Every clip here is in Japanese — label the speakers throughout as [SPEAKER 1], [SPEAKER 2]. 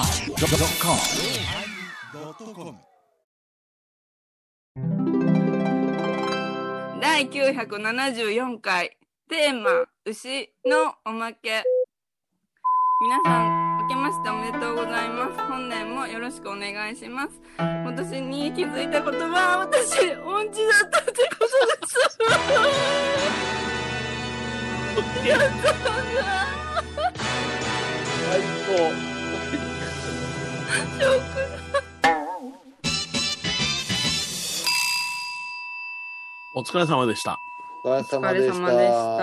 [SPEAKER 1] YONNIRI.com
[SPEAKER 2] 第974回テーマ「牛のおまけ」皆さん明けましておめでとうございます本年もよろしくお願いします今年に気づいたことは私音痴だったってことですやった
[SPEAKER 3] 最高。
[SPEAKER 2] なショック
[SPEAKER 4] お疲れ様でした。
[SPEAKER 3] お疲れ様でした。
[SPEAKER 2] お疲れ様でした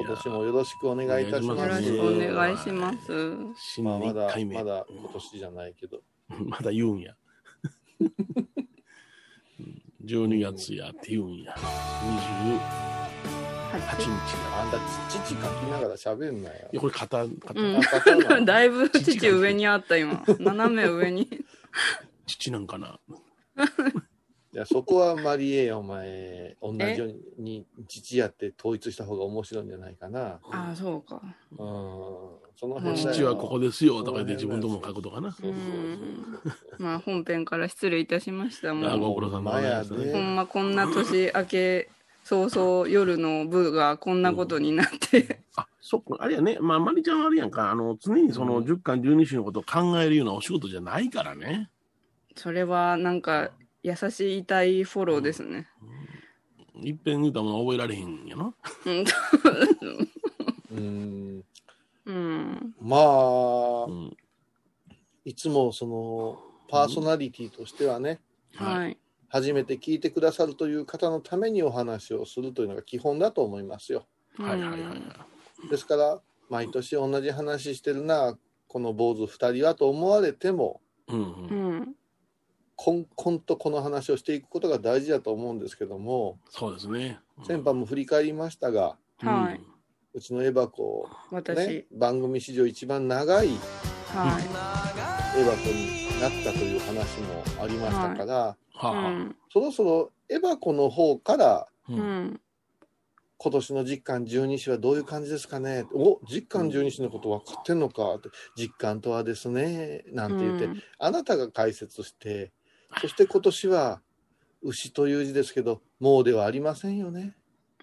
[SPEAKER 3] 今年もよろしくお願いいたし
[SPEAKER 2] よ
[SPEAKER 3] ま
[SPEAKER 2] ろ
[SPEAKER 3] す。
[SPEAKER 2] しくお願いします
[SPEAKER 4] 新
[SPEAKER 3] まあ、
[SPEAKER 4] 年
[SPEAKER 3] ま
[SPEAKER 4] 1
[SPEAKER 3] だ
[SPEAKER 4] 回目。
[SPEAKER 3] まだ今年じゃないけど。
[SPEAKER 4] まだ言うんや。うん12月やって言うんや。28日
[SPEAKER 2] 8
[SPEAKER 4] や。
[SPEAKER 3] あんた、父書きながら喋んない
[SPEAKER 4] や
[SPEAKER 3] よ。
[SPEAKER 4] これ肩、肩、
[SPEAKER 2] うん
[SPEAKER 3] あそうなの
[SPEAKER 2] だいぶ父上にあった今斜め上に
[SPEAKER 4] 父なんかな。
[SPEAKER 3] いや、そこはマリエ、お前、同じように父やって統一した方が面白いんじゃないかな。
[SPEAKER 2] ああそうか
[SPEAKER 3] うん。その辺だよ
[SPEAKER 4] 父はここですよ。とか言って自分とも書くとかな。
[SPEAKER 3] そうそうそう
[SPEAKER 2] まあ本編から失礼いたしましたも
[SPEAKER 4] あ
[SPEAKER 2] う
[SPEAKER 4] ご苦労様でした
[SPEAKER 2] ほ
[SPEAKER 3] 前やね
[SPEAKER 4] ね。
[SPEAKER 2] んまこんな年明け早々夜の部がこんなことになって、
[SPEAKER 4] あ、そっか。あれやね。まあ、まりちゃんはあれやんか。あの、常にその10巻12種のことを考えるようなお仕事じゃないからね。
[SPEAKER 2] それはなんか優しい痛いフォローですね。
[SPEAKER 4] いっぺん言うたもの覚えられへんやな。
[SPEAKER 2] うん。
[SPEAKER 3] そううん。
[SPEAKER 2] うん
[SPEAKER 3] まあ
[SPEAKER 4] う、ん。
[SPEAKER 3] いつもその、パーソナリティとしてはね、
[SPEAKER 4] はい。
[SPEAKER 2] はい。
[SPEAKER 3] 初めて聞いてくださるという方のためにお話をするというのが基本だと思いますよ。
[SPEAKER 4] はいはいはいは
[SPEAKER 2] う
[SPEAKER 4] い
[SPEAKER 2] ん。
[SPEAKER 3] ですから毎年同じ話してるなこの坊主2人はと思われても
[SPEAKER 4] うんう。
[SPEAKER 2] うんん。
[SPEAKER 3] こんこんとこの話をしていくことが大事だと思うんですけども
[SPEAKER 4] そうですね。うん
[SPEAKER 3] 先般も振り返りましたが
[SPEAKER 2] はいう
[SPEAKER 3] うちのエバコ、
[SPEAKER 2] 私、
[SPEAKER 3] ね、番組史上一番長いエ
[SPEAKER 2] は
[SPEAKER 3] バコになったという話もありましたから、
[SPEAKER 4] ん。はあ
[SPEAKER 2] い。う
[SPEAKER 4] はあ。
[SPEAKER 2] ん。
[SPEAKER 3] そろそろエバコの方から
[SPEAKER 4] う
[SPEAKER 2] うんん。
[SPEAKER 3] 今年の実感十二支はどういう感じですかねお実感十二支のこと分かってんのかって実感とはですねなんて言って、
[SPEAKER 2] うん
[SPEAKER 3] あなたが解説してそして今年は牛という字ですけどもうではありませんよね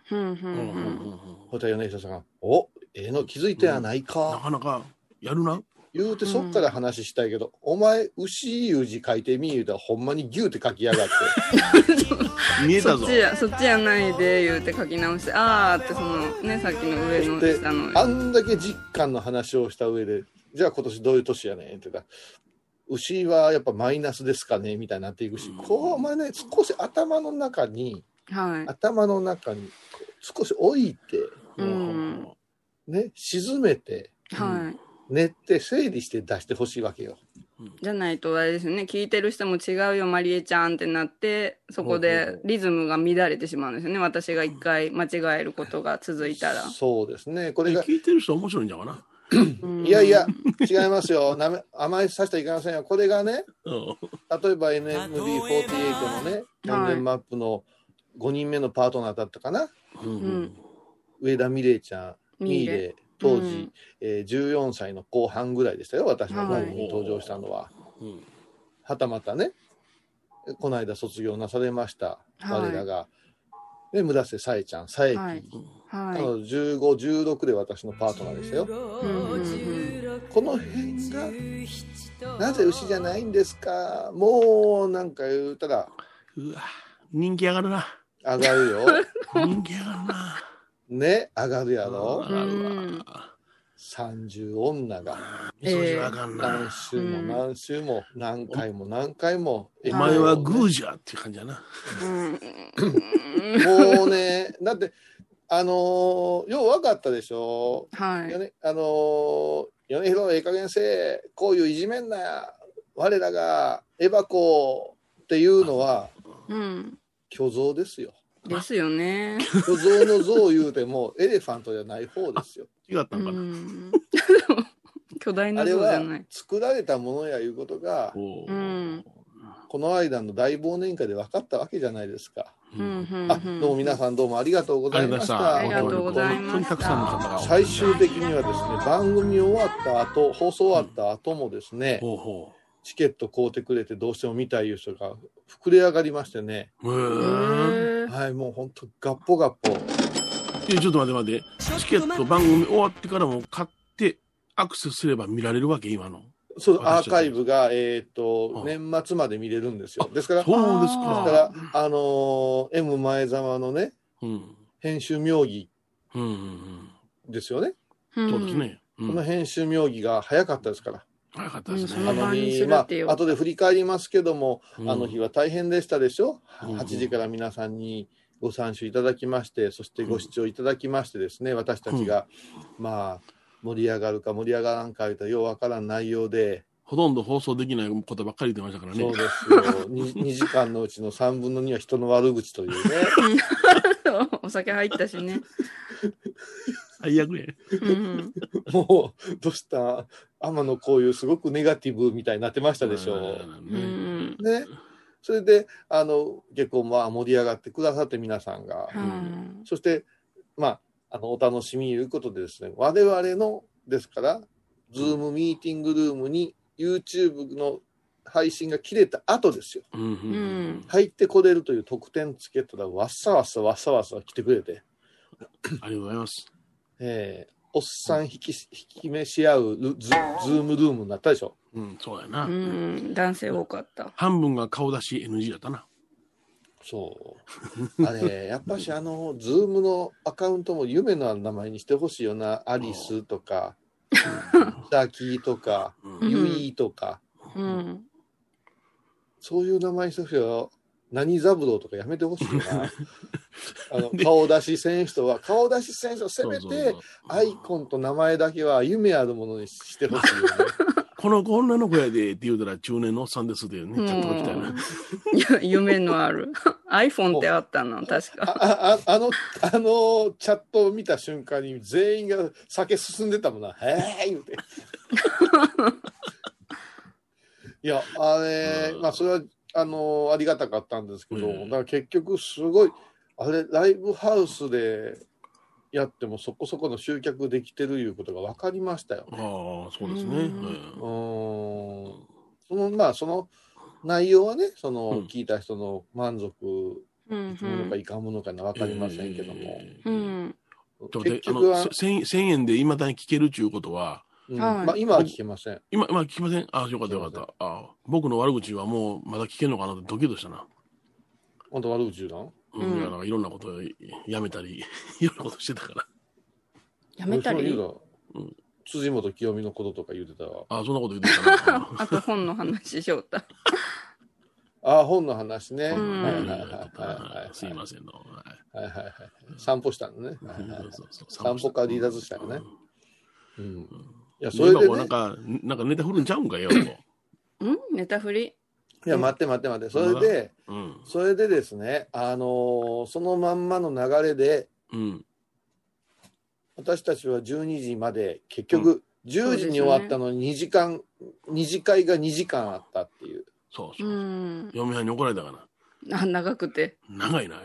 [SPEAKER 2] うんう
[SPEAKER 4] うんう
[SPEAKER 2] ん
[SPEAKER 4] んう
[SPEAKER 2] う
[SPEAKER 4] ん
[SPEAKER 2] ん。
[SPEAKER 4] うん
[SPEAKER 3] 小田米久さんが「おええの気づいてはない
[SPEAKER 4] な
[SPEAKER 3] か
[SPEAKER 4] かなかやるな。」
[SPEAKER 3] 言うてそっから話したいけど「お前牛いう字書いてみ」言うたらほんまにギューって書きやがって
[SPEAKER 4] 見え
[SPEAKER 2] そ
[SPEAKER 4] た
[SPEAKER 2] っ
[SPEAKER 4] ぞ。
[SPEAKER 2] ちやそっちやないで言うて書き直してあーってそのねさっきの上の
[SPEAKER 3] で
[SPEAKER 2] 下の
[SPEAKER 3] あんだけ実感の話をした上で「じゃあ今年どういう年やねん」って言ったら牛はやっぱマイナスですかねみたいになっていくし、こうお前ね少し頭の中に
[SPEAKER 2] はい
[SPEAKER 3] 頭の中にこう少し置いて
[SPEAKER 2] うん
[SPEAKER 3] ね沈めて
[SPEAKER 2] はい
[SPEAKER 3] 練って整理して出してほしいわけよ。
[SPEAKER 2] じゃないとあれですよね聞いてる人も違うよマリエちゃんってなってそこでリズムが乱れてしまうんですよね私が一回間違えることが続いたら、
[SPEAKER 3] そうですね。こ
[SPEAKER 4] これ
[SPEAKER 3] れが、
[SPEAKER 4] 聞いてる人面白いんじゃうかな。
[SPEAKER 2] うん
[SPEAKER 3] いやいや、違いますよ。なめ甘えさせてはいけませんよ。これがね、
[SPEAKER 4] うん
[SPEAKER 3] 例えば NMB48 のね、
[SPEAKER 2] はい
[SPEAKER 3] 本年マップの5人目のパートナーだったかな。
[SPEAKER 4] うん
[SPEAKER 2] うん
[SPEAKER 3] 上田美玲ちゃん、
[SPEAKER 2] ミ
[SPEAKER 3] ミ
[SPEAKER 2] ー
[SPEAKER 3] ー
[SPEAKER 2] レ
[SPEAKER 3] レ、当時、
[SPEAKER 2] うん
[SPEAKER 3] えー14歳の後半ぐらいでしたよ。私の番組に
[SPEAKER 4] はい
[SPEAKER 3] 登場したのは。
[SPEAKER 4] うん
[SPEAKER 3] はたまたね、この間卒業なされました、
[SPEAKER 2] はい
[SPEAKER 3] 我らが、ね、村瀬さえちゃん、さえき、
[SPEAKER 2] はいは
[SPEAKER 3] 彼
[SPEAKER 2] い
[SPEAKER 3] 女15、16で私のパートナーでしたよ。この辺が、なぜ牛じゃないんですか、もうなんか言うたら、
[SPEAKER 4] うわ、人気上がるな。
[SPEAKER 3] 上がる よ。
[SPEAKER 4] 人気上がるな。
[SPEAKER 3] ね、上がるやろ
[SPEAKER 4] 上。が
[SPEAKER 2] う
[SPEAKER 4] る
[SPEAKER 2] ん
[SPEAKER 4] わ。
[SPEAKER 3] 30女が、
[SPEAKER 2] ええ
[SPEAKER 4] そじゃあかん
[SPEAKER 3] 何
[SPEAKER 4] な。
[SPEAKER 3] 週も
[SPEAKER 2] うん
[SPEAKER 3] 何週も、何回も何回も。
[SPEAKER 4] お前はグー
[SPEAKER 3] ジ
[SPEAKER 4] じゃっていう感じやな。
[SPEAKER 2] うん
[SPEAKER 3] もうね、だって、あのーよう分かったでしょ。
[SPEAKER 2] はい
[SPEAKER 3] よね、あのー米広ええ加減せえこういういじめんなや我らがエバコっていうのは
[SPEAKER 2] うん
[SPEAKER 3] 虚像ですよ
[SPEAKER 2] ですよね
[SPEAKER 3] 虚像の像言うてもエレファントじゃない方で すよ
[SPEAKER 4] 違った
[SPEAKER 2] うん
[SPEAKER 4] かな。
[SPEAKER 2] ん巨大
[SPEAKER 3] あ
[SPEAKER 2] な
[SPEAKER 3] れ
[SPEAKER 2] 像じゃ
[SPEAKER 3] は
[SPEAKER 2] ない
[SPEAKER 3] 作られたものやいうことが
[SPEAKER 2] う
[SPEAKER 4] お
[SPEAKER 2] ん
[SPEAKER 4] ー
[SPEAKER 3] この間の大忘年会で分かったわけじゃないですか。
[SPEAKER 2] うんうん
[SPEAKER 3] あ、どうも皆さんどうもありがとうございました。
[SPEAKER 2] ありがとうございました
[SPEAKER 4] 本当にたくさんの方が。
[SPEAKER 3] 最終的にはですね、番組終わった後、放送終わった後もですね、
[SPEAKER 4] ほうほ
[SPEAKER 3] チケット買うてくれてどうしても見たいいう人が膨れ上がりましてね、
[SPEAKER 4] う。へえ。
[SPEAKER 2] へー
[SPEAKER 3] はい、もう本当ガッポガッポ。
[SPEAKER 4] いやちょっと待って待って。チケット番組終わってからも買って、アクセスすれば見られるわけ、今の。
[SPEAKER 3] そう、ア
[SPEAKER 4] 私
[SPEAKER 3] ーカイブが、えーっと、
[SPEAKER 4] う
[SPEAKER 3] 年末まで見れるんですよ。ですから、だ
[SPEAKER 4] そうです
[SPEAKER 2] あ
[SPEAKER 3] か
[SPEAKER 2] ー
[SPEAKER 4] か。
[SPEAKER 3] ら、あのー M 前沢のね、
[SPEAKER 4] うん。
[SPEAKER 3] 編集妙義
[SPEAKER 4] うんうん
[SPEAKER 3] ですよね。
[SPEAKER 4] うん。そうですね。う
[SPEAKER 3] この
[SPEAKER 4] ん。
[SPEAKER 3] 編集妙義が早かったですから。
[SPEAKER 4] 早かったですね。
[SPEAKER 3] あ
[SPEAKER 2] うん
[SPEAKER 3] の
[SPEAKER 2] 晩に
[SPEAKER 3] 日、
[SPEAKER 2] する
[SPEAKER 3] ま
[SPEAKER 2] っていう
[SPEAKER 3] あ、後で振り返りますけども、
[SPEAKER 4] うん
[SPEAKER 3] あの日は大変でしたでしょ、
[SPEAKER 4] うん
[SPEAKER 3] 8時から皆さんにご参集いただきまして、そしてご視聴いただきましてですね、私たちが、まあ、盛り上がるか盛り上がらんか言うたらようわからん内容で、
[SPEAKER 4] ほとんど放送できないことばっかり言ってましたから
[SPEAKER 3] そう
[SPEAKER 4] ね
[SPEAKER 3] で。すよ 2, 時間のうちの3分の2は人の悪口というね、
[SPEAKER 2] お酒入ったしね。
[SPEAKER 4] 最悪や。
[SPEAKER 2] うん
[SPEAKER 3] もう、どうした天野こういうすごくネガティブみたいになってましたでしょう。
[SPEAKER 2] うんうん
[SPEAKER 4] ね
[SPEAKER 3] ね。それで、あの、結構まあ盛り上がってくださって皆さんが。
[SPEAKER 2] はい
[SPEAKER 3] そして、まあ、あの、お楽しみいうことでですね、我々の、ですから、ズームミーティングルームに YouTube の配信が切れた後ですよ。
[SPEAKER 4] うん
[SPEAKER 2] う
[SPEAKER 4] うん
[SPEAKER 2] ん
[SPEAKER 3] 入ってこれるという特典チケットがわっさわっさわっさわっさ来てくれて、
[SPEAKER 4] ありがとうございます。
[SPEAKER 3] えー、おっさん引き、引きめし合うルズズームルームになったでしょ。
[SPEAKER 4] うん、そうやな。
[SPEAKER 2] うん男性多かった。
[SPEAKER 4] 半分が顔出し NG だった な。
[SPEAKER 3] そう。あれ、 やっぱしあの、ズームのアカウントも夢のある名前にしてほしいよな。アリスとか、ダキーとか、
[SPEAKER 4] うん
[SPEAKER 2] ん
[SPEAKER 3] ユイとか。
[SPEAKER 2] うん
[SPEAKER 3] そういう名前にしてほしいよ。何三郎とかやめてほしい な。あの顔出し選手とは、顔出し選手をせめ
[SPEAKER 4] そうそう
[SPEAKER 3] て
[SPEAKER 4] そう、
[SPEAKER 3] アイコンと名前だけは夢あるものにしてほしいよね。
[SPEAKER 4] この子女の子やでって言うたら中年のおっさんですっていう
[SPEAKER 2] う
[SPEAKER 4] ね、ちゃんと来たよ
[SPEAKER 2] ん
[SPEAKER 4] な。
[SPEAKER 2] いや夢のある iPhone ってあったの確
[SPEAKER 3] あ
[SPEAKER 2] か
[SPEAKER 3] あああの、あのチャットを見た瞬間に全員が酒進んでたもんな。へえ言うて。 いや、あれ、
[SPEAKER 4] うん
[SPEAKER 3] まあ、それは、あの、ありがたかったんですけど、
[SPEAKER 4] うん
[SPEAKER 3] だから結局すごい、あれ、ライブハウスでやってもそこそこの集客できてるいうことが分かりましたよ。
[SPEAKER 4] ああ、そうです
[SPEAKER 2] うん
[SPEAKER 4] ね。
[SPEAKER 3] う
[SPEAKER 4] うん
[SPEAKER 3] ーん。その、まあ、その内容はね、その、
[SPEAKER 4] うん
[SPEAKER 3] 聞いた人の満足、
[SPEAKER 2] うん
[SPEAKER 3] いくものかいかんものかな、分かりませんけども。
[SPEAKER 4] え
[SPEAKER 2] う
[SPEAKER 4] ー
[SPEAKER 2] ん
[SPEAKER 4] ちょっと待っ
[SPEAKER 3] 結
[SPEAKER 4] てあ
[SPEAKER 3] 局は
[SPEAKER 4] の、、せ1000 1000円でいまだに聞けるっていうことは、
[SPEAKER 3] うん
[SPEAKER 2] はい
[SPEAKER 3] まあ、今は聞けません。
[SPEAKER 4] 今、まあ、聞きません。あよかったよかった。あ僕の悪口はもうまだ聞けるのかなってドキドキしたな。
[SPEAKER 3] 本当悪口言うの
[SPEAKER 4] うん
[SPEAKER 2] うん
[SPEAKER 4] いやなんかいろんなことをやめたり、 いろんなことしてたから。
[SPEAKER 2] やめた
[SPEAKER 3] そう言う
[SPEAKER 2] り
[SPEAKER 3] の
[SPEAKER 4] うん
[SPEAKER 3] 辻元清美のこととか言うてたわ。
[SPEAKER 4] あそんなこと言ってたな。
[SPEAKER 2] あと本の話しようた
[SPEAKER 3] ああ、本の話ね。はい
[SPEAKER 2] うん
[SPEAKER 3] はい
[SPEAKER 4] うん
[SPEAKER 3] はいはい
[SPEAKER 4] は
[SPEAKER 3] はい
[SPEAKER 4] すい
[SPEAKER 3] い
[SPEAKER 4] ませんの。はい
[SPEAKER 3] はいはいはい。散歩したのね。はいはいはい
[SPEAKER 4] そうそうそう
[SPEAKER 3] 散歩から離脱したよね。うんいや、そ
[SPEAKER 4] そ
[SPEAKER 3] れ
[SPEAKER 4] れ
[SPEAKER 3] で、
[SPEAKER 4] で、今もな
[SPEAKER 3] ね
[SPEAKER 4] ん、か、なんかネタ振るんちゃうんかよ。
[SPEAKER 2] んネタ振り
[SPEAKER 3] いや、待って待って待って。それで、
[SPEAKER 4] うん。
[SPEAKER 3] それでですね、あのーそのまんまの流れで、
[SPEAKER 4] うん。
[SPEAKER 3] 私たちは12時まで、結局、10時に終わったのに2時間、二次会が2時間あったっていう。
[SPEAKER 4] そ
[SPEAKER 2] う
[SPEAKER 4] うそう。
[SPEAKER 2] ん
[SPEAKER 4] 嫁はんに怒られたから。
[SPEAKER 2] あ長くて
[SPEAKER 4] 長いな。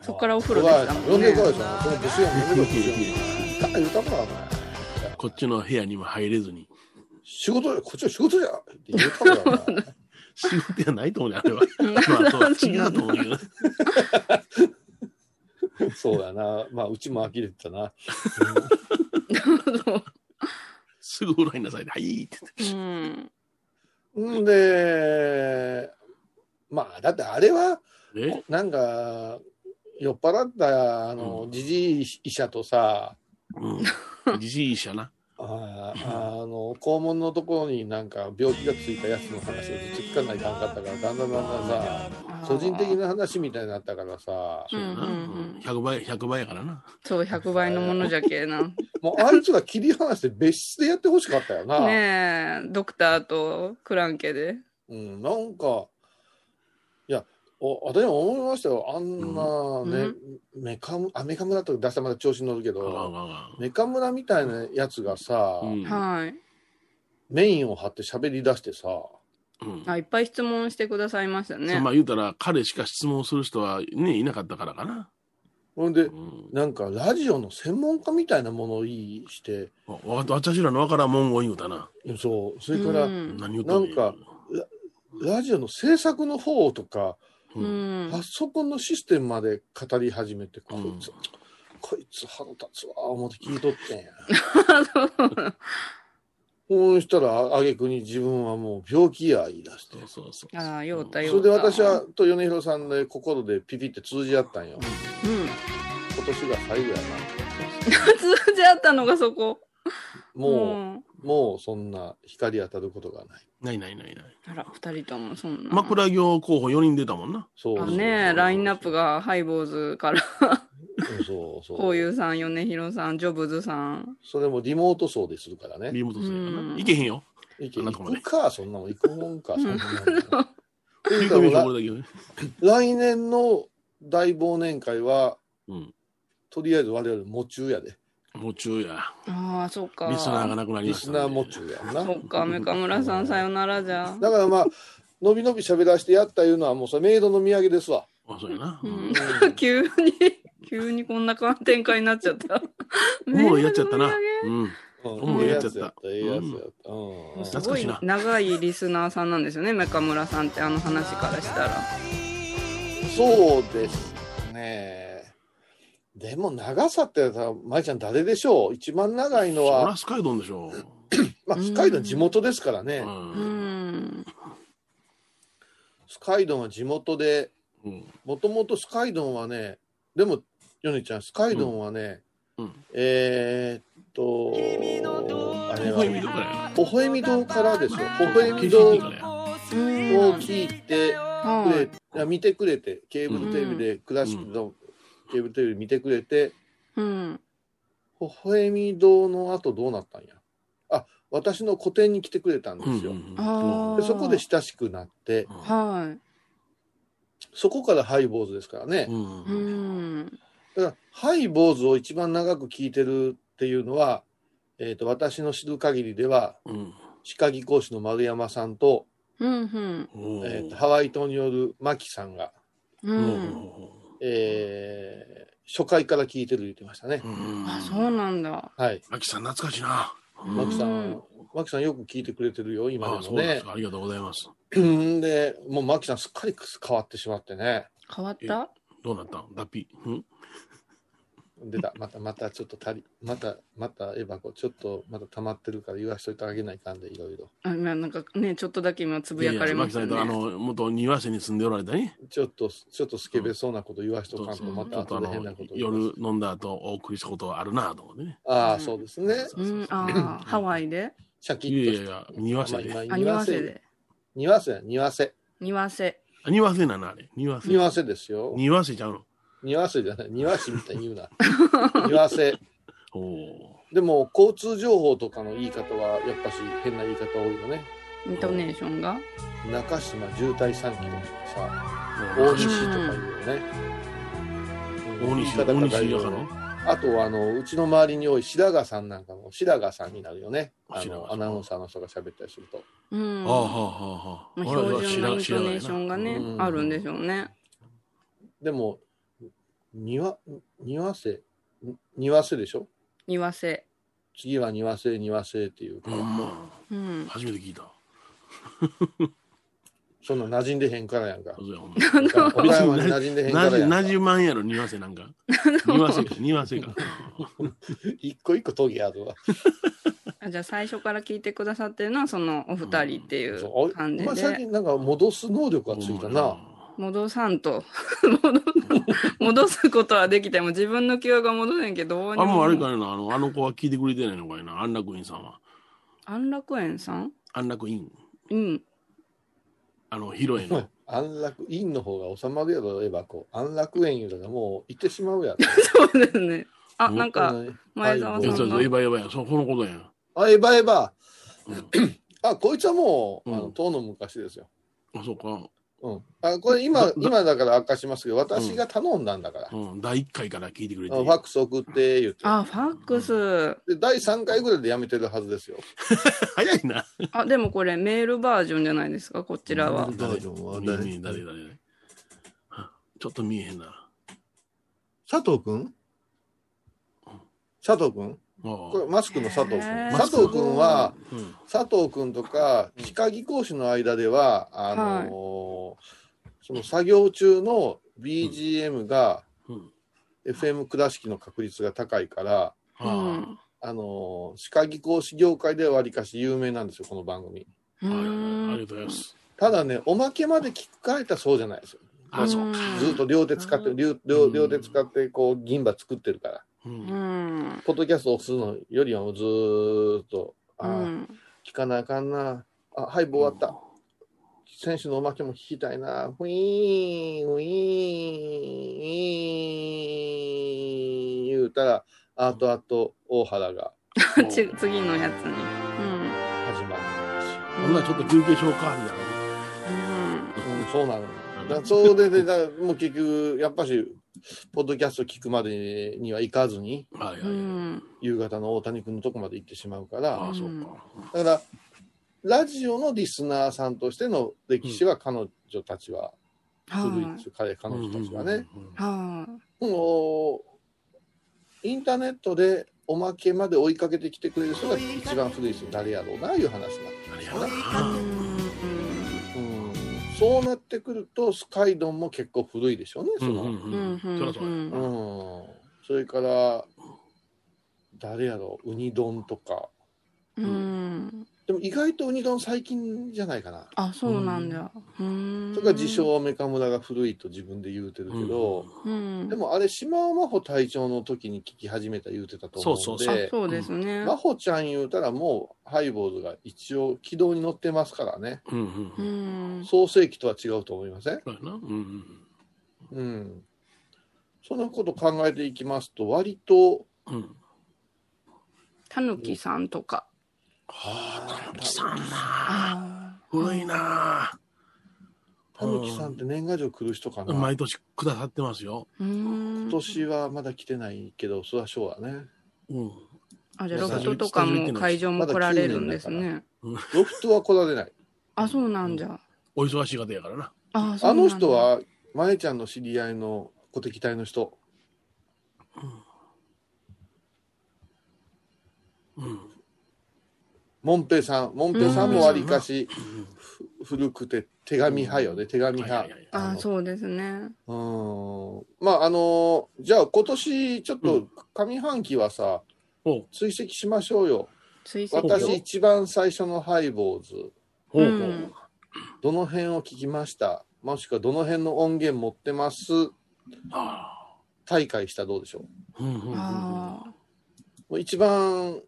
[SPEAKER 2] そっからお風呂でしたも
[SPEAKER 3] 呼
[SPEAKER 2] ん
[SPEAKER 3] ん
[SPEAKER 2] ね
[SPEAKER 3] でこいよ、そのですよ、呼んでこいよ。言うたもん、お前。
[SPEAKER 4] こっちの部屋にも入れずに。
[SPEAKER 3] 仕事よ、こっちは仕事じゃって言うたもん、お前。
[SPEAKER 4] 仕事やないと思うね、あ れは。
[SPEAKER 2] うん
[SPEAKER 4] まあ、そう不思議だと思うけど。
[SPEAKER 3] そうやな。まあ、うちも呆れてたな。
[SPEAKER 4] すぐお風呂入んなさい。はいって言っ
[SPEAKER 2] う
[SPEAKER 4] て。
[SPEAKER 2] ん
[SPEAKER 3] うんんで、まあ、だってあれは、
[SPEAKER 4] え
[SPEAKER 3] なんか、酔っ払った、あの
[SPEAKER 4] う、ん
[SPEAKER 3] じじい医者とさ、
[SPEAKER 4] うん。じじいしゃな。
[SPEAKER 3] あーあの肛門のところになんか病気がついたやつの話をずっと聞かないかんかったからだんだんだんだんさ個人的な話みたいになったからさ
[SPEAKER 4] そうやな。
[SPEAKER 2] う
[SPEAKER 4] うん
[SPEAKER 2] うんうん
[SPEAKER 4] ん100倍、100倍やからな。
[SPEAKER 2] そう100倍のものじゃけえなね
[SPEAKER 3] もうあいつら切り離して別室でやってほしかった よな。
[SPEAKER 2] えドクターとクランケで
[SPEAKER 3] うん、なんか、いや、お私も思いましたよ。あんなね、メカム、あ、メカムだと出したらまだ調子に乗るけ
[SPEAKER 4] あかんあ
[SPEAKER 3] ど、
[SPEAKER 4] かんあ
[SPEAKER 3] メカムラみたいなやつがさ、
[SPEAKER 4] かんうん
[SPEAKER 2] はい
[SPEAKER 3] メインを張って喋り出してさ、
[SPEAKER 4] うん。
[SPEAKER 2] あいっぱい質問してくださいました
[SPEAKER 4] そう
[SPEAKER 2] ね
[SPEAKER 4] ま。あ言うたら、彼しか質問する人はね、いなかったからかな。
[SPEAKER 3] ほ
[SPEAKER 4] う
[SPEAKER 3] んで、
[SPEAKER 4] ん。
[SPEAKER 3] なんかラジオの専門家みたいなものをいいして、
[SPEAKER 4] わわ私らのわからん文言言うたな。
[SPEAKER 3] そう、それから、
[SPEAKER 2] うん
[SPEAKER 4] 何言うとんね
[SPEAKER 3] なんかラジオの制作の方とか、
[SPEAKER 4] う。
[SPEAKER 2] うんん
[SPEAKER 3] パソコンのシステムまで語り始めて、こ
[SPEAKER 4] うん
[SPEAKER 3] いつ、こいつ腹立つわ、思って聞いとってんや。そうしたら、あげくに自分はもう病気や言い出して
[SPEAKER 4] そう。そうそう。
[SPEAKER 2] ああようたよ
[SPEAKER 3] それで私はと米広さんで心でピピって通じ合ったんよ。
[SPEAKER 2] うん。
[SPEAKER 3] 今年が最後やな。
[SPEAKER 2] 通じ合ったのがそこ。
[SPEAKER 3] も
[SPEAKER 2] うん
[SPEAKER 3] う、もうそんな光当たることがない。
[SPEAKER 4] ないないないない。
[SPEAKER 2] あら、二人ともそんな。
[SPEAKER 4] 枕業候補4人出たもんな。
[SPEAKER 3] そうそ
[SPEAKER 2] あ
[SPEAKER 3] う。
[SPEAKER 2] ねえ、ラインナップがハイボーズから、
[SPEAKER 3] うんそうそ う。
[SPEAKER 2] こういうさん、米広さん、ジョブズさん。
[SPEAKER 3] それもリモート層でするからね。
[SPEAKER 4] リモートするや
[SPEAKER 2] う。
[SPEAKER 4] なんいけへんよ。
[SPEAKER 3] 行け
[SPEAKER 4] あんなとこまで
[SPEAKER 3] 行くか、そんなもん行くもんか、そんなもん。
[SPEAKER 4] 食い
[SPEAKER 3] で
[SPEAKER 4] 込み
[SPEAKER 3] も
[SPEAKER 4] の
[SPEAKER 3] ら
[SPEAKER 4] これだけどね。
[SPEAKER 3] 来年の大忘年会は、
[SPEAKER 4] うん。
[SPEAKER 3] とりあえず我々夢中やで。
[SPEAKER 4] もう中や。
[SPEAKER 2] ああ、そっか。
[SPEAKER 4] リスナーがなくなり
[SPEAKER 3] リ
[SPEAKER 4] まし
[SPEAKER 3] ス
[SPEAKER 4] た
[SPEAKER 3] ナー
[SPEAKER 4] んで。
[SPEAKER 3] 夢中やんな。
[SPEAKER 2] そっか、メカムラさん、さよならじゃ。
[SPEAKER 3] だからまあ、のびのび喋らしてやったいうのは、もうそれメイドの土産で すわ。
[SPEAKER 4] あ、そうやな。
[SPEAKER 2] う
[SPEAKER 4] うん
[SPEAKER 2] ん急に、急にこんな展開になっちゃった。
[SPEAKER 4] もうやっちゃった
[SPEAKER 2] メ
[SPEAKER 4] な
[SPEAKER 2] ールの売り上げ。
[SPEAKER 4] うん。
[SPEAKER 3] うん
[SPEAKER 4] 思いやっちゃった
[SPEAKER 3] ええやつやった。うん。うん
[SPEAKER 2] す
[SPEAKER 4] 懐
[SPEAKER 2] ご
[SPEAKER 4] かしい
[SPEAKER 2] い
[SPEAKER 4] な
[SPEAKER 2] 長いリスナーさんなんですよね、メカムラさんって、あの話からしたら。
[SPEAKER 3] そうですね。でも長さってさ、舞ちゃん誰でしょう一番長い
[SPEAKER 4] そ
[SPEAKER 3] のは
[SPEAKER 4] ら、スカイドンでしょ
[SPEAKER 3] まあ、スカイドン地元ですからね。
[SPEAKER 4] う。
[SPEAKER 2] う
[SPEAKER 4] う。
[SPEAKER 2] んん。
[SPEAKER 3] スカイドンは地元で、
[SPEAKER 4] うん。
[SPEAKER 3] もともとスカイドンはね、でも、ヨネちゃん、スカイドンはね、
[SPEAKER 4] うん
[SPEAKER 3] えーっと、あれ
[SPEAKER 4] 微笑みど
[SPEAKER 3] は、
[SPEAKER 4] こらや。
[SPEAKER 3] 微笑み堂からですよ。微笑み
[SPEAKER 4] KCT
[SPEAKER 3] 堂
[SPEAKER 4] からや。
[SPEAKER 2] うん
[SPEAKER 3] を聞いてく
[SPEAKER 2] は
[SPEAKER 3] れ、
[SPEAKER 2] い。
[SPEAKER 3] あ見てくれて、ケーブルテレビで、クラシックのケーブルテレビ見てくれて、
[SPEAKER 2] うん。
[SPEAKER 3] 微笑み堂の後どうなったんやあ私の個展に来てくれたんで
[SPEAKER 4] うん
[SPEAKER 3] すよ、
[SPEAKER 4] うん
[SPEAKER 2] あ
[SPEAKER 4] う
[SPEAKER 3] でそこで親しくなって
[SPEAKER 2] は
[SPEAKER 3] そこからハイボーズですからね、
[SPEAKER 4] ん
[SPEAKER 2] い。
[SPEAKER 4] うん。
[SPEAKER 2] うん。
[SPEAKER 3] だからハイボーズを一番長く聞いてるっていうのは、えー、と私の知る限りでは
[SPEAKER 4] うん。
[SPEAKER 3] 歯科技講師の丸山さんと,、
[SPEAKER 2] うん。
[SPEAKER 4] お
[SPEAKER 3] えー
[SPEAKER 4] ー
[SPEAKER 3] とハワイ島によるマキさんが、
[SPEAKER 2] う。
[SPEAKER 4] うん
[SPEAKER 3] えー初回から聞いてる言ってましたね、
[SPEAKER 4] ん。
[SPEAKER 2] あ、そうなんだ。
[SPEAKER 3] はい
[SPEAKER 4] マキさん、懐かしいな。うん
[SPEAKER 3] マキさん、
[SPEAKER 2] うん
[SPEAKER 3] マキさんよく聞いてくれてるよ今
[SPEAKER 4] あ
[SPEAKER 3] で
[SPEAKER 4] そう
[SPEAKER 3] も
[SPEAKER 4] なんで
[SPEAKER 3] ね
[SPEAKER 4] すか。ありがとうございます。
[SPEAKER 3] うんで、もうマキさんすっかり変わってしまってね。
[SPEAKER 2] 変わった
[SPEAKER 4] どうなったんダッピー。うん
[SPEAKER 3] 出た、また、またちょっと足り、また、またエバコ、ちょっとまだ溜まってるから言わしといてあげないかんで、いろいろ。
[SPEAKER 2] あ今なんかね、ちょっとだけ今つぶ
[SPEAKER 4] いや
[SPEAKER 2] や
[SPEAKER 4] い
[SPEAKER 2] か
[SPEAKER 4] や
[SPEAKER 2] れ
[SPEAKER 4] マ
[SPEAKER 2] ま
[SPEAKER 4] キ
[SPEAKER 2] した
[SPEAKER 4] さん
[SPEAKER 2] ね
[SPEAKER 4] と、。あの、元庭瀬に住んでおられたね。
[SPEAKER 3] ちょっと、ちょっとスケベそうなこと言わしとかんと、
[SPEAKER 2] うん
[SPEAKER 3] ま
[SPEAKER 4] ちょ
[SPEAKER 3] た
[SPEAKER 4] っとあ
[SPEAKER 3] 後で
[SPEAKER 4] の
[SPEAKER 3] 変なこと言います
[SPEAKER 4] 夜飲んだ後お送りしたことはあるなと思ってね。
[SPEAKER 3] ああ、そうですね。
[SPEAKER 2] うん、ああ、ハワイで
[SPEAKER 3] シャキ
[SPEAKER 4] いやいやい
[SPEAKER 3] ッ
[SPEAKER 4] や、
[SPEAKER 3] と。
[SPEAKER 4] 庭瀬で。
[SPEAKER 3] まあ
[SPEAKER 2] あ、
[SPEAKER 3] 今
[SPEAKER 2] 庭
[SPEAKER 3] 庭
[SPEAKER 2] 瀬
[SPEAKER 3] 瀬。
[SPEAKER 2] で。
[SPEAKER 3] 庭瀬や、庭瀬。
[SPEAKER 2] 庭瀬。
[SPEAKER 4] あ庭瀬なのあれ。庭瀬。
[SPEAKER 3] 庭瀬ですよ。
[SPEAKER 4] 庭瀬ちゃうの。
[SPEAKER 3] 庭瀬じゃない、庭師みたいに言うな。 庭瀬。
[SPEAKER 4] おお
[SPEAKER 3] でも、交通情報とかの言い方は、やっぱし変な言い方多いよね。
[SPEAKER 2] イントネーションが。
[SPEAKER 3] 中島渋滞3キロとかさ。
[SPEAKER 4] ー。
[SPEAKER 3] 大西とかいうのね。
[SPEAKER 4] 大西、
[SPEAKER 3] 言い方
[SPEAKER 4] 大
[SPEAKER 3] が
[SPEAKER 4] 西
[SPEAKER 3] い
[SPEAKER 4] や
[SPEAKER 3] ろい
[SPEAKER 4] か
[SPEAKER 3] ろ
[SPEAKER 4] ら。
[SPEAKER 3] あとはあのうちの周りに多い白髪さんなんかも白髪さんになるよね。あ
[SPEAKER 4] 白髪
[SPEAKER 3] の
[SPEAKER 4] さん
[SPEAKER 3] アナウンサーの人が喋ったりすると。
[SPEAKER 2] うん。
[SPEAKER 4] ああ、はあ、はあ、
[SPEAKER 2] まあ
[SPEAKER 4] はあ。俺は
[SPEAKER 2] 標準のイン
[SPEAKER 4] 知
[SPEAKER 2] ト
[SPEAKER 4] らな
[SPEAKER 2] ネ
[SPEAKER 4] い
[SPEAKER 2] ーションがね
[SPEAKER 3] う、ん
[SPEAKER 2] あるんでしょうね。
[SPEAKER 3] でも庭庭瀬に庭瀬でしょ。
[SPEAKER 2] 庭瀬。
[SPEAKER 3] 次は庭瀬庭瀬っていうか、
[SPEAKER 4] ほんま、
[SPEAKER 2] うん。
[SPEAKER 4] 初めて聞いた。
[SPEAKER 3] そんな馴染んでへんからやんか
[SPEAKER 4] そ。うやほんま
[SPEAKER 3] 岡山に馴染んでへんか
[SPEAKER 4] な
[SPEAKER 3] ら
[SPEAKER 4] じ、
[SPEAKER 3] やんか
[SPEAKER 4] な。じまんやろ、庭瀬なんか。庭瀬 か、庭瀬か。
[SPEAKER 3] 一個一個研ぎあるわ。
[SPEAKER 2] あじゃあ最初から聞いてくださってるのはそのお二人ってい
[SPEAKER 3] そう
[SPEAKER 2] う
[SPEAKER 3] あ
[SPEAKER 2] 感じ
[SPEAKER 3] まあ最
[SPEAKER 2] で
[SPEAKER 3] 近なんか戻す能力がついたな。
[SPEAKER 2] 戻さんと 戻戻すことはできても自分の記憶が戻せんけどどうに
[SPEAKER 4] あ、もうあれか
[SPEAKER 2] も
[SPEAKER 4] いな、あの、あの子は聞いてくれてないのかいな、安楽院さんは。
[SPEAKER 2] 安楽園さん
[SPEAKER 4] 安楽院。
[SPEAKER 2] うん
[SPEAKER 4] あの、ヒロエの。
[SPEAKER 3] 安楽院の方が収まるやろエバコ。安楽園言うたらもう行ってしまうやろ。
[SPEAKER 2] そうですねあ
[SPEAKER 4] うん
[SPEAKER 2] なんか
[SPEAKER 3] うん
[SPEAKER 2] 前澤
[SPEAKER 4] え、
[SPEAKER 2] さ
[SPEAKER 4] そ
[SPEAKER 2] ん
[SPEAKER 4] う
[SPEAKER 2] が
[SPEAKER 4] そう、エヴァエヴァや、そう、このことや。
[SPEAKER 3] あ、エヴァエヴァ
[SPEAKER 4] うん
[SPEAKER 3] あ、こいつはもう、あの、
[SPEAKER 4] うん
[SPEAKER 3] とうの昔ですよ。
[SPEAKER 4] あ、そうか。
[SPEAKER 3] うん、あこれ今
[SPEAKER 4] だ、
[SPEAKER 3] 今だから悪化しますけど、私が頼んだんだから、
[SPEAKER 4] うん、第1回から聞いてくれて
[SPEAKER 3] あのファックス送って言って、
[SPEAKER 2] あ、ファックス。
[SPEAKER 3] で第3回ぐらいでやめてるはずですよ。
[SPEAKER 4] 早いな。
[SPEAKER 2] あ、でもこれメールバージョンじゃないですか、こちらは。
[SPEAKER 4] 誰
[SPEAKER 3] 誰
[SPEAKER 4] 誰誰誰誰誰ちょっと見えへんな。
[SPEAKER 3] 佐藤くん佐藤くん
[SPEAKER 4] も
[SPEAKER 3] これマスクの佐藤くん。
[SPEAKER 2] へー
[SPEAKER 3] 佐藤くんは、
[SPEAKER 4] う、うん、
[SPEAKER 3] 佐藤君とか歯科技講師の間ではあのーその作業中の BGM が
[SPEAKER 4] うん。
[SPEAKER 3] FM 倉敷の確率が高いから、
[SPEAKER 2] う
[SPEAKER 4] あ
[SPEAKER 2] ん。
[SPEAKER 3] あのー歯科技講師業界ではわりかし有名なんですよこの番組
[SPEAKER 2] う
[SPEAKER 4] あ、はいあり
[SPEAKER 2] ん
[SPEAKER 4] がとうございます。
[SPEAKER 3] ただねおまけまで聞くかえたらそうじゃないですよ
[SPEAKER 4] あ、そうか。
[SPEAKER 3] ずっと両手使って
[SPEAKER 2] うん
[SPEAKER 3] 両両両手使ってこう銀歯作ってるから
[SPEAKER 4] う。
[SPEAKER 2] うんん。
[SPEAKER 3] ポッドキャストをするのよりはもうずーっとあ
[SPEAKER 2] う
[SPEAKER 3] ー、
[SPEAKER 2] ん。
[SPEAKER 3] 聞かなあかんなあはい終わった、選手のおまけも聞きたいな。ウィーン、ウィーン、ウィーン、言うたら、あとあと大原が
[SPEAKER 4] うん。
[SPEAKER 2] ち次のやつに。うん。
[SPEAKER 3] 始まる
[SPEAKER 4] ほんならちょっと休憩しようか、みたい
[SPEAKER 2] うん
[SPEAKER 3] し。うん、そうなのよ。
[SPEAKER 4] な。
[SPEAKER 3] だそうで、でだもう結局、やっぱし、ポッドキャスト聞くまでには行かずに、
[SPEAKER 4] はいはい。
[SPEAKER 2] う
[SPEAKER 4] うん、
[SPEAKER 2] ん。
[SPEAKER 3] 夕方の大谷君のとこまで行ってしまうから、
[SPEAKER 4] ああ、そうか。
[SPEAKER 3] だから、ラジオのリスナーさんとしての歴史は彼女たちは古いん
[SPEAKER 2] は
[SPEAKER 3] で
[SPEAKER 2] い
[SPEAKER 3] すよ、彼、彼女たちはね。
[SPEAKER 4] うんうんうん。
[SPEAKER 2] は
[SPEAKER 3] もうインターネットでおまけまで追いかけてきてくれる人が一番古い人誰やろうないう話なん
[SPEAKER 4] ありが
[SPEAKER 3] よ
[SPEAKER 4] とう
[SPEAKER 3] な
[SPEAKER 4] な。
[SPEAKER 2] い。うん
[SPEAKER 3] うんそうなってくるとスカイドンも結構古いでしょうねそ
[SPEAKER 4] うんう
[SPEAKER 3] の、
[SPEAKER 4] ん
[SPEAKER 2] う
[SPEAKER 4] うん
[SPEAKER 2] ん。
[SPEAKER 4] そりゃそう
[SPEAKER 2] う
[SPEAKER 4] や。
[SPEAKER 2] ん。
[SPEAKER 3] うんそれから誰やろうウニ丼とか
[SPEAKER 2] うん。
[SPEAKER 3] でも意外とウニ丼最近じゃないかな
[SPEAKER 2] あ、そうなんだ。うん。
[SPEAKER 3] とか自称メカムラが古いと自分で言うてるけど、
[SPEAKER 2] うん。
[SPEAKER 3] でもあれ島尾真帆隊長の時に聞き始めた言うてたと思うので
[SPEAKER 4] そうそう
[SPEAKER 2] あ、そうですね。
[SPEAKER 3] 真帆ちゃん言うたらもうハイボーズが一応軌道に乗ってますからね
[SPEAKER 4] うんうん
[SPEAKER 2] う
[SPEAKER 4] うん。
[SPEAKER 2] ん。
[SPEAKER 3] 創世期とは違うと思いません
[SPEAKER 4] そうやな。うんうん
[SPEAKER 3] うんそのこと考えていきますと割と
[SPEAKER 4] うん。うん。
[SPEAKER 2] たぬきさんとか。
[SPEAKER 4] ああ、たぬきさんな。
[SPEAKER 2] あ
[SPEAKER 4] 古いな。
[SPEAKER 3] たぬきさんって年賀状来る人かな、
[SPEAKER 4] 毎年くださってますよ。
[SPEAKER 2] あ。うん
[SPEAKER 3] 今。年はまだ来てないけどそれは昭和ね
[SPEAKER 4] うん。
[SPEAKER 2] あ、じゃあロフトとかも会場も来られるんですね。
[SPEAKER 3] ロフトは来られない
[SPEAKER 2] あ、そうなんじゃ。
[SPEAKER 4] お忙しい方やからな。
[SPEAKER 2] あ、そう
[SPEAKER 3] あ
[SPEAKER 2] なん
[SPEAKER 3] の
[SPEAKER 2] だ
[SPEAKER 3] 人。はまえちゃんの知り合いの小敵隊の人
[SPEAKER 4] うん。うん
[SPEAKER 3] もんぺいさんもんぺいさんもわりかしふ古くて手紙派よね手紙
[SPEAKER 4] はいは
[SPEAKER 3] 派
[SPEAKER 4] いはい
[SPEAKER 2] あ、そうですね。
[SPEAKER 3] うーんまああのーじゃあ今年ちょっ
[SPEAKER 4] う
[SPEAKER 3] と上半期はさ、
[SPEAKER 4] おう
[SPEAKER 3] 追跡しましょうよ
[SPEAKER 2] 追跡
[SPEAKER 4] そう
[SPEAKER 3] 私一番最初のハイボーズ
[SPEAKER 4] ほう
[SPEAKER 2] う。
[SPEAKER 4] ほうん
[SPEAKER 3] どの辺を聞きましたもしくはどの辺の音源持ってます
[SPEAKER 4] あ
[SPEAKER 3] 大会したらどうでしょ
[SPEAKER 4] あうんうんうんうん
[SPEAKER 2] あ
[SPEAKER 3] うもう一番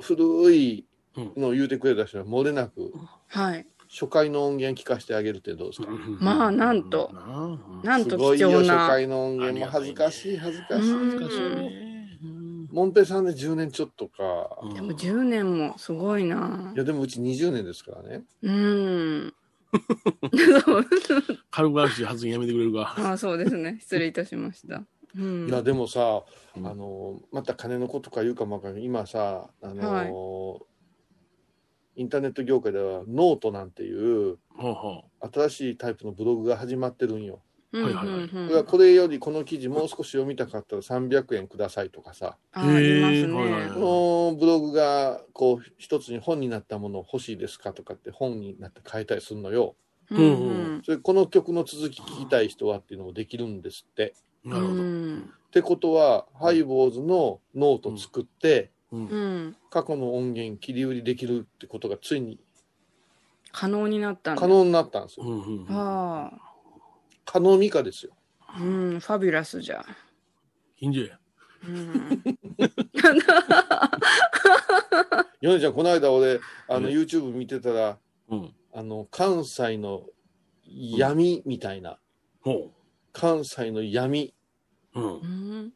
[SPEAKER 3] 古い
[SPEAKER 4] うん
[SPEAKER 3] のを言うてくれた人は漏れなく
[SPEAKER 2] あ。はい。
[SPEAKER 3] 初回の音源聞かせてあげるってどうですか、
[SPEAKER 4] うん
[SPEAKER 2] まあなんと
[SPEAKER 4] なあうん
[SPEAKER 2] なん
[SPEAKER 3] す
[SPEAKER 2] と
[SPEAKER 3] ごい
[SPEAKER 2] 貴
[SPEAKER 3] よ
[SPEAKER 2] 重
[SPEAKER 3] 初
[SPEAKER 2] な。
[SPEAKER 3] 回の音源も恥ずかしい恥ずかしい、
[SPEAKER 2] うん
[SPEAKER 4] 難しいねうん
[SPEAKER 3] もんぺいさんで10年ちょっとか、。
[SPEAKER 4] うん
[SPEAKER 2] でも10年もすごいない
[SPEAKER 3] やでもうち20年ですからね
[SPEAKER 2] うん。
[SPEAKER 4] 軽々しい発言やめてくれるか。
[SPEAKER 2] あそうですね。失礼いたしました。うん。
[SPEAKER 3] いやでもさ、
[SPEAKER 4] うん
[SPEAKER 3] あのまた金のことか言うかもわかんない今さあの、インターネット業界ではノートなんていう
[SPEAKER 4] ほうほ
[SPEAKER 3] 新しいタイプのブログが始まってるんよ。
[SPEAKER 2] うん
[SPEAKER 4] はいはいはい
[SPEAKER 2] うん
[SPEAKER 3] これはこれよりこの記事もう少し読みたかったら300円くださいとかさ、
[SPEAKER 2] ああります
[SPEAKER 4] へえはいはいは
[SPEAKER 2] ね。
[SPEAKER 3] このブログがこう一つに本になったもの欲しいですかとかって本になって変えたりするのよ。
[SPEAKER 2] う
[SPEAKER 4] うんん
[SPEAKER 2] うん。
[SPEAKER 3] それこの曲の続き聞きたい人はっていうのもできるんですって。
[SPEAKER 4] う。なるほど。
[SPEAKER 3] ってことはハイボーズのノート作って、
[SPEAKER 4] う
[SPEAKER 2] う
[SPEAKER 4] ん
[SPEAKER 2] ん。
[SPEAKER 3] 過去の音源切り売りできるってことがついに
[SPEAKER 2] 可能になったんだ
[SPEAKER 3] 可。能になったんです
[SPEAKER 4] う
[SPEAKER 3] よ。
[SPEAKER 4] んうん
[SPEAKER 2] あ
[SPEAKER 3] 可能未可ですよ。
[SPEAKER 2] あ。うん。ファビュラスじゃ。
[SPEAKER 4] 近所や。
[SPEAKER 2] うん。
[SPEAKER 3] ヨネちゃん、この間俺、あの、
[SPEAKER 4] うん
[SPEAKER 3] YouTube 見てたら、
[SPEAKER 4] うん。
[SPEAKER 3] あの、関西の闇みたいな、
[SPEAKER 4] ほ
[SPEAKER 3] 関西の闇、
[SPEAKER 4] う。うん
[SPEAKER 2] う。ん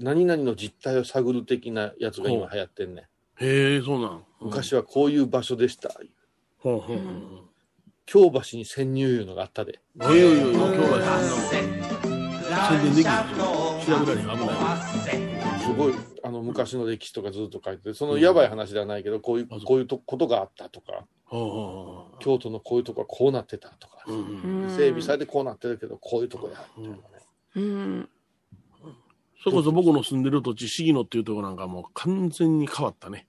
[SPEAKER 3] 何々の実態を探る的なやつが今流行ってんね。
[SPEAKER 4] へえ、そうなん。
[SPEAKER 3] 昔はこういう場所でした。
[SPEAKER 4] ほうほうほうほう。
[SPEAKER 3] 京橋に潜入いうのがあったで。
[SPEAKER 4] おいおいおいおい、今日は
[SPEAKER 1] 宣伝できる調べたら危ない。
[SPEAKER 3] すごい、あの、昔の歴史とかずっと書いてて、そのやばい話ではないけど、こういう、こういうとことがあったとか、
[SPEAKER 4] ほうほうほ
[SPEAKER 3] 京都のこういうとこはこうなってたとか、
[SPEAKER 4] ううんうん
[SPEAKER 3] 整備されてこうなってるけど、こういうとこや。
[SPEAKER 2] う
[SPEAKER 4] うん
[SPEAKER 2] ん。
[SPEAKER 4] それこそ僕の住んでる土地、シギノっていうところなんかもう完全に変わったね。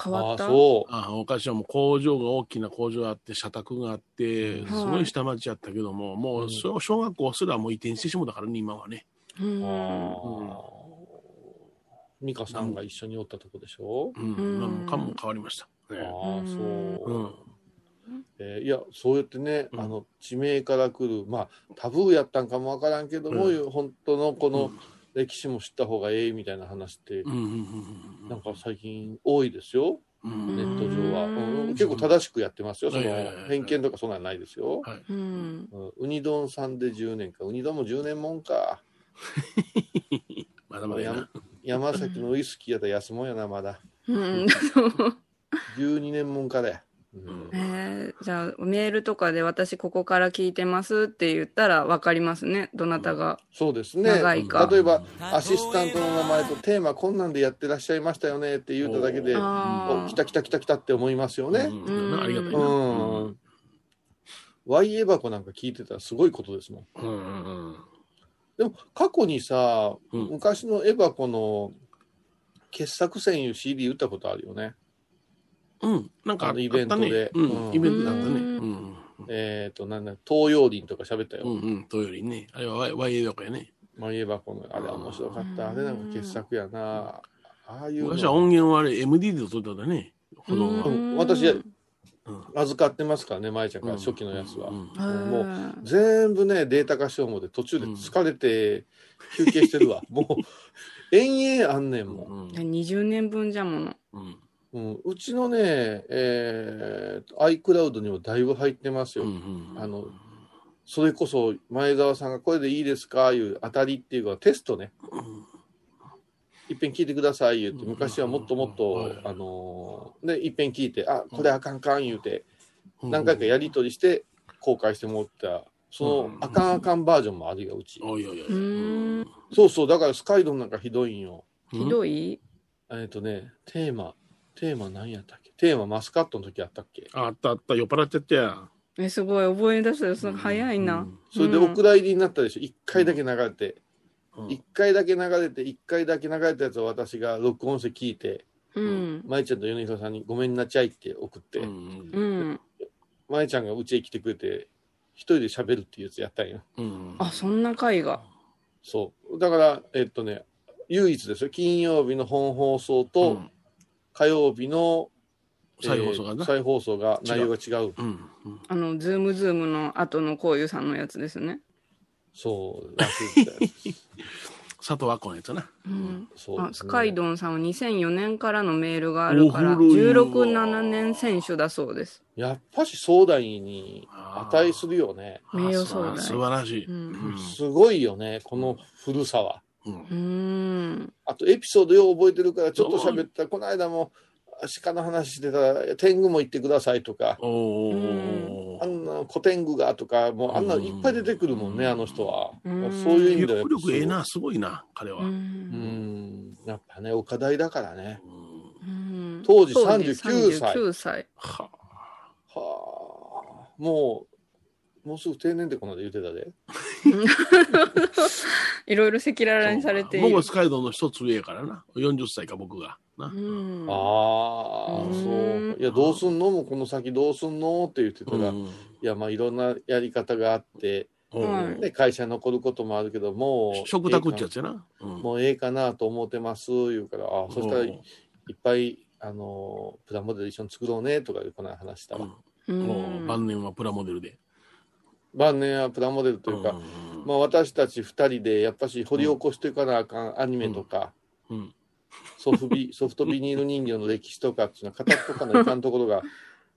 [SPEAKER 2] 変
[SPEAKER 3] あ
[SPEAKER 2] わ
[SPEAKER 3] あ、
[SPEAKER 2] った。
[SPEAKER 3] そう。
[SPEAKER 4] ああ昔はもう工場が大きな工場があって、社宅があって、
[SPEAKER 3] はい
[SPEAKER 4] すごい下町やったけども、もう小小学校すらもう移転してしもたからね、今はね。
[SPEAKER 2] うん。
[SPEAKER 3] あー美香さんが一緒におったとこでしょ、
[SPEAKER 4] うん。
[SPEAKER 2] うん
[SPEAKER 4] なんかも変わりました。ね
[SPEAKER 3] ああそう、
[SPEAKER 4] うん。
[SPEAKER 3] えーいやそうやってね、
[SPEAKER 4] うん
[SPEAKER 3] あの地名から来るまあタブーやったんかもわからんけども、
[SPEAKER 4] うん
[SPEAKER 3] いう本当のこ
[SPEAKER 4] う
[SPEAKER 3] の
[SPEAKER 4] ん
[SPEAKER 3] 歴史も知った方がええみたいな話って、
[SPEAKER 4] うんうんうんうん
[SPEAKER 3] なんか最近多いですよ
[SPEAKER 4] う
[SPEAKER 3] ネ
[SPEAKER 4] ん
[SPEAKER 2] ね
[SPEAKER 3] ット上は、
[SPEAKER 2] う
[SPEAKER 3] うんん結構正しくやってますよ、
[SPEAKER 4] うん
[SPEAKER 3] そ
[SPEAKER 4] はいはいはいは
[SPEAKER 3] の
[SPEAKER 4] い
[SPEAKER 3] 偏見とかそんなんないですよ、
[SPEAKER 4] はい
[SPEAKER 2] うん。
[SPEAKER 3] うん、ウニ丼さんで10年かウニ丼も10年もんか
[SPEAKER 4] まだまだやな。
[SPEAKER 3] 山崎のウイスキーやったら安もんやなまだ
[SPEAKER 2] うん。
[SPEAKER 3] 12年もんかで、う
[SPEAKER 4] うんん
[SPEAKER 2] えー、じゃあメールとかで私ここから聞いてますって言ったら分かりますねどなたが、
[SPEAKER 3] そうですね。
[SPEAKER 2] 長いか
[SPEAKER 3] 例えば、アシスタントの名前とテーマこんなんでやってらっしゃいましたよねって言うただけで、
[SPEAKER 4] うん
[SPEAKER 3] お
[SPEAKER 2] あ
[SPEAKER 3] 来
[SPEAKER 2] ー
[SPEAKER 3] た来た来た来たって思いますよね。
[SPEAKER 4] うん
[SPEAKER 2] うん
[SPEAKER 4] ありがたいうな。
[SPEAKER 3] ん。
[SPEAKER 4] うん
[SPEAKER 3] ワイエバコなんか聞いてたらすごいことですもん。
[SPEAKER 4] うんうん
[SPEAKER 3] でも、過去にさ、
[SPEAKER 4] うん
[SPEAKER 3] 昔のエバコの傑作選いう CD 打ったことあるよね。
[SPEAKER 4] うん。なんかあ
[SPEAKER 3] あ
[SPEAKER 4] っ
[SPEAKER 3] のイベン
[SPEAKER 4] た
[SPEAKER 3] ト
[SPEAKER 4] ね
[SPEAKER 3] で。
[SPEAKER 4] うん。
[SPEAKER 3] うん
[SPEAKER 4] イベントだったね。
[SPEAKER 2] う
[SPEAKER 4] うんんうん。
[SPEAKER 3] えっ、と、なんだ、東洋林とか喋ったよ。
[SPEAKER 4] うんうん。とよりね。あれはワイワイエドかやね。
[SPEAKER 3] ワイエバコの、あれ面白かった。あれなんか傑作やな。ああいうの
[SPEAKER 4] 昔は音源はあれ MD で撮ってたんだね。子供
[SPEAKER 3] う
[SPEAKER 4] は。
[SPEAKER 3] ん私
[SPEAKER 2] うん
[SPEAKER 3] 預かってますからね、舞ちゃんから初期のやつは。
[SPEAKER 4] うん
[SPEAKER 3] もう
[SPEAKER 2] へ
[SPEAKER 3] 全部ねデータ化しよう思って途中で疲れて休憩し てるわ、もう延々あんねん
[SPEAKER 4] う
[SPEAKER 3] も
[SPEAKER 4] ん
[SPEAKER 2] ー20年分じゃもの
[SPEAKER 4] うん
[SPEAKER 3] う,、うん、うちのね、えー、iCloud にもだいぶ入ってます
[SPEAKER 4] う
[SPEAKER 3] よ、
[SPEAKER 4] んうん
[SPEAKER 3] あのそれこそ前澤さんが「これでいいですか?」いう当たりっていうかテストね
[SPEAKER 4] うん
[SPEAKER 3] いっぺん聞いてください言って
[SPEAKER 4] うん
[SPEAKER 3] 昔はもっともっと、
[SPEAKER 4] はい
[SPEAKER 3] あのーでいっぺん聞いて「あこれあかんかん」言うて
[SPEAKER 4] うん
[SPEAKER 3] 何回かやり取りして公開してもらったそのあかんあかんバージョンもあるようち、
[SPEAKER 4] おいおいおい。
[SPEAKER 2] うーん
[SPEAKER 3] そうそうだからスカイドンなんかひどいんよ
[SPEAKER 4] うん
[SPEAKER 2] ひどい
[SPEAKER 3] えっとね、テーマ、テーマ何やったっけテーママスカットの時あったっけ
[SPEAKER 4] あったあった、酔っ払っちゃったや。
[SPEAKER 2] えすごい覚え出したよその早いな、
[SPEAKER 3] それで
[SPEAKER 2] うん
[SPEAKER 3] お蔵入りになったでしょ、一回だけ流れて、
[SPEAKER 4] うん。うん
[SPEAKER 3] 一回だけ流れて、一回だけ流れたやつを私が録音して聞いて、
[SPEAKER 2] うん
[SPEAKER 3] 舞ちゃんと米広さんにごめんなちゃいって送って、
[SPEAKER 4] うん
[SPEAKER 2] うん、
[SPEAKER 3] 舞ちゃんがうちへ来てくれて、一人で喋るっていうやつやったんよ。
[SPEAKER 4] うん
[SPEAKER 2] あそんな回が
[SPEAKER 3] そう。だから、えっとね、唯一ですよ、金曜日の本放送
[SPEAKER 4] う
[SPEAKER 3] と
[SPEAKER 4] ん
[SPEAKER 3] 火曜日の、
[SPEAKER 4] 再放送が
[SPEAKER 3] えー
[SPEAKER 4] な。
[SPEAKER 3] 再放送が内容が違う。
[SPEAKER 4] うんうん
[SPEAKER 2] あのズームズームの後のこういうさんのやつですね
[SPEAKER 3] そう、らしいみたいです。
[SPEAKER 4] 佐藤亜子のやつな。
[SPEAKER 2] うん
[SPEAKER 3] そう
[SPEAKER 2] あ
[SPEAKER 3] です
[SPEAKER 2] ス
[SPEAKER 3] ね
[SPEAKER 2] カイドンさんは2004年からのメールがあるから
[SPEAKER 4] お古いわ
[SPEAKER 2] 167年選手だそうです
[SPEAKER 3] やっぱし壮大に値するよね。
[SPEAKER 2] 名誉総
[SPEAKER 4] あ
[SPEAKER 2] 裁
[SPEAKER 4] 素晴らしい。
[SPEAKER 2] う
[SPEAKER 4] うんん
[SPEAKER 3] すごいよね、この古さは。
[SPEAKER 4] うん
[SPEAKER 2] うーん
[SPEAKER 3] あとエピソードよう覚えてるから、ちょっと喋ったら、この間も鹿の話してたら、天狗も行ってくださいとか、
[SPEAKER 4] お
[SPEAKER 3] あ
[SPEAKER 4] ー。
[SPEAKER 3] んな古天狗がとか、もうあんなのいっぱい出てくるもんね、
[SPEAKER 4] うん
[SPEAKER 3] あの人は。
[SPEAKER 2] うん
[SPEAKER 3] そういう意味
[SPEAKER 4] 記
[SPEAKER 3] ではやっ
[SPEAKER 4] 憶
[SPEAKER 3] ぱすご
[SPEAKER 4] 力
[SPEAKER 3] い
[SPEAKER 4] ええな、すごいな、彼は。
[SPEAKER 2] う
[SPEAKER 4] うん
[SPEAKER 3] うんん、やっぱね、お課題だからね。
[SPEAKER 2] うん
[SPEAKER 3] 当時
[SPEAKER 2] そうね
[SPEAKER 3] 39歳
[SPEAKER 2] 39歳
[SPEAKER 4] は
[SPEAKER 3] はあ、もう、もうすぐ定年ってこの間言ってたで。
[SPEAKER 2] いろいろ赤裸々にされている
[SPEAKER 4] 僕はスカイドンの一つ上やからな。40歳か、僕が。な。
[SPEAKER 2] うん
[SPEAKER 3] ああ、
[SPEAKER 2] うん
[SPEAKER 3] そう。いや、どうすんのもうこの先どうすんのって言ってたら、
[SPEAKER 4] うん
[SPEAKER 3] いやまあいろんなやり方があって、
[SPEAKER 4] うん
[SPEAKER 3] ね、会社に残ることもあるけどもう
[SPEAKER 4] 食卓ってや
[SPEAKER 3] え
[SPEAKER 4] つやな。う
[SPEAKER 3] えか
[SPEAKER 4] ん
[SPEAKER 3] もうええかなと思ってます言うからあそしたらいっぱいあのプラモデル一緒に作ろうねとかいうこの話したわ、
[SPEAKER 4] うん
[SPEAKER 2] う
[SPEAKER 4] もうん晩年はプラモデルで。
[SPEAKER 3] 晩年はプラモデルというか、
[SPEAKER 4] うん
[SPEAKER 3] まあ、私たち2人でやっぱし掘り起こしていかなあかんアニメとか、
[SPEAKER 4] うん
[SPEAKER 3] ソ フビソフトビニール人形の歴史とかっていうのは語っとかないかんところが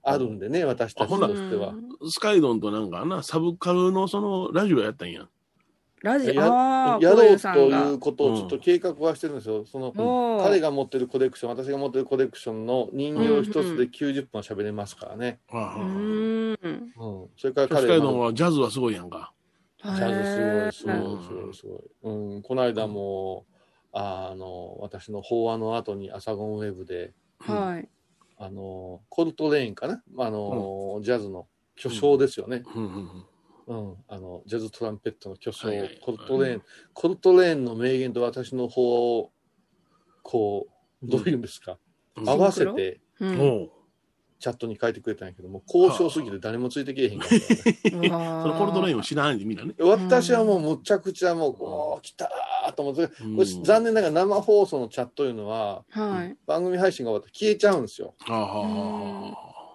[SPEAKER 3] あるんでね私たちとしては
[SPEAKER 2] う。ん
[SPEAKER 4] スカイドンとなんかな、サブカルのそのラジオやったんや。
[SPEAKER 2] ラジ
[SPEAKER 3] や
[SPEAKER 2] ああ
[SPEAKER 3] や
[SPEAKER 2] こう
[SPEAKER 3] ろ
[SPEAKER 2] いう
[SPEAKER 3] う
[SPEAKER 2] さ
[SPEAKER 3] と
[SPEAKER 2] ん
[SPEAKER 3] い
[SPEAKER 2] が
[SPEAKER 3] うことをちょっと計画はしてるんですよ。その
[SPEAKER 2] おー
[SPEAKER 3] 彼が持ってるコレクション、私が持ってるコレクションの人形一つで90分は喋れますからね。
[SPEAKER 4] ああ
[SPEAKER 2] うんうん。
[SPEAKER 3] うん、それから
[SPEAKER 4] 北
[SPEAKER 3] 彼
[SPEAKER 4] 海道はジャズはすごいやんか。
[SPEAKER 3] ジャズすごい、すご
[SPEAKER 4] へー
[SPEAKER 3] い、すごい、すごい。うん、この間も、あの、私の法話の後にアサゴンウェブで、
[SPEAKER 4] うん
[SPEAKER 2] はい。
[SPEAKER 3] あの、コルトレインかな、まあ、あの、ジャズの巨匠ですよね。
[SPEAKER 4] うんうん
[SPEAKER 3] うん、あの、ジャズトランペットの巨匠
[SPEAKER 4] はいはい、
[SPEAKER 3] コルトレイン、コルトレインの名言と私の法話を、こう、どういうんですか、
[SPEAKER 4] うん
[SPEAKER 3] 合わせて、
[SPEAKER 2] う。
[SPEAKER 4] うんん。
[SPEAKER 2] う
[SPEAKER 4] おう
[SPEAKER 3] チャットに書いてくれたんやけども、交渉すぎて誰もついてけえへんから、ね。
[SPEAKER 4] そのコルトレイン
[SPEAKER 2] ン。
[SPEAKER 4] を知らないでみんなね。
[SPEAKER 3] 私はもうむちゃくちゃもう、おー、来たーと思って、
[SPEAKER 4] うん
[SPEAKER 3] これ残念ながら生放送のチャットというのは
[SPEAKER 2] はい。
[SPEAKER 3] 番組配信が終わったら消えちゃうんですよ
[SPEAKER 4] ああ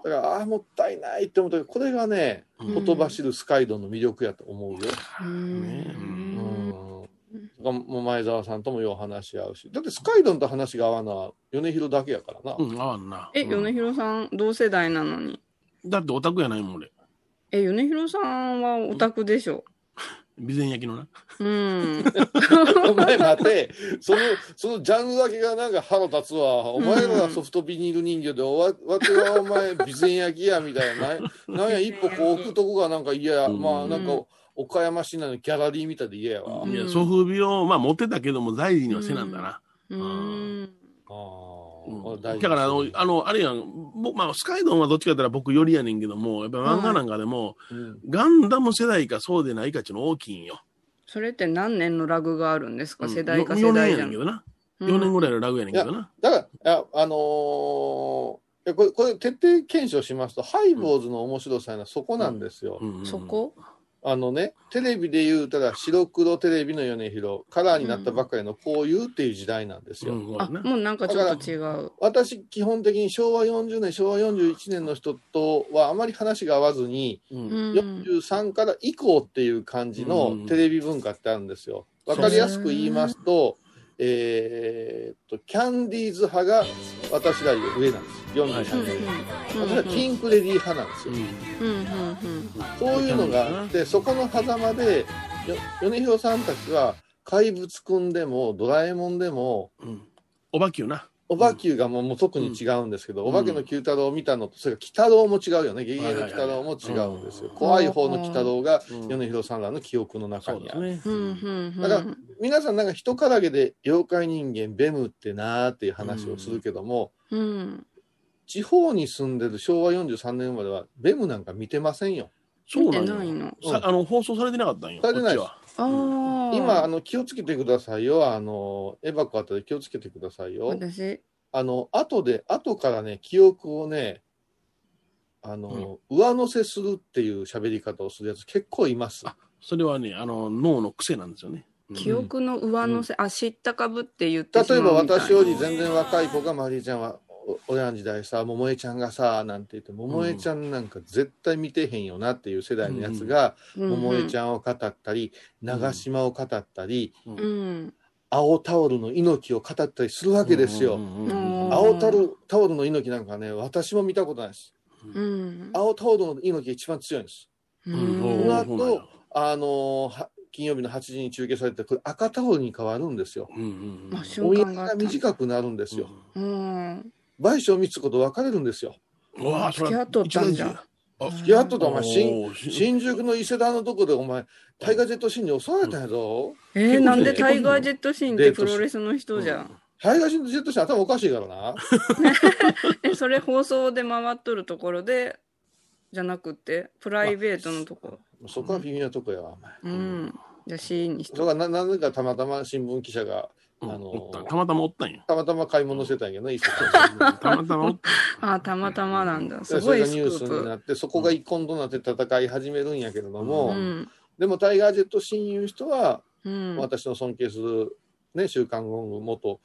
[SPEAKER 3] だからああーもったいないって思ったけどこれがね
[SPEAKER 4] うん
[SPEAKER 3] ほとばしるスカイドの魅力やと思うよ、
[SPEAKER 2] う。
[SPEAKER 4] ね
[SPEAKER 3] うんんもう前澤さんともよう話し合うしだってスカイドンと話が合わなは米広だけやからな、
[SPEAKER 4] うん、ああんな。
[SPEAKER 2] え、
[SPEAKER 4] うん
[SPEAKER 2] 米広さん、同世代なのに。
[SPEAKER 4] だってオタクやないもん俺。
[SPEAKER 2] え、米広さんはオタクでしょ。
[SPEAKER 4] 備前焼きのな。
[SPEAKER 2] うん。
[SPEAKER 3] お前待てそのそのジャンルだけがなんか腹立つわお前らはソフトビニール人形でおわわてはお前備前焼きやみたいななんや一歩こう置くとこがなんか嫌や、
[SPEAKER 4] うん
[SPEAKER 3] まあなんか岡山市内のギャラリーみたいで嫌やわ、
[SPEAKER 2] うん
[SPEAKER 4] いや、祖父母を、まあ、持ってたけども、大事にはせなんだな。
[SPEAKER 2] うん。
[SPEAKER 3] あー
[SPEAKER 4] うん
[SPEAKER 3] これ大事
[SPEAKER 4] だからあの、あの、あれやん、僕、まあ、スカイドンはどっちかやったら僕よりやねんけども、やっぱ漫画なんかでも、
[SPEAKER 3] うん
[SPEAKER 4] ガンダム世代かそうでないかっていうの大きいんよ。
[SPEAKER 2] それって何年のラグがあるんですか世代か
[SPEAKER 4] うん
[SPEAKER 2] 世代じゃ
[SPEAKER 4] よ四年やねんけ
[SPEAKER 2] ん。
[SPEAKER 4] どな。4年ぐらいのラグやねんけどな。
[SPEAKER 3] だからああのーいやこれこれ徹底検証しますと、ハイボーズの面白さはそこなんですよ、
[SPEAKER 4] うんうん
[SPEAKER 2] そこ
[SPEAKER 3] あのねテレビで言うたら白黒テレビの米広カラーになったばっかりのこういうっていう時代なんです
[SPEAKER 4] う
[SPEAKER 3] よ、
[SPEAKER 4] ん、ほ
[SPEAKER 2] あ、
[SPEAKER 4] らな。
[SPEAKER 2] もうなんかちょっと違う。
[SPEAKER 3] 私基本的に昭和40年昭和41年の人とはあまり話が合わずに、
[SPEAKER 4] うん
[SPEAKER 2] うん。
[SPEAKER 3] 43から以降っていう感じのテレビ文化ってあるんですよ。わかりやすく言いますと、えーっとキャンディーズ派が私らより上なんです43年、私らピンク・レディー派なんですよ、
[SPEAKER 2] うんうん
[SPEAKER 3] そういうのがあってそこの狭間でよ米広さんたちは怪物くんでもドラえもんでも
[SPEAKER 4] うんおばきゅうな。
[SPEAKER 3] おばきゅうがもう,、もう特に違うんですけど、
[SPEAKER 4] うん
[SPEAKER 3] おばけの九太郎を見たのと、それから鬼太郎も違うよね、ゲゲゲの鬼太郎も違うんですよ。怖い方の鬼太郎が
[SPEAKER 4] うん
[SPEAKER 3] 米広さんらの記憶の中
[SPEAKER 4] そう
[SPEAKER 3] に
[SPEAKER 4] で
[SPEAKER 3] あ
[SPEAKER 4] す
[SPEAKER 3] る。
[SPEAKER 4] ね。
[SPEAKER 2] うんうんうん。
[SPEAKER 3] だから皆さんなんか人からげで妖怪人間ベムってなーっていう話をするけども、
[SPEAKER 2] うん。
[SPEAKER 3] 地方に住んでる昭和43年まではベムなんか見てませんよ。
[SPEAKER 4] そう
[SPEAKER 2] 見
[SPEAKER 4] な
[SPEAKER 2] て
[SPEAKER 4] ん
[SPEAKER 2] ない
[SPEAKER 4] よ。
[SPEAKER 2] の。
[SPEAKER 4] さあの、放送されてなかったんよ。
[SPEAKER 3] されてないで
[SPEAKER 4] こっ
[SPEAKER 3] す
[SPEAKER 4] ちは
[SPEAKER 2] ああ。
[SPEAKER 3] 今あの気をつけてくださいよ。あのエバコあたり気をつけてくださいよ。
[SPEAKER 2] 私、
[SPEAKER 3] あの後で後からね記憶をねあの、上乗せするっていう喋り方をするやつ結構います。
[SPEAKER 4] あそれはね、あの、脳の癖なんですよね。うん
[SPEAKER 2] 記憶の上乗せ、あ、知ったかぶって言ってしま
[SPEAKER 3] 例えば
[SPEAKER 2] うみたいな
[SPEAKER 3] 私より全然若い子がマリーちゃんはお俺らの時代さ桃江ちゃんがさなんて言って桃江ちゃんなんか絶対見てへんよなっていう世代のやつが、桃江ち
[SPEAKER 2] ゃ
[SPEAKER 3] ゃんを語ったり長島を語ったり、
[SPEAKER 4] うん
[SPEAKER 2] うん。
[SPEAKER 3] 青タオルの猪木を語ったりするわけですよ。
[SPEAKER 4] うんうんうんうん
[SPEAKER 2] うん
[SPEAKER 3] 青タオルタオルの猪木なんかね私も見たことないです。
[SPEAKER 2] うん。
[SPEAKER 3] 青タオルの猪木が一番強いんです。
[SPEAKER 2] う
[SPEAKER 4] うん
[SPEAKER 2] ん
[SPEAKER 3] う
[SPEAKER 4] お
[SPEAKER 3] わ
[SPEAKER 4] ーそうなんや
[SPEAKER 3] あのーは金曜日の8時に中継されてこれ赤タオルに変わるんですよ。
[SPEAKER 4] うんうんうん
[SPEAKER 2] あ瞬
[SPEAKER 3] お家
[SPEAKER 2] 間があ
[SPEAKER 3] が
[SPEAKER 2] った。
[SPEAKER 3] 短くなるんですよ。
[SPEAKER 2] うん。
[SPEAKER 3] 賠償三つ子と別れるんですよ。
[SPEAKER 4] うんうわあ、それは
[SPEAKER 2] 付き合っとったんじゃん
[SPEAKER 4] 一大事あ
[SPEAKER 3] 付き合っとったお前新
[SPEAKER 4] おーし
[SPEAKER 3] 新宿の伊勢丹のとこでお前タイガージェットシーンに襲われたんやぞ。
[SPEAKER 2] えー、なんでタイガージェットシーンってプロレスの人じゃん。
[SPEAKER 3] タイガージェットシーン頭おかしいからな。
[SPEAKER 2] え、それ放送で回っとるところで、じゃなくて、プライベートのとこ。
[SPEAKER 3] そこは微妙なとこやわ。お前
[SPEAKER 2] うん。じゃあシーンにし
[SPEAKER 3] そ
[SPEAKER 2] と
[SPEAKER 3] こはな何年かたまたま新聞記者が
[SPEAKER 4] うん
[SPEAKER 3] あの
[SPEAKER 4] おったたまたまおったんや。
[SPEAKER 3] たまたま買い物してたんやけどね伊勢丹
[SPEAKER 4] たまたまおった。
[SPEAKER 2] あ、たまたまなんだ。 す
[SPEAKER 3] そ
[SPEAKER 2] ご
[SPEAKER 3] れ
[SPEAKER 2] い
[SPEAKER 3] が
[SPEAKER 2] ス
[SPEAKER 3] ニ
[SPEAKER 2] ク
[SPEAKER 3] ュー
[SPEAKER 2] ー
[SPEAKER 3] スに
[SPEAKER 2] プ。
[SPEAKER 3] なってそこが一婚となって戦い始めるんやけれども、
[SPEAKER 2] うん。
[SPEAKER 3] でもタイガージェットシーンいう人は
[SPEAKER 2] うん。
[SPEAKER 3] 私の尊敬する、ね、週刊ゴング元、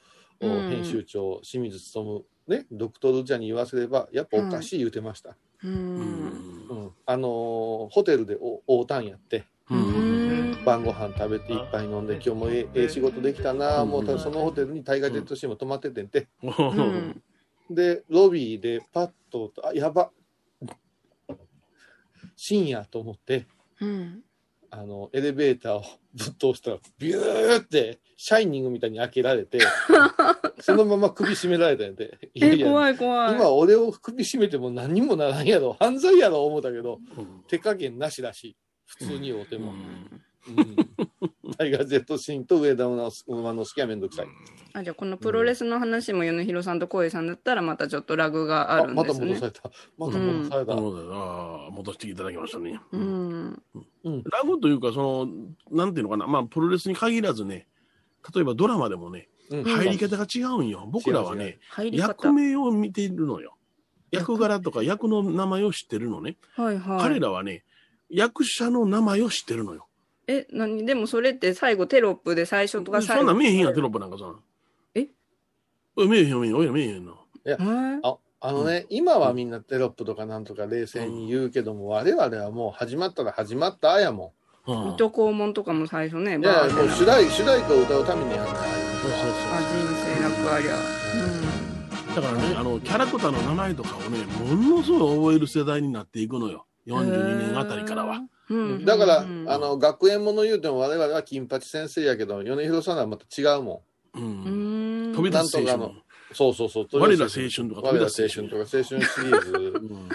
[SPEAKER 2] う
[SPEAKER 3] お
[SPEAKER 2] ん
[SPEAKER 3] 編集長清水努、ね、ドクトルジャに言わせればやっぱおかしい言うてました、
[SPEAKER 2] う。
[SPEAKER 4] うんん
[SPEAKER 3] うんあのーホテルでおおうたんやって
[SPEAKER 4] うんうん
[SPEAKER 3] 晩ご飯食べて一杯飲んで今日もええええ仕事できたな、
[SPEAKER 4] うん
[SPEAKER 3] もうたそのホテルにタイガージェットシーンも泊まっててんて
[SPEAKER 4] おー
[SPEAKER 2] うん
[SPEAKER 3] でロビーでパッと「あやば深夜」と思って
[SPEAKER 2] うん。
[SPEAKER 3] あの、エレベーターをぶっ通したら、ビューって、シャイニングみたいに開けら れて、そのまま首絞められたんやで。いや
[SPEAKER 2] え、
[SPEAKER 3] いや
[SPEAKER 2] 怖い怖い。
[SPEAKER 3] 今俺を首絞めても何にもならんやろ、犯罪やろ思ったけど、
[SPEAKER 4] うん
[SPEAKER 3] 手加減なしだし、普通に会うて
[SPEAKER 4] う
[SPEAKER 3] も。
[SPEAKER 4] ん
[SPEAKER 3] うんタイガー・ゼット・シーンと上田馬の好きはめんどくさい。
[SPEAKER 2] あ、じゃあこのプロレスの話も米広さんと小井さんだったらまたちょっとラグがあ
[SPEAKER 3] あ
[SPEAKER 2] るん
[SPEAKER 3] ま
[SPEAKER 2] で
[SPEAKER 3] た
[SPEAKER 2] す
[SPEAKER 3] 戻
[SPEAKER 2] ね
[SPEAKER 3] さ。れた。また戻された
[SPEAKER 4] な。るほどああ戻していただきましたね。
[SPEAKER 2] うん。
[SPEAKER 4] ラグというか、その、なんていうのかな、まあ、プロレスに限らずね、例えばドラマでもね、
[SPEAKER 3] うん
[SPEAKER 4] 入り方が違うんよ。僕らは
[SPEAKER 3] 違う違
[SPEAKER 4] ね、
[SPEAKER 2] 入り方。
[SPEAKER 4] 役名を見ているのよ。役柄とか役の名前を知ってるのね。
[SPEAKER 2] はいはい。
[SPEAKER 4] 彼らはね、役者の名前を知ってるのよ。
[SPEAKER 2] え、何でもそれって最後テロップで最初とか最後。
[SPEAKER 4] そんなん見えへんやん、テロップなんかそんなん。
[SPEAKER 2] え
[SPEAKER 4] おい見えへんよ、見えへんよ、おいら見えへんの。
[SPEAKER 2] へえ
[SPEAKER 3] ああのね、今はみんなテロップとかなんとか冷静に言うけども、我々はもう始まったら始まったやも
[SPEAKER 4] うん
[SPEAKER 2] 水戸黄門とかも最初ね、
[SPEAKER 3] ん。いや
[SPEAKER 2] バ
[SPEAKER 3] い
[SPEAKER 2] ーっ
[SPEAKER 3] やも
[SPEAKER 2] て
[SPEAKER 3] う
[SPEAKER 2] な
[SPEAKER 3] 主題主題歌を歌うためにやんない。
[SPEAKER 4] そうそう
[SPEAKER 2] あ、人生楽ありゃ。
[SPEAKER 4] そうだからね、あの、キャラクターの名前とかをね、ものすごい覚える世代になっていくのよ。42年あたりからは。。
[SPEAKER 2] うん。
[SPEAKER 3] だから、
[SPEAKER 2] うん
[SPEAKER 3] あの学園もの言うても我々は金八先生やけど米広さんはまた違うも
[SPEAKER 4] う。
[SPEAKER 2] うんん。
[SPEAKER 4] 飛び出す青
[SPEAKER 3] なん
[SPEAKER 4] 春
[SPEAKER 3] とか。んそうそうそう
[SPEAKER 4] 我ら青春とか
[SPEAKER 3] 我ら青春とか青春シリーズ
[SPEAKER 4] うん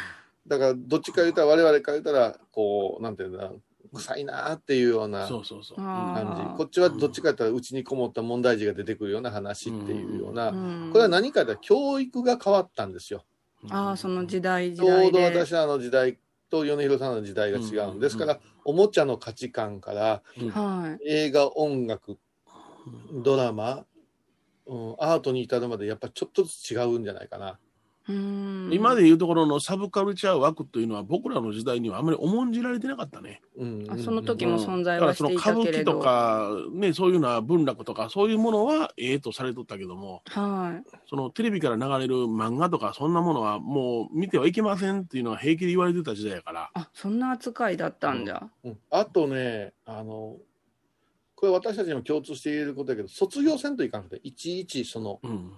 [SPEAKER 3] だからどっちか言うたら我々から言ったらこうなんていうんだ臭いなーっていうような
[SPEAKER 4] そうそうそう。
[SPEAKER 2] あ
[SPEAKER 3] 感
[SPEAKER 2] ー
[SPEAKER 3] じこっちはどっちか言ったらうちにこもった問題児が出てくるような話っていうような、
[SPEAKER 2] うん
[SPEAKER 3] これは何かというと教育が変わったんですよ。
[SPEAKER 2] ああ、その時代
[SPEAKER 3] ち
[SPEAKER 2] 時
[SPEAKER 3] ょう
[SPEAKER 2] 代
[SPEAKER 3] ど
[SPEAKER 2] で。
[SPEAKER 3] 私らの時代と米広さんの時代が違うんですから、おもちゃの価値観から
[SPEAKER 2] はい。
[SPEAKER 3] 映画音楽ドラマ、うん、アートに至るまでやっぱちょっとずつ違うんじゃないかな。
[SPEAKER 2] うん
[SPEAKER 4] 今でいうところのサブカルチャー枠というのは僕らの時代にはあまり重んじられてなかったね。
[SPEAKER 3] うん
[SPEAKER 2] あその時
[SPEAKER 4] うん
[SPEAKER 2] も存在
[SPEAKER 4] だか
[SPEAKER 2] は
[SPEAKER 4] ら
[SPEAKER 2] し
[SPEAKER 4] その
[SPEAKER 2] てい
[SPEAKER 4] 歌
[SPEAKER 2] た
[SPEAKER 4] 舞
[SPEAKER 2] けれ
[SPEAKER 4] 伎
[SPEAKER 2] ど。
[SPEAKER 4] とか、ね、そういうのは文楽とかそういうものはええとされとったけども、
[SPEAKER 2] は
[SPEAKER 4] そのテレビから流れる漫画とかそんなものはもう見てはいけませんっていうのは平気で言われてた時代やから。
[SPEAKER 2] い。あ、そんな扱いだったんだ。
[SPEAKER 3] うんあとねあのこれ私たちにも共通して言えることだけど卒業せんといかんくていちいちその
[SPEAKER 4] うん。うん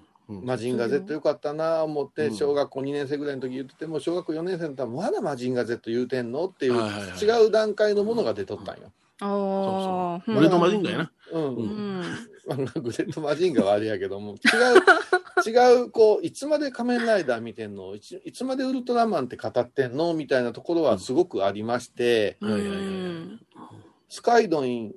[SPEAKER 3] マジンガー Z よかったなぁ思っ
[SPEAKER 4] う
[SPEAKER 3] て
[SPEAKER 4] ん
[SPEAKER 3] 小学校2年生ぐらいの時言ってても小学校4年生の時はまだマジンガー Z 言うてんのっていう
[SPEAKER 4] はいはいはい
[SPEAKER 3] 違う段階のものが出とったんよ。
[SPEAKER 2] ああ。
[SPEAKER 4] 俺とマジンガーやな。
[SPEAKER 3] うん
[SPEAKER 2] う。
[SPEAKER 4] うん
[SPEAKER 3] あのグレートマジンガーはあれやけども違う違うこういつまで仮面ライダー見てんのいついつまでウルトラマンって語ってんのみたいなところはすごくありまして、
[SPEAKER 2] うん
[SPEAKER 4] はいはいはい
[SPEAKER 3] スカイドイン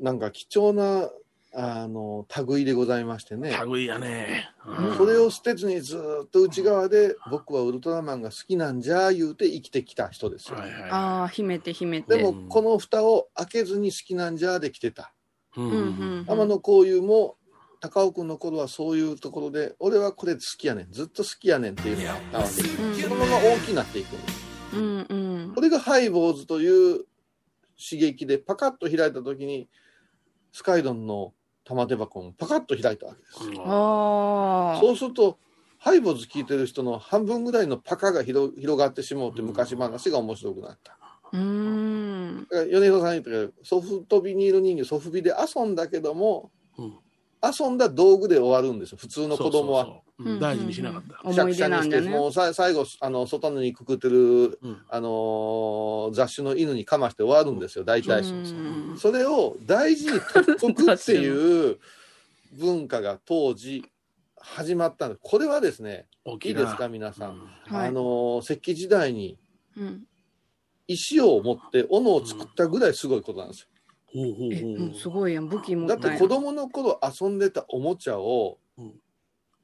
[SPEAKER 3] なんか貴重なあの類でございましてね。
[SPEAKER 4] 類やね。うん
[SPEAKER 3] それを捨てずにずーっと内側で僕はウルトラマンが好きなんじゃ言うて生きてきた人ですよ。
[SPEAKER 4] はいはいは
[SPEAKER 2] ああ、秘めて秘めて。
[SPEAKER 3] でもこの蓋を開けずに好きなんじゃで来てた。
[SPEAKER 4] い。うん
[SPEAKER 2] うんうん
[SPEAKER 3] 天野幸雄も高尾君の頃はそういうところで俺はこれ好きやねんずっと好きやねんっていうのがあったわけで
[SPEAKER 2] うん
[SPEAKER 3] そのまま大きくなっていくんです
[SPEAKER 2] うんうん
[SPEAKER 3] これがハイボーズという刺激でパカッと開いた時にスカイドンの玉手箱もパカッと開いたわけです
[SPEAKER 4] うん
[SPEAKER 2] あ
[SPEAKER 3] そうするとハイボーズ聞いてる人の半分ぐらいのパカが広広がってしまうって昔話が面白くなった
[SPEAKER 2] あ。うん。
[SPEAKER 3] だから米広さん言ったけどソフトビニール人形ソフビで遊んだけども
[SPEAKER 4] うん
[SPEAKER 3] 遊んだ道具で終わるんですよ普通の子供は
[SPEAKER 4] そうそうそううん大事にしなかった。
[SPEAKER 2] うん
[SPEAKER 3] シャ
[SPEAKER 2] 思
[SPEAKER 3] キ
[SPEAKER 2] い
[SPEAKER 3] シャ
[SPEAKER 2] 出な
[SPEAKER 3] キ
[SPEAKER 2] ん
[SPEAKER 3] し
[SPEAKER 2] だ
[SPEAKER 3] て、
[SPEAKER 2] ね。
[SPEAKER 3] もうさ最後あの外にくくってる、
[SPEAKER 4] うん
[SPEAKER 3] あのー雑種の犬にかまして終わるんですよ大体、
[SPEAKER 2] うん
[SPEAKER 3] それを大事に取っとくっていう文化が当時始まったんですこれはですね
[SPEAKER 4] 大き
[SPEAKER 3] いい
[SPEAKER 4] な
[SPEAKER 3] ですか皆さん、
[SPEAKER 2] はい
[SPEAKER 3] あのー石器時代に
[SPEAKER 2] うん
[SPEAKER 3] 石を持って斧を作ったぐらいすごいことなんですよ、
[SPEAKER 4] ほうほう
[SPEAKER 2] え、
[SPEAKER 4] ほう
[SPEAKER 2] うん、すごいやん。武器持
[SPEAKER 3] だ
[SPEAKER 2] っ
[SPEAKER 3] った
[SPEAKER 2] ん
[SPEAKER 3] て
[SPEAKER 2] や
[SPEAKER 3] 子供の頃遊んでたおもちゃを、
[SPEAKER 4] うん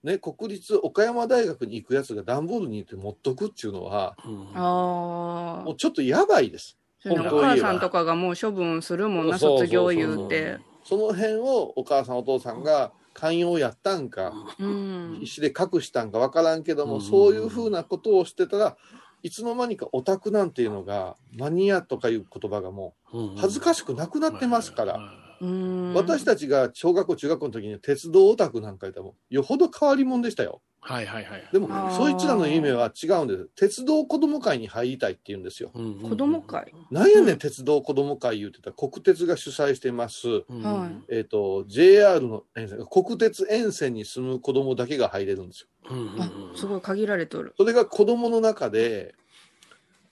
[SPEAKER 3] ね、国立岡山大学に行くやつが段ボールに入れて持っとくっていうのは
[SPEAKER 4] うん
[SPEAKER 2] あ
[SPEAKER 3] も
[SPEAKER 2] あ
[SPEAKER 3] う。ちょっとやばいです
[SPEAKER 2] それね
[SPEAKER 3] 本
[SPEAKER 2] お
[SPEAKER 3] 当
[SPEAKER 2] 母
[SPEAKER 3] に
[SPEAKER 2] さんとかがもう処分するもんな、
[SPEAKER 3] そうそう
[SPEAKER 2] 卒
[SPEAKER 3] そ
[SPEAKER 2] 業
[SPEAKER 3] うそう
[SPEAKER 2] 言うて。
[SPEAKER 3] その辺をお母さんお父さんが寛容やったんか
[SPEAKER 2] うん。
[SPEAKER 3] 石で隠したんか分からんけども、
[SPEAKER 4] うん
[SPEAKER 3] そういうふうなことをしてたらいつの間にかオタクなんていうのがマニアとかいう言葉がもう恥ずかしくなくなってますから、
[SPEAKER 2] うん。
[SPEAKER 3] 私たちが小学校中学校の時に鉄道オタクなんかいたらもうよほど変わり者でしたよ
[SPEAKER 4] はいはいはい。
[SPEAKER 3] でも
[SPEAKER 2] あー
[SPEAKER 3] そいつらの夢は違うんです鉄道子ども会に入りたいって言うんですよ
[SPEAKER 2] 子
[SPEAKER 4] 子
[SPEAKER 2] 供。会。
[SPEAKER 3] なんやねん鉄道子ども会言うてたら国鉄が主催してます、
[SPEAKER 4] うん
[SPEAKER 2] は
[SPEAKER 3] えっと JR の沿線国鉄沿線に住む子供だけが入れるんですよ。
[SPEAKER 4] うんうんうん
[SPEAKER 2] あ、すごい限られとる。
[SPEAKER 3] それが子供の中で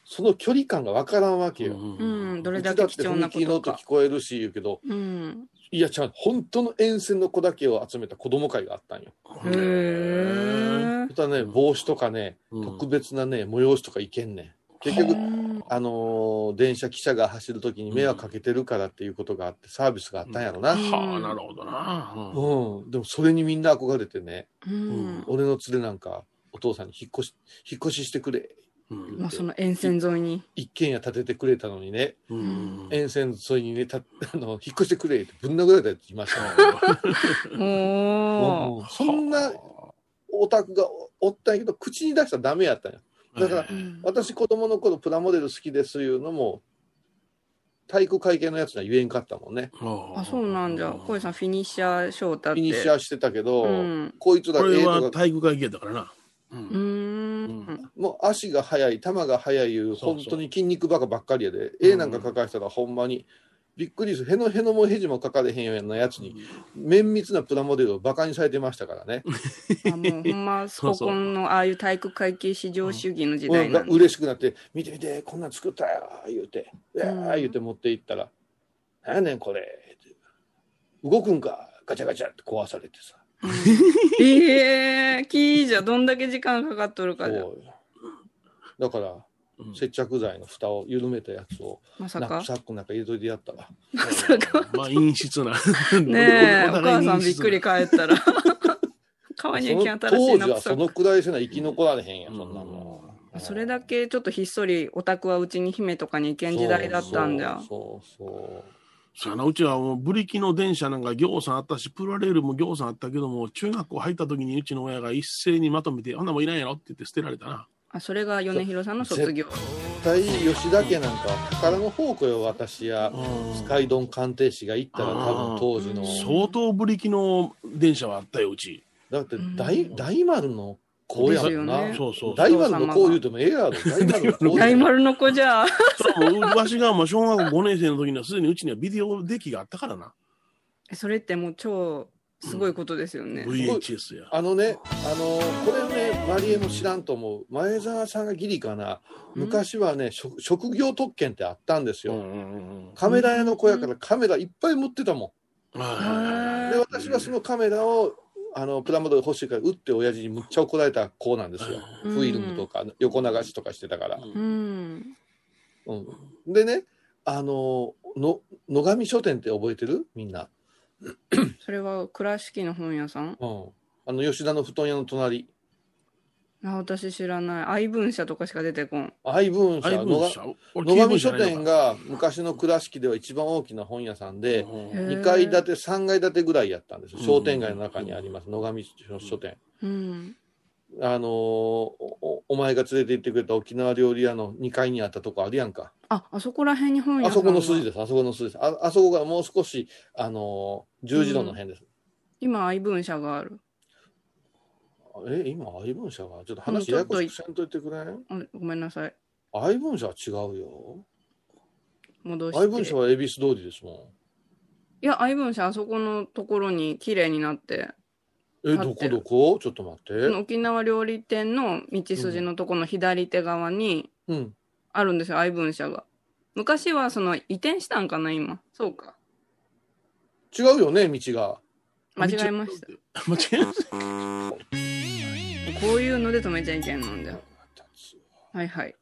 [SPEAKER 3] その距離感がわからんわけよ。
[SPEAKER 4] ん
[SPEAKER 2] うん、ど
[SPEAKER 3] う
[SPEAKER 2] れ
[SPEAKER 3] ち
[SPEAKER 2] だ
[SPEAKER 3] だっ
[SPEAKER 2] け
[SPEAKER 3] て
[SPEAKER 2] 貴重な
[SPEAKER 3] 雰囲
[SPEAKER 2] こ
[SPEAKER 3] 気の
[SPEAKER 2] と
[SPEAKER 3] 音
[SPEAKER 2] か
[SPEAKER 3] 聞。こえるし言うけど、
[SPEAKER 2] うん。
[SPEAKER 3] いや、ちゃう、本当の沿線の子だけを集めた子供会があったんよ。
[SPEAKER 2] へえ。
[SPEAKER 3] そしたらね、帽子とかね、
[SPEAKER 4] うん
[SPEAKER 3] 特別なね、催しとかいけんねん。結局、あのー電車、汽車が走るときに迷惑かけてるからっていうことがあって、サービスがあったんやろな。
[SPEAKER 4] はあ、なるほどな。うん
[SPEAKER 3] うん、でもそれにみんな憧れてね、
[SPEAKER 2] うん。
[SPEAKER 3] 俺の連れなんか、お父さんに引っ越し、引っ越ししてくれ、
[SPEAKER 4] うん
[SPEAKER 2] まあ、その沿線沿いに。
[SPEAKER 3] 一軒家建ててくれたのにね、
[SPEAKER 4] うん
[SPEAKER 3] 沿線沿いにね、た あの引っ越してくれってぶん殴られたやついましたよ。
[SPEAKER 2] おお。
[SPEAKER 3] うんそんなオタクがおおったんやけど、口に出したらダメやったんや。だから
[SPEAKER 2] うん
[SPEAKER 3] 私、子供の頃プラモデル好きですいうのも、体育会系のやつには言えんかったもんね。
[SPEAKER 2] あ、そうなんじゃ。小井さん、フィニッシャー翔太っ
[SPEAKER 3] フ
[SPEAKER 2] て。
[SPEAKER 3] ィニッシャーしてたけど、
[SPEAKER 2] うん。
[SPEAKER 3] こいつら
[SPEAKER 4] これ
[SPEAKER 3] ええ
[SPEAKER 4] は
[SPEAKER 3] とか、
[SPEAKER 4] 体育会系だからな。う
[SPEAKER 2] うー
[SPEAKER 4] ん
[SPEAKER 2] ん。
[SPEAKER 3] もう足が速い、球が速いいう、
[SPEAKER 4] そうそう
[SPEAKER 3] 本当に筋肉バカばっかりやで、絵なんか描かしたらほんまに、びっくりする、へのへのもへじも描かれへんようなやつに、綿密なプラモデルをバカにされてましたからね。
[SPEAKER 2] あもうほん ま、ス
[SPEAKER 4] そう
[SPEAKER 2] ポ
[SPEAKER 4] そう
[SPEAKER 2] コンのああいう体育会系至上主義の時
[SPEAKER 3] う
[SPEAKER 2] 代
[SPEAKER 3] ん、
[SPEAKER 2] な
[SPEAKER 3] が
[SPEAKER 2] んだ
[SPEAKER 3] 嬉しくなって、見て見て、こんなん作ったよ、言うて、うわー言うて持っていったら、なんやねんこれ、って動くんか、ガチャガチャって壊されてさ。
[SPEAKER 2] ええー、キーじゃどんだけ時間かかっとるかじゃ。
[SPEAKER 3] そうよだから、接着剤の蓋を緩めたやつを
[SPEAKER 2] まさ
[SPEAKER 3] ナッ
[SPEAKER 2] か
[SPEAKER 3] プ。サックなんか入れといてやったわ。
[SPEAKER 4] まあ、陰湿な。
[SPEAKER 2] ねえ、お母さんびっくり帰った ら。川に行き
[SPEAKER 3] その
[SPEAKER 2] 新しいナ
[SPEAKER 3] 当時
[SPEAKER 2] ップ
[SPEAKER 3] は
[SPEAKER 2] サ
[SPEAKER 3] そ
[SPEAKER 2] ッ
[SPEAKER 3] の
[SPEAKER 2] ク。
[SPEAKER 3] くらいせな生き残られへんや、そんなもん。
[SPEAKER 2] それだけちょっとひっそりオタクはうちに姫とかに行けん時代だったんじゃ。
[SPEAKER 3] そうそう
[SPEAKER 4] そうやなうちはもうブリキの電車なんか行さんあったし、プラレールも行さんあったけども、中学校入った時にうちの親が一斉にまとめて、あんなもんいないやろって言って捨てられたな。
[SPEAKER 2] あ、それが米広さんの卒業。
[SPEAKER 3] そう。絶対吉田家なんか宝の宝庫よ、私や。スカイドン鑑定士が行ったら多分当時の。
[SPEAKER 4] 相当ブリキの電車はあったよ、うち。
[SPEAKER 3] だって大大丸の子や
[SPEAKER 2] で
[SPEAKER 3] もん
[SPEAKER 2] すよ
[SPEAKER 3] な
[SPEAKER 2] ね。
[SPEAKER 4] そうそう。
[SPEAKER 3] 大丸の子言うてもええ やろ。
[SPEAKER 2] 大
[SPEAKER 3] 大丸の子。
[SPEAKER 2] 丸の子じゃ。
[SPEAKER 4] それはもうわしがまあ小学校5年生の時にはすでにうちにはビデオデッキがあったからな。
[SPEAKER 2] それってもう超すごいことですよね。
[SPEAKER 4] VHS や。
[SPEAKER 3] あのね、あのこれね、マリエも知らんと思う。前澤さんがギリかな。昔はね、職職業特権ってあったんですよ。カメラ屋の子やからカメラいっぱい持ってたもん。で、私はそのカメラを、あの、プラモデル欲しいから打って親父にむっちゃ怒られた子なんですよ。
[SPEAKER 2] うん
[SPEAKER 3] フィルムとか、横流しとかしてたから。
[SPEAKER 2] うん。
[SPEAKER 3] うん。でね、あの、の、野上書店って覚えてるみんな。
[SPEAKER 2] それは倉敷の本屋さん
[SPEAKER 3] うん。あの、吉田の布団屋の隣。
[SPEAKER 2] あ、私知らない。愛文社とかしか出てこん。
[SPEAKER 3] 愛文社、
[SPEAKER 4] アイブ
[SPEAKER 3] 野
[SPEAKER 4] ン
[SPEAKER 3] が
[SPEAKER 4] 社俺
[SPEAKER 3] 野上書店
[SPEAKER 4] あ
[SPEAKER 3] が昔の倉敷では一番大きな本屋さんで、
[SPEAKER 2] へー
[SPEAKER 3] 2階建て、3階建てぐらいやったんですよ
[SPEAKER 4] うん
[SPEAKER 3] 商店街の中にあります、野上書店。
[SPEAKER 2] うん。
[SPEAKER 3] あのーおお前が連れて行ってくれた沖縄料理屋の2階にあったとこあるやんか。
[SPEAKER 2] あ、あそこら辺に本屋
[SPEAKER 3] あ
[SPEAKER 2] さんが
[SPEAKER 3] そこの筋です、あそこの筋です。ああそこがもう少し、あのー十字路の辺です。
[SPEAKER 2] 今、愛文社がある。
[SPEAKER 3] え、今、愛文社が、ちょっと話ややこしくせんといてくれん
[SPEAKER 2] あごめんなさい。
[SPEAKER 3] 愛文社は違うよ。
[SPEAKER 2] 戻して。
[SPEAKER 3] 愛文社は恵比寿通りですも
[SPEAKER 2] いや、愛文社、あそこのところに綺麗になって、
[SPEAKER 3] ん。え、
[SPEAKER 2] 合
[SPEAKER 3] ど
[SPEAKER 2] ってる
[SPEAKER 3] こどこちょっと待って。
[SPEAKER 2] 沖縄料理店の道筋のとこの左手側に
[SPEAKER 3] うん。
[SPEAKER 2] あるんですよ、愛文社が。昔はその移転したんかな、今。そうか。
[SPEAKER 3] 違うよね、道が。
[SPEAKER 2] 間違えました。
[SPEAKER 4] 間違えまし
[SPEAKER 2] こういうので止めちゃいけんのんじゃ。はいはい。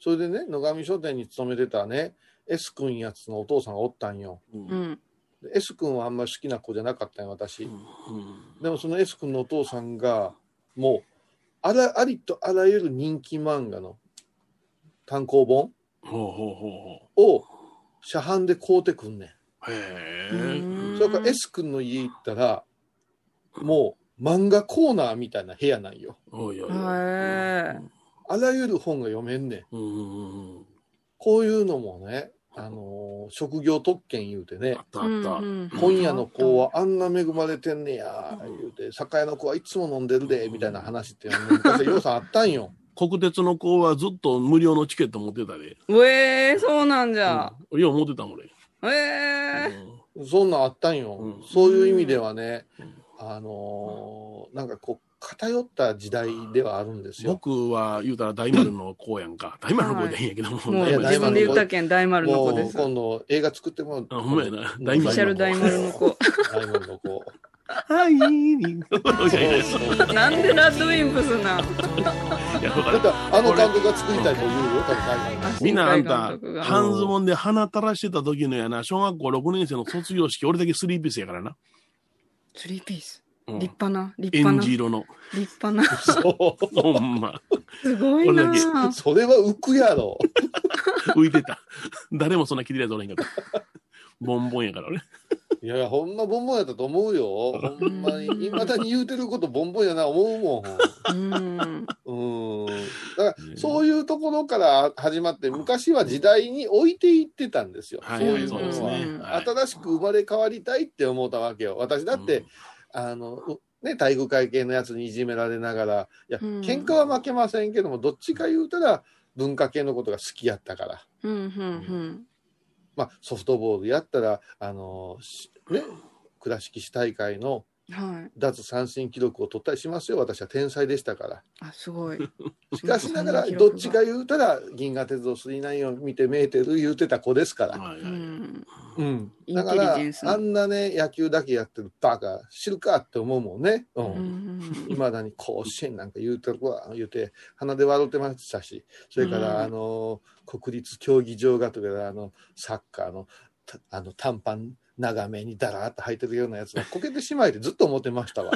[SPEAKER 3] それでね、野上書店に勤めてたね、S 君やつのお父さんがおったんよ。
[SPEAKER 2] う
[SPEAKER 4] た。
[SPEAKER 2] ん。
[SPEAKER 3] で S 君はあんまり好きな子じゃなかったんよ、私。でもその S 君のお父さんがもうあらありとあらゆる人気漫画の単行本
[SPEAKER 4] ほうほうほ
[SPEAKER 3] を車販で買うてくんね
[SPEAKER 4] うほう。へ
[SPEAKER 2] う
[SPEAKER 4] え。
[SPEAKER 3] ん。
[SPEAKER 2] ーん
[SPEAKER 3] それから S 君の家行ったらもう漫画コーナーみたいな部屋なんよ。
[SPEAKER 4] おいおいおい。
[SPEAKER 2] へえ。
[SPEAKER 3] あらゆる本が読めんねん。
[SPEAKER 4] うんうんうん。
[SPEAKER 3] こういうのもね、あのー職業特権言うてね
[SPEAKER 4] あ、ったあった。
[SPEAKER 3] 今夜の子はあんな恵まれてんねや、言うて、酒屋の子はいつも飲んでるで、みたいな話って、昔、ようさんあったんよ。
[SPEAKER 4] 国鉄の子はずっと無料のチケット持ってたで。
[SPEAKER 2] うえー、そうなんじゃ。
[SPEAKER 4] うん。いや、持ってたもん俺。
[SPEAKER 2] え
[SPEAKER 3] そんなんあったんよ、
[SPEAKER 4] うん
[SPEAKER 3] そういう意味ではね、あのーなんかこう偏った時代ではあるんですよ。
[SPEAKER 4] 僕は言うたら大丸の子や んか。大丸の子でいいんやけども。
[SPEAKER 2] もう
[SPEAKER 3] いや
[SPEAKER 2] 自
[SPEAKER 3] 大
[SPEAKER 2] 分で
[SPEAKER 3] 丸の
[SPEAKER 2] 言
[SPEAKER 3] 子
[SPEAKER 2] ったけん大丸の
[SPEAKER 3] も
[SPEAKER 2] 子
[SPEAKER 3] う
[SPEAKER 2] です。
[SPEAKER 3] 今度映画作っても
[SPEAKER 4] あほんまやな
[SPEAKER 2] オ
[SPEAKER 4] 大
[SPEAKER 2] フィ
[SPEAKER 4] 丸
[SPEAKER 2] シャル大丸の子。
[SPEAKER 3] 大丸の子。
[SPEAKER 4] はい、い
[SPEAKER 3] そうそう
[SPEAKER 2] なんでラッドウィンプスなん
[SPEAKER 4] や
[SPEAKER 3] だってあの監督が作りたいと言うよ、多分大丸の子。
[SPEAKER 4] みんなあんた
[SPEAKER 2] 新海監督、が
[SPEAKER 4] 半ズボンで鼻垂らしてた時のやな、小学校6年生の卒業式、俺だけスリーピースやからな。
[SPEAKER 2] スリーピース。
[SPEAKER 4] う
[SPEAKER 2] 立
[SPEAKER 4] ん、
[SPEAKER 2] 派な、立
[SPEAKER 4] エン
[SPEAKER 2] 派
[SPEAKER 4] ジ
[SPEAKER 2] な、
[SPEAKER 4] 色の。
[SPEAKER 2] 立派な。
[SPEAKER 3] そ
[SPEAKER 4] ほんま。
[SPEAKER 2] すごい
[SPEAKER 4] これだ
[SPEAKER 2] な
[SPEAKER 3] う。。それは浮くやろ。
[SPEAKER 4] 浮いてた。誰もそんな切りやつおらへんかった。ボンボンやから俺。
[SPEAKER 3] いやいや、ほんまボンボンやったと思うよ。ほんまに。いまだに言うてることボンボンやな、思うもん。
[SPEAKER 2] うん。
[SPEAKER 3] うん。だから
[SPEAKER 4] ね、
[SPEAKER 3] そういうところから始まって、昔は時代に置いていってたんですよ。
[SPEAKER 4] は
[SPEAKER 3] そう
[SPEAKER 4] い、はいい、
[SPEAKER 3] う
[SPEAKER 4] そ
[SPEAKER 3] も
[SPEAKER 4] うです
[SPEAKER 3] の
[SPEAKER 4] ね
[SPEAKER 3] は。。
[SPEAKER 4] はい
[SPEAKER 3] 新しく生まれ変わりたいって思ったわけよ。私だって、、あの、うね、体育会系のやつにいじめられながら、いや、
[SPEAKER 2] うん
[SPEAKER 3] 喧嘩は負けませんけども、どっちか言うたら、文化系のことが好きやったから。
[SPEAKER 2] うん、うん、
[SPEAKER 3] まあ、ソフトボールやったら、あの、しね、倉敷市大会
[SPEAKER 2] うん。
[SPEAKER 3] の
[SPEAKER 2] はい。
[SPEAKER 3] 脱三振記録を取ったりしますよ。私は天才でしたから。
[SPEAKER 2] あ、すごい。
[SPEAKER 3] しかしながら、どっちか言うたら、銀河鉄道9を見てメーテル言うてた子ですから。
[SPEAKER 4] はいうはい
[SPEAKER 2] ん。
[SPEAKER 3] うん。
[SPEAKER 2] イン
[SPEAKER 3] だか
[SPEAKER 2] テリ
[SPEAKER 3] ら
[SPEAKER 2] ジェン、スの
[SPEAKER 3] あんなね、野球だけやってるバカ、知るかって思うもんね。う。
[SPEAKER 2] うんん
[SPEAKER 3] いまだに甲子園なんか言うてるわ、言うて、鼻で笑ってましたし、それか
[SPEAKER 2] うん
[SPEAKER 3] ら、あの、国立競技場がとか、あの、サッカーの、たあの、短パン長めにだらーっと履いてるようなやつがこけてしまいってずっと思ってました わ。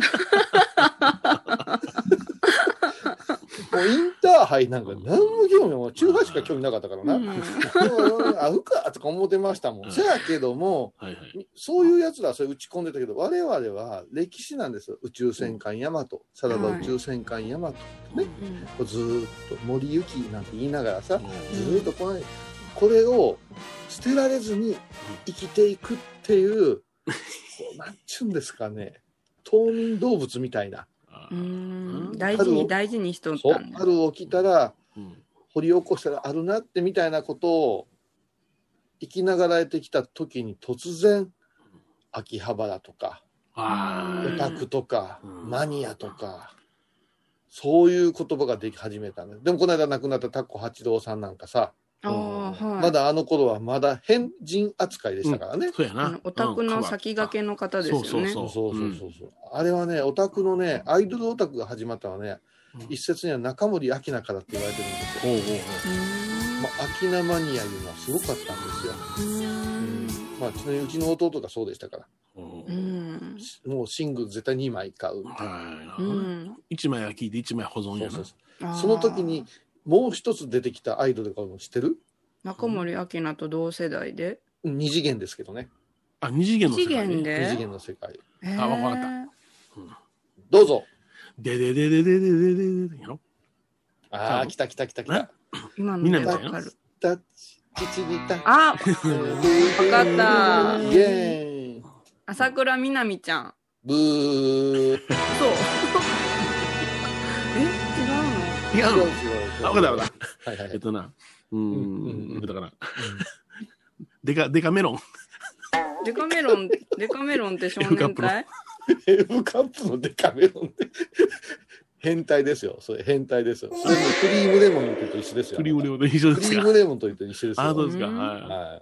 [SPEAKER 3] もうインターハイなんか何も興味も、中8しか興味なかったからな。
[SPEAKER 2] う
[SPEAKER 3] も
[SPEAKER 2] ん。
[SPEAKER 3] うあ、うかとか思ってましたもん。せやけども、
[SPEAKER 4] はいはい。
[SPEAKER 3] そういうやつらはそれ打ち込んでたけど、我々は歴史なんですよ。宇宙戦艦ヤマト、さらば宇宙戦艦ヤマト、
[SPEAKER 2] うん
[SPEAKER 3] こうずーっと森行きなんて言いながらさ、ず
[SPEAKER 4] う
[SPEAKER 3] ーっとこのこれを捨てられずに生きていくっていう、こうなんちゅうんですかね、冬眠動物みたいな。
[SPEAKER 2] うんん。大事に大事にしとっ
[SPEAKER 3] そ
[SPEAKER 2] た、
[SPEAKER 3] うん
[SPEAKER 2] だ。
[SPEAKER 3] 春起きたら、
[SPEAKER 4] うん
[SPEAKER 3] 掘り起こしたらあるなってみたいなことを生きながらえてきた時に突然、秋葉原とか、
[SPEAKER 4] は
[SPEAKER 3] オ
[SPEAKER 4] い
[SPEAKER 3] タクとか、
[SPEAKER 4] うん
[SPEAKER 3] マニアとか、そういう言葉ができ始めたね。でもこの間亡くなったタッコ八郎さんなんかさ、
[SPEAKER 2] ああ、はい。
[SPEAKER 3] まだあの頃はまだ変人扱いでしたからね。
[SPEAKER 4] そうや
[SPEAKER 2] あ
[SPEAKER 4] な
[SPEAKER 2] の。オタクの先駆けの方ですよね。
[SPEAKER 4] そうそうそ
[SPEAKER 3] そううそうそうそうそう、あれはね、オタクのね、アイドルオタクが始まったのはね、
[SPEAKER 4] うん
[SPEAKER 3] 一説には中森明菜からって言われてるんですよ。
[SPEAKER 4] うん。ほうほうほ
[SPEAKER 2] う
[SPEAKER 4] う
[SPEAKER 2] ーん
[SPEAKER 3] まあ、明菜マニアいうのはすごかったんですよ。まあ、ちなみにうちの弟がそうでしたから、
[SPEAKER 4] うん
[SPEAKER 2] うん
[SPEAKER 3] もうシングル絶対2枚買う。
[SPEAKER 4] は
[SPEAKER 2] う
[SPEAKER 4] いな。
[SPEAKER 2] ん
[SPEAKER 4] 一枚は聞いて一枚保存
[SPEAKER 3] そ
[SPEAKER 4] や
[SPEAKER 3] う
[SPEAKER 4] な
[SPEAKER 3] そう。そうその時
[SPEAKER 2] あ
[SPEAKER 3] にもう一つ出てきたアイドルが知ってる
[SPEAKER 2] ー中森明菜と同世代で
[SPEAKER 3] うん二次元ですけどね。
[SPEAKER 4] あ、二次元の世
[SPEAKER 2] 次
[SPEAKER 4] 界
[SPEAKER 2] 元
[SPEAKER 4] ね。
[SPEAKER 3] 二次
[SPEAKER 2] で
[SPEAKER 3] 元の世界。
[SPEAKER 4] あわかった
[SPEAKER 3] どうぞ。
[SPEAKER 4] でででででででででやろ。
[SPEAKER 3] あ
[SPEAKER 4] う
[SPEAKER 3] あ、
[SPEAKER 4] ん
[SPEAKER 3] 来た来た来た来
[SPEAKER 4] ね
[SPEAKER 3] た。
[SPEAKER 2] た今
[SPEAKER 4] みんな
[SPEAKER 2] ので
[SPEAKER 4] みた
[SPEAKER 2] わ
[SPEAKER 4] いな
[SPEAKER 2] かる
[SPEAKER 3] たち、父にた。
[SPEAKER 2] あか
[SPEAKER 3] わ
[SPEAKER 2] った
[SPEAKER 3] イエーイ。
[SPEAKER 2] 朝倉みなみちゃん
[SPEAKER 3] ブー。違う違う
[SPEAKER 2] そう え
[SPEAKER 4] いや
[SPEAKER 3] 違う。
[SPEAKER 4] あ、わかったわかっ
[SPEAKER 3] はいは
[SPEAKER 4] た。えっ
[SPEAKER 3] い。
[SPEAKER 4] とな。う
[SPEAKER 3] うん
[SPEAKER 4] ん。
[SPEAKER 3] うん
[SPEAKER 4] だから。デカ、デカメロン。
[SPEAKER 2] 違うのデカメロンデカメロンって少年隊
[SPEAKER 3] ヘブカップのデカメロンって。変態ですよ。それ変態ですよ。それもクリームレモンと一緒ですよ。
[SPEAKER 4] クリームレ
[SPEAKER 3] モ
[SPEAKER 4] モンで一緒で
[SPEAKER 3] クリ
[SPEAKER 4] す
[SPEAKER 3] ー
[SPEAKER 4] か
[SPEAKER 3] ム。レモンと一緒ですよ。
[SPEAKER 4] あ、そうですか。
[SPEAKER 2] うん
[SPEAKER 4] はい。
[SPEAKER 3] は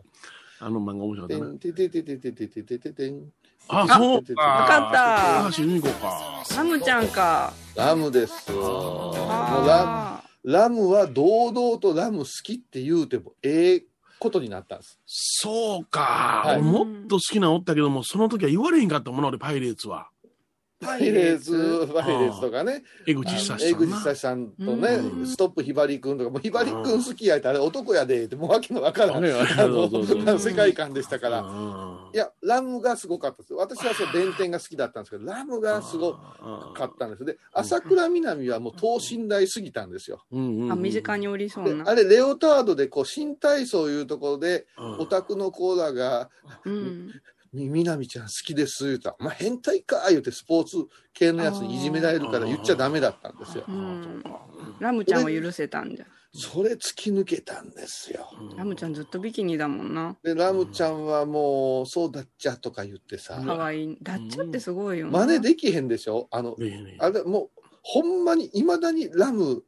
[SPEAKER 4] あの漫画面
[SPEAKER 3] い。
[SPEAKER 4] 白か
[SPEAKER 3] て
[SPEAKER 4] ったね。
[SPEAKER 3] んててててててててててん。
[SPEAKER 4] あ、そうか。
[SPEAKER 3] わ
[SPEAKER 2] かった
[SPEAKER 4] 高橋由美子か。
[SPEAKER 2] ラムちゃんか
[SPEAKER 3] ラムですよ。もうラ
[SPEAKER 2] あ
[SPEAKER 3] ラムは堂々とラム好きって言うてもええことになったんです。
[SPEAKER 4] そうか、
[SPEAKER 3] はい
[SPEAKER 4] 俺もっと好きなのおったけども、その時は言われへんかったもの、俺、パイレーツは。
[SPEAKER 3] パ
[SPEAKER 2] パ
[SPEAKER 3] イ
[SPEAKER 2] イ
[SPEAKER 3] レ
[SPEAKER 2] レ
[SPEAKER 3] ー
[SPEAKER 2] ー
[SPEAKER 3] ツ
[SPEAKER 2] ツ、
[SPEAKER 3] パイレーツとかね、
[SPEAKER 4] 江口久志さ
[SPEAKER 3] 江
[SPEAKER 4] ん
[SPEAKER 3] 口久
[SPEAKER 4] な
[SPEAKER 3] 志。さんとね、
[SPEAKER 4] うん
[SPEAKER 3] ストップひばりくんとか、もうひばりくん好きやったらあれ男やでって、もうわけのわからん、あの
[SPEAKER 4] そうそうそう
[SPEAKER 3] あの世界観でしたから。
[SPEAKER 4] うん
[SPEAKER 3] いや、ラムがすごかったです。私はそう、弁天が好きだったんですけど、ラムがすごかったんです。で、朝倉みなみはもう等身大すぎたんですよ。
[SPEAKER 4] うんうんうん
[SPEAKER 2] あ身近におりそう
[SPEAKER 3] で
[SPEAKER 2] な
[SPEAKER 3] あれ、レオタードで、こう、新体操いうところで、
[SPEAKER 4] うん
[SPEAKER 3] オタクのコーラが、
[SPEAKER 2] うん
[SPEAKER 3] みみなみちゃん好きです言うたら、まあ、変態か言うてスポーツ系のやつにいじめられるから言っちゃダメだったんですよ
[SPEAKER 4] あ。ーそうか
[SPEAKER 2] ラムちゃんは許せたんじゃ
[SPEAKER 3] それ突き抜けたんですよ。
[SPEAKER 4] うん
[SPEAKER 2] ラムちゃんずっとビキニだもんな
[SPEAKER 3] で、ラムちゃんはもう、そうだっちゃとか言ってさ、
[SPEAKER 4] うん
[SPEAKER 2] 可愛いダッチャってすごいよな
[SPEAKER 3] 真似できへんでしょあ
[SPEAKER 4] ね
[SPEAKER 3] の、
[SPEAKER 4] えねえ
[SPEAKER 3] あれもう、ほんまにいまだにラム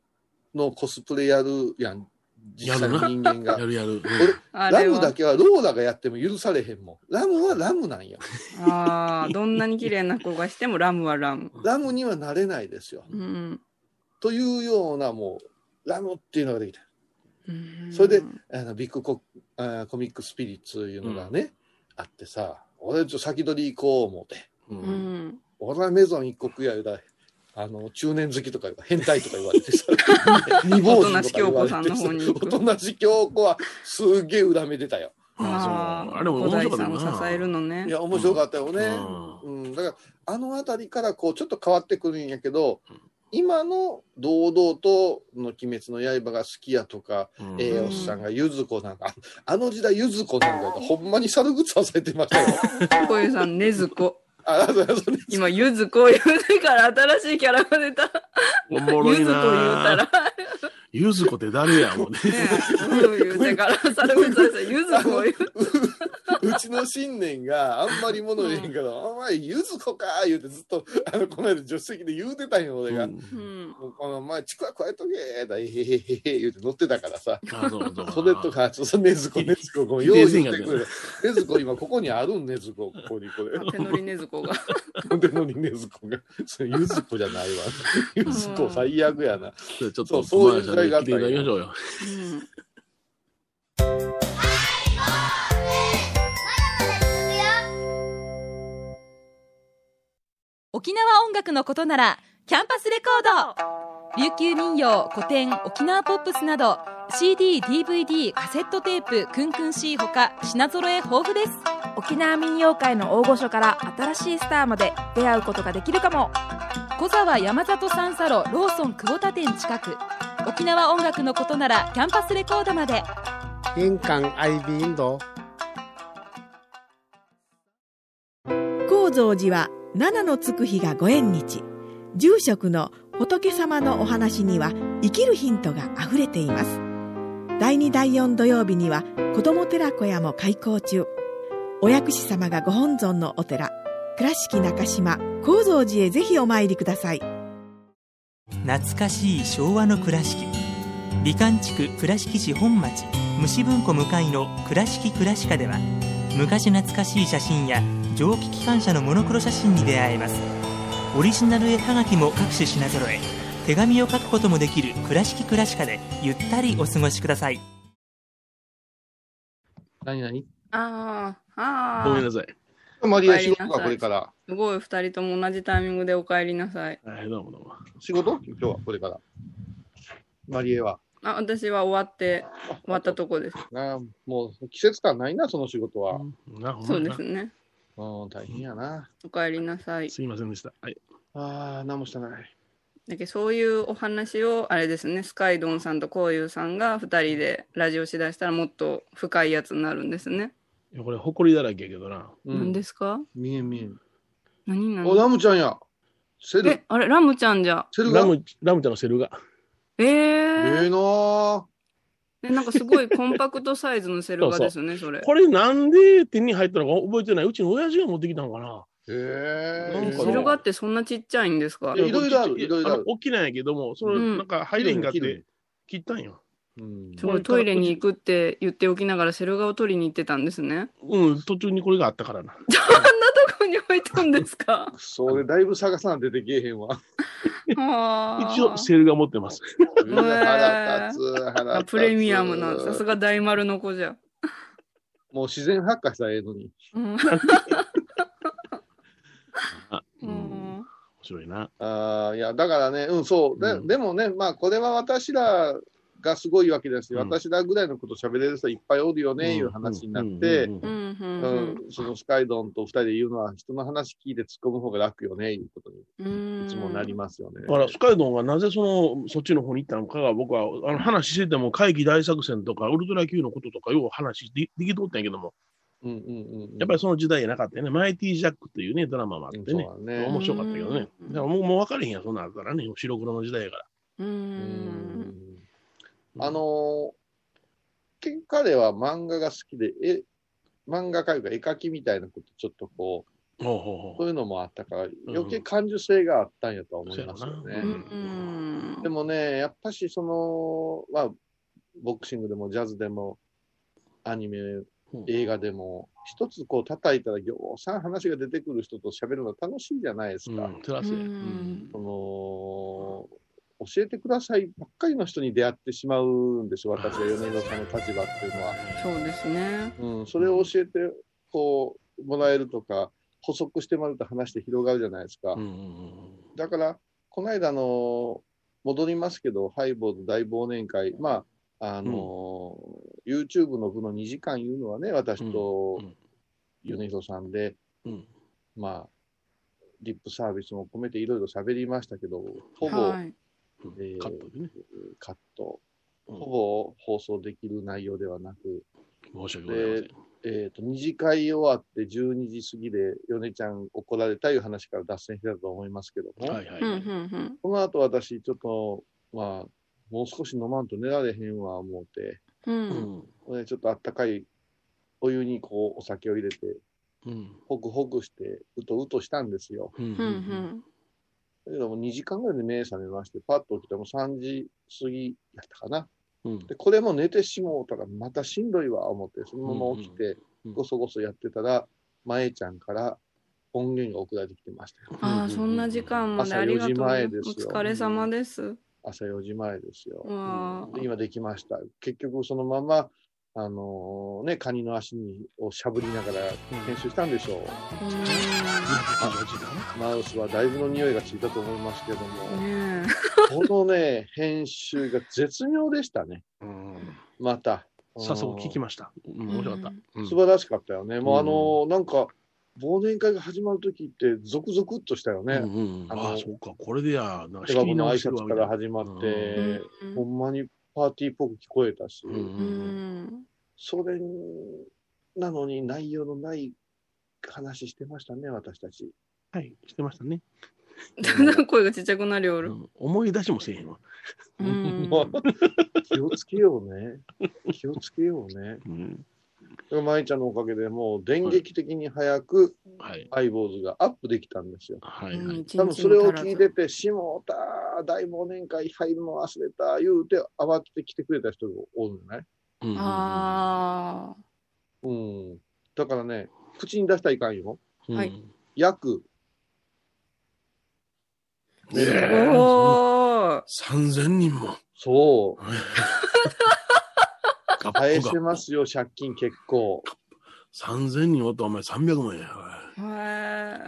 [SPEAKER 3] のコスプレやるやん。実際の人間
[SPEAKER 4] や
[SPEAKER 3] が。
[SPEAKER 4] るやる。
[SPEAKER 2] あ
[SPEAKER 3] ラ
[SPEAKER 2] れ
[SPEAKER 3] ムだ
[SPEAKER 2] は。
[SPEAKER 3] けはローラがやっても許されへんもん。ラムはラムなんや。
[SPEAKER 2] ああ、どんなに綺麗な子がしてもラムはラム。
[SPEAKER 3] ラムにはなれないですよ。
[SPEAKER 2] うん。
[SPEAKER 3] というような、もう、ラムっていうのができた。
[SPEAKER 2] うん
[SPEAKER 3] それであのビッグコあーコミックスピリッツいうのがね、あってさ、俺ちょっと先取り行こう思って。
[SPEAKER 4] うん
[SPEAKER 2] う
[SPEAKER 4] うん
[SPEAKER 2] ん。
[SPEAKER 3] 俺はメゾン一国や言うたらあの中年好きとか変態とか言われて さ未亡
[SPEAKER 2] おと
[SPEAKER 3] 人とか言われて
[SPEAKER 2] なし京子さんの方に行く
[SPEAKER 3] おとなし京子はすげえ恨めてたよ
[SPEAKER 4] あ
[SPEAKER 2] あ
[SPEAKER 4] そう
[SPEAKER 2] あ、
[SPEAKER 4] あれも
[SPEAKER 2] 小
[SPEAKER 4] 面白
[SPEAKER 2] 田
[SPEAKER 4] か
[SPEAKER 2] 井
[SPEAKER 4] っ
[SPEAKER 2] さん
[SPEAKER 4] たよ
[SPEAKER 2] を
[SPEAKER 4] な
[SPEAKER 2] 支えるのね
[SPEAKER 3] い。や面白かったよね、う
[SPEAKER 4] うん
[SPEAKER 3] だからあの辺りからこうちょっと変わってくるんやけど今の堂々と「の鬼滅の刃」が好きやとか、
[SPEAKER 4] うん
[SPEAKER 3] ええ
[SPEAKER 2] うん
[SPEAKER 3] おっさんがゆず子なんかああの時代ゆず子なんかがほんまに猿グッズをされてま したよ。
[SPEAKER 2] 小遊さん、ねずこ。
[SPEAKER 3] あそうそうそう
[SPEAKER 2] 今、ゆずこ言うてから新しいキャラが出た。
[SPEAKER 4] おもろ
[SPEAKER 2] ゆ
[SPEAKER 4] い
[SPEAKER 2] ずこ言うたら。
[SPEAKER 4] な
[SPEAKER 2] ね。
[SPEAKER 4] ゆずこって誰や もんね。
[SPEAKER 2] そう言うてから、サルさん、ゆずこ言う。
[SPEAKER 3] うちの信念があんまりもの言えへん から「お前ゆず子か」言うてずっとあのこの間助手席で言うてたんよ俺が。
[SPEAKER 4] うん
[SPEAKER 2] うん。
[SPEAKER 3] もうこの前ちくわ加えとけだいへへへへ言うて乗ってたからさ
[SPEAKER 4] あそうそう
[SPEAKER 3] それとかちょっとねずこねずこごめん
[SPEAKER 4] ひで
[SPEAKER 3] 用
[SPEAKER 4] え
[SPEAKER 3] 意
[SPEAKER 4] 線
[SPEAKER 3] し
[SPEAKER 4] や
[SPEAKER 3] て
[SPEAKER 4] けど
[SPEAKER 3] くれねずこ今ここにあるんねずこここにこれ
[SPEAKER 2] 手乗りねずこが。
[SPEAKER 3] ほんでのにねずこがそれゆずこじゃないわゆずこ最悪やな
[SPEAKER 4] ちょっと、
[SPEAKER 3] そうそういう時代があ
[SPEAKER 4] 来
[SPEAKER 3] った
[SPEAKER 4] て
[SPEAKER 3] ん
[SPEAKER 4] いただき
[SPEAKER 3] よ
[SPEAKER 4] ましょうよ。
[SPEAKER 2] うん。
[SPEAKER 5] 沖縄音楽のことならキャンパスレコード琉球民謡古典沖縄ポップスなど CDDVD カセットテープクンクン C ほか品揃え豊富です
[SPEAKER 6] 沖縄民謡界の大御所から新しいスターまで出会うことができるかも
[SPEAKER 5] 小沢山里三佐路ローソン久保田店近く沖縄音楽のことならキャンパスレコードまで
[SPEAKER 7] 玄関アイビーインド
[SPEAKER 8] 高蔵寺は七のつく日がご縁日住職の仏様のお話には生きるヒントがあふれています第2第4土曜日には子ども寺小屋も開校中お薬師様がご本尊のお寺倉敷中島・高蔵寺へぜひお参りください
[SPEAKER 9] 懐かしい昭和の倉敷美観地区倉敷市本町虫文庫向かいの「倉敷倉敷科」では昔懐かしい写真や蒸気機関車のモノクロ写真に出会えますオリジナル絵はがきも各種品揃え手紙を書くこともできる「倉敷倉敷科」でゆったりお過ごしください
[SPEAKER 3] 何何
[SPEAKER 2] ああ、あ
[SPEAKER 4] ごめん
[SPEAKER 2] あ。
[SPEAKER 4] なさい。
[SPEAKER 3] マリア仕事かこれから
[SPEAKER 2] すごい、二人とも同じタイミングでお帰りなさい。
[SPEAKER 4] はい、どうもどうも。
[SPEAKER 3] 仕事今日はこれからマリエは
[SPEAKER 2] あ、私は終わって、終わったとこです。
[SPEAKER 3] なあもう季節感ないなその仕事は
[SPEAKER 4] なほん
[SPEAKER 2] そ
[SPEAKER 4] ま
[SPEAKER 2] う
[SPEAKER 4] に
[SPEAKER 2] で
[SPEAKER 4] な
[SPEAKER 2] すね。
[SPEAKER 3] うん大変やな
[SPEAKER 2] お帰りなさい。
[SPEAKER 4] すいませんでした。はい。
[SPEAKER 3] ああ何もしてない
[SPEAKER 2] だけどそういうお話を、あれですね、スカイドンさんとコウユウさんが二人でラジオしだしたらもっと深いやつになるんですね。
[SPEAKER 4] いやこれ、誇りだらけやけどな。
[SPEAKER 3] うん
[SPEAKER 2] 何ですか
[SPEAKER 3] 見えん見えん。
[SPEAKER 2] 何な
[SPEAKER 3] お、
[SPEAKER 2] の
[SPEAKER 3] ラムちゃんや。セル
[SPEAKER 2] え、、あれ、ラムちゃんじゃ。
[SPEAKER 3] セルが。
[SPEAKER 4] ラム、ラムちゃんのセルが。
[SPEAKER 2] え
[SPEAKER 3] ええ
[SPEAKER 2] ー、
[SPEAKER 3] なー
[SPEAKER 2] えなんかすごいコンパクトサイズのセルガですよね、それ。
[SPEAKER 4] これなんで手に入ったのか覚えてない。うちの親父が持ってきたのかな。
[SPEAKER 3] ええ
[SPEAKER 4] なんかね
[SPEAKER 2] セルガってそんなちっちゃいんですか
[SPEAKER 3] いやいろいろある
[SPEAKER 4] や
[SPEAKER 3] いろいろある
[SPEAKER 4] の大きなんやけども、そうの、
[SPEAKER 2] ん
[SPEAKER 4] なんか入れへんかっ
[SPEAKER 3] 切る
[SPEAKER 4] て切ったんよ。
[SPEAKER 3] うん
[SPEAKER 2] すごいトイレに行くって言っておきながらセルガを取りに行ってたんですね。
[SPEAKER 4] うん、途中にこれがあったからな。
[SPEAKER 2] あんなとこに置いたんです か
[SPEAKER 3] それだいぶ探さな出てけえへんわ。
[SPEAKER 2] あ
[SPEAKER 4] 一応、
[SPEAKER 2] ー
[SPEAKER 4] セルが持ってます。
[SPEAKER 2] え
[SPEAKER 3] 腹立つ、腹
[SPEAKER 2] あ
[SPEAKER 3] 立つ。
[SPEAKER 2] プレミアムな、さすが大丸の子じゃ。
[SPEAKER 3] もう自然発火したらええのに。
[SPEAKER 2] うん
[SPEAKER 4] あ
[SPEAKER 2] う
[SPEAKER 4] う
[SPEAKER 2] んん
[SPEAKER 4] 面白いな。
[SPEAKER 3] ああ、いや、だからね、うん、そう。で,、
[SPEAKER 4] うん
[SPEAKER 3] でもね、まあ、これは私らがすごいわけですよ。
[SPEAKER 4] うん
[SPEAKER 3] 私らぐらいのこと喋れる人いっぱいおるよね、いう話になって
[SPEAKER 4] うん。うんうん
[SPEAKER 2] う
[SPEAKER 4] うん
[SPEAKER 2] んう
[SPEAKER 3] うんん、そのスカイドンと二人で言うのは、人の話聞いて突っ込む方が楽よね、いうことに
[SPEAKER 2] うん
[SPEAKER 3] いつもなりますよね。
[SPEAKER 4] だから、スカイドンがなぜその、そっちの方に行ったのかが、僕は、あの、話してても、会議大作戦とか、ウルトラ Q のこととか、よう話でできとったんやけども、
[SPEAKER 3] うんうんうんうん。
[SPEAKER 4] やっぱりその時代じゃなかったよね。マイティジャックというね、ドラマもあっ
[SPEAKER 3] う
[SPEAKER 4] て
[SPEAKER 3] ん
[SPEAKER 4] ね。
[SPEAKER 3] そうだね。
[SPEAKER 4] 面白かったけどね。
[SPEAKER 2] うん
[SPEAKER 4] だからもう、もう分かれへんやん、そんなんあったらね。白黒の時代やから。
[SPEAKER 2] うん
[SPEAKER 3] うん
[SPEAKER 4] うん
[SPEAKER 3] あのー結彼は漫画が好きで、え、漫画家いうか絵描きみたいなことちょっとこう、
[SPEAKER 4] ほうほう
[SPEAKER 3] そう
[SPEAKER 4] ほ
[SPEAKER 3] いうのもあったから、余計感受性があったんやとは思いますよ
[SPEAKER 4] そう
[SPEAKER 3] ね。
[SPEAKER 4] やろな
[SPEAKER 2] うん
[SPEAKER 3] でもね、やっぱしその、まあ、ボクシングでもジャズでも、アニメ、
[SPEAKER 4] う。
[SPEAKER 3] 映画でも、一つこう叩いたらぎょうさん話が出てくる人と喋るの楽しいじゃないですか。
[SPEAKER 4] うん、テラスや。
[SPEAKER 2] うん
[SPEAKER 3] その教えてくださいばっかりの人に出会ってしまうんですよ、私は米広さんの立場っていうのは。
[SPEAKER 2] そうですね。
[SPEAKER 3] うん、それを教えてこうもらえるとか、補足してもらうと話して広がるじゃないですか。
[SPEAKER 4] うんうんうん
[SPEAKER 3] だから、この間あの、戻りますけど、ハイボーズ大忘年会、まああの YouTube の部の2時間いうのはね、私と
[SPEAKER 4] うん
[SPEAKER 3] 米広さんで、
[SPEAKER 4] うん
[SPEAKER 3] まあ、リップサービスも込めていろいろ喋りましたけど、ほぼ、
[SPEAKER 2] はい。
[SPEAKER 4] うん
[SPEAKER 3] えー
[SPEAKER 4] カットでね。
[SPEAKER 3] カット、
[SPEAKER 4] うん
[SPEAKER 3] ほぼ放送できる内容ではなく、
[SPEAKER 4] 申し訳ございません。
[SPEAKER 3] えー、と二次会終わって12時過ぎで、米ちゃん怒られたいう話から脱線してたと思いますけども、
[SPEAKER 4] はいはい
[SPEAKER 2] うん
[SPEAKER 4] はい。
[SPEAKER 2] うん
[SPEAKER 3] その後私、ちょっと、まあ、もう少し飲まんと寝られへんわ思うて、
[SPEAKER 2] うん。
[SPEAKER 4] う
[SPEAKER 2] うん。
[SPEAKER 4] ん
[SPEAKER 3] でちょっとあったかいお湯にこうお酒を入れて、
[SPEAKER 4] うん
[SPEAKER 3] ほくほくして、うとうとしたんですよ。
[SPEAKER 4] うんうん
[SPEAKER 2] う
[SPEAKER 4] うん
[SPEAKER 2] ん
[SPEAKER 3] だけども2時間ぐらいで目覚めまして、パッと起きても3時過ぎやったかな。
[SPEAKER 4] うん
[SPEAKER 3] でこれも寝てしもうたらまたしんどいわ思ってそのまま起きて
[SPEAKER 4] うんうん
[SPEAKER 3] ごそごそやってたらまえちゃんから音源が送られてきてましたよ
[SPEAKER 2] ああ、そんな時間までありがとうございます。
[SPEAKER 3] 朝4時前ですよ
[SPEAKER 2] お疲れ様です。
[SPEAKER 3] 朝4時前ですよ
[SPEAKER 2] うわ
[SPEAKER 3] で今できました結局そのままあのねカニの足にをしゃぶりながら編集したんでしょう、マウスはだいぶの匂いがついたと思いますけど
[SPEAKER 2] うん
[SPEAKER 3] も
[SPEAKER 2] ね
[SPEAKER 3] このね編集が絶妙でしたね
[SPEAKER 4] うん
[SPEAKER 3] また
[SPEAKER 4] 早速聞きました。うん面白かった。うん
[SPEAKER 3] 素晴らしかったよね。もうあの、なんか、忘年会が始まるときって、ゾクゾクっとしたよね。
[SPEAKER 4] うんうん
[SPEAKER 3] あの
[SPEAKER 4] ああ、そうか、これでや、なんか
[SPEAKER 3] 手
[SPEAKER 4] 仕切
[SPEAKER 3] 紙
[SPEAKER 4] り
[SPEAKER 3] の
[SPEAKER 4] 直
[SPEAKER 3] 挨
[SPEAKER 4] してるわ
[SPEAKER 3] 拶
[SPEAKER 4] みた
[SPEAKER 3] か
[SPEAKER 4] い
[SPEAKER 3] ら
[SPEAKER 4] な。
[SPEAKER 3] 始まっ
[SPEAKER 2] え。
[SPEAKER 3] て、
[SPEAKER 2] うん
[SPEAKER 3] ほんまにパーティーっぽく聞こえたし、
[SPEAKER 4] うんうん
[SPEAKER 2] う
[SPEAKER 4] うん
[SPEAKER 2] ん
[SPEAKER 3] それなのに内容のない話してましたね、私たち。
[SPEAKER 4] はい、してましたね。
[SPEAKER 2] だんだん声がちっちゃくなりお
[SPEAKER 4] う
[SPEAKER 2] る。
[SPEAKER 4] ん思い出しもせえへんわ。
[SPEAKER 2] うん
[SPEAKER 3] まあ気をつけよ うね。気をつけようね。
[SPEAKER 4] うん
[SPEAKER 3] それまいちゃんのおかげでもう電撃的に早く
[SPEAKER 4] はい。
[SPEAKER 3] ハイボーズがアップできたんですよ。
[SPEAKER 4] はい
[SPEAKER 2] うん
[SPEAKER 4] はい。
[SPEAKER 2] 一日
[SPEAKER 3] 多
[SPEAKER 2] も
[SPEAKER 3] 分それを
[SPEAKER 2] 足らず
[SPEAKER 3] 聞いてて、しもうたー、大忘年会入るの忘れた、言うて、慌てて来てくれた人が多いんじゃない
[SPEAKER 4] うんうんうん
[SPEAKER 2] あ
[SPEAKER 3] うん。だからね、口に出したらいかんよ。
[SPEAKER 4] うん
[SPEAKER 2] はい
[SPEAKER 3] 約、
[SPEAKER 2] あ。
[SPEAKER 4] ねえ
[SPEAKER 2] おお。
[SPEAKER 4] 3000人も。
[SPEAKER 3] そう、
[SPEAKER 4] ガ
[SPEAKER 3] 返
[SPEAKER 4] ッ
[SPEAKER 3] せ
[SPEAKER 4] プが。
[SPEAKER 3] ますよ、借金結構。
[SPEAKER 4] 3000人おったらお前300万や。
[SPEAKER 2] へえ。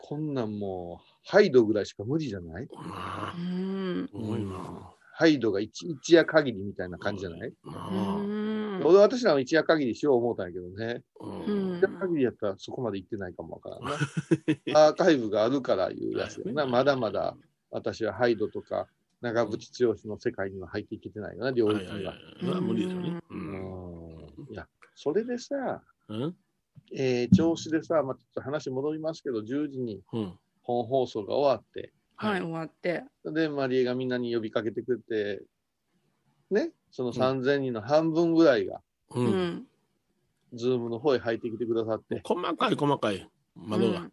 [SPEAKER 3] こんなんもう、ハイドぐらいしか無理じゃない
[SPEAKER 4] なあ
[SPEAKER 2] うん。
[SPEAKER 4] すごいな。
[SPEAKER 3] ハイドが一一夜限りみたいな感じじゃない、
[SPEAKER 4] な
[SPEAKER 2] う
[SPEAKER 4] あ
[SPEAKER 2] ん
[SPEAKER 3] 俺は私らも一夜限りしよう思ったんやけどね。
[SPEAKER 4] うん
[SPEAKER 2] うん
[SPEAKER 3] 一夜限りやったらそこまで行ってないかもわからんな。アーカイブがあるからいうやつ やな。まだまだ。私はハイドとか長渕剛の世界には入っていけてないよな、領
[SPEAKER 4] はい
[SPEAKER 3] 域
[SPEAKER 4] はいはい
[SPEAKER 3] に
[SPEAKER 4] はい。ま
[SPEAKER 3] は。
[SPEAKER 4] あ無理ですよね。う
[SPEAKER 3] うんんいや、それでさ、
[SPEAKER 4] うん
[SPEAKER 3] えー調子でさ、まあ、ちょっと話戻りますけど、10時に
[SPEAKER 4] うん。
[SPEAKER 3] 本放送が終わって、
[SPEAKER 2] はい、終わって。
[SPEAKER 3] で、マリエがみんなに呼びかけてくれて、ね、その3000人の半分ぐらいが、
[SPEAKER 4] う。
[SPEAKER 2] うんん。
[SPEAKER 3] ズームの方へ入ってきてくださって、
[SPEAKER 4] 細かい細かい窓が。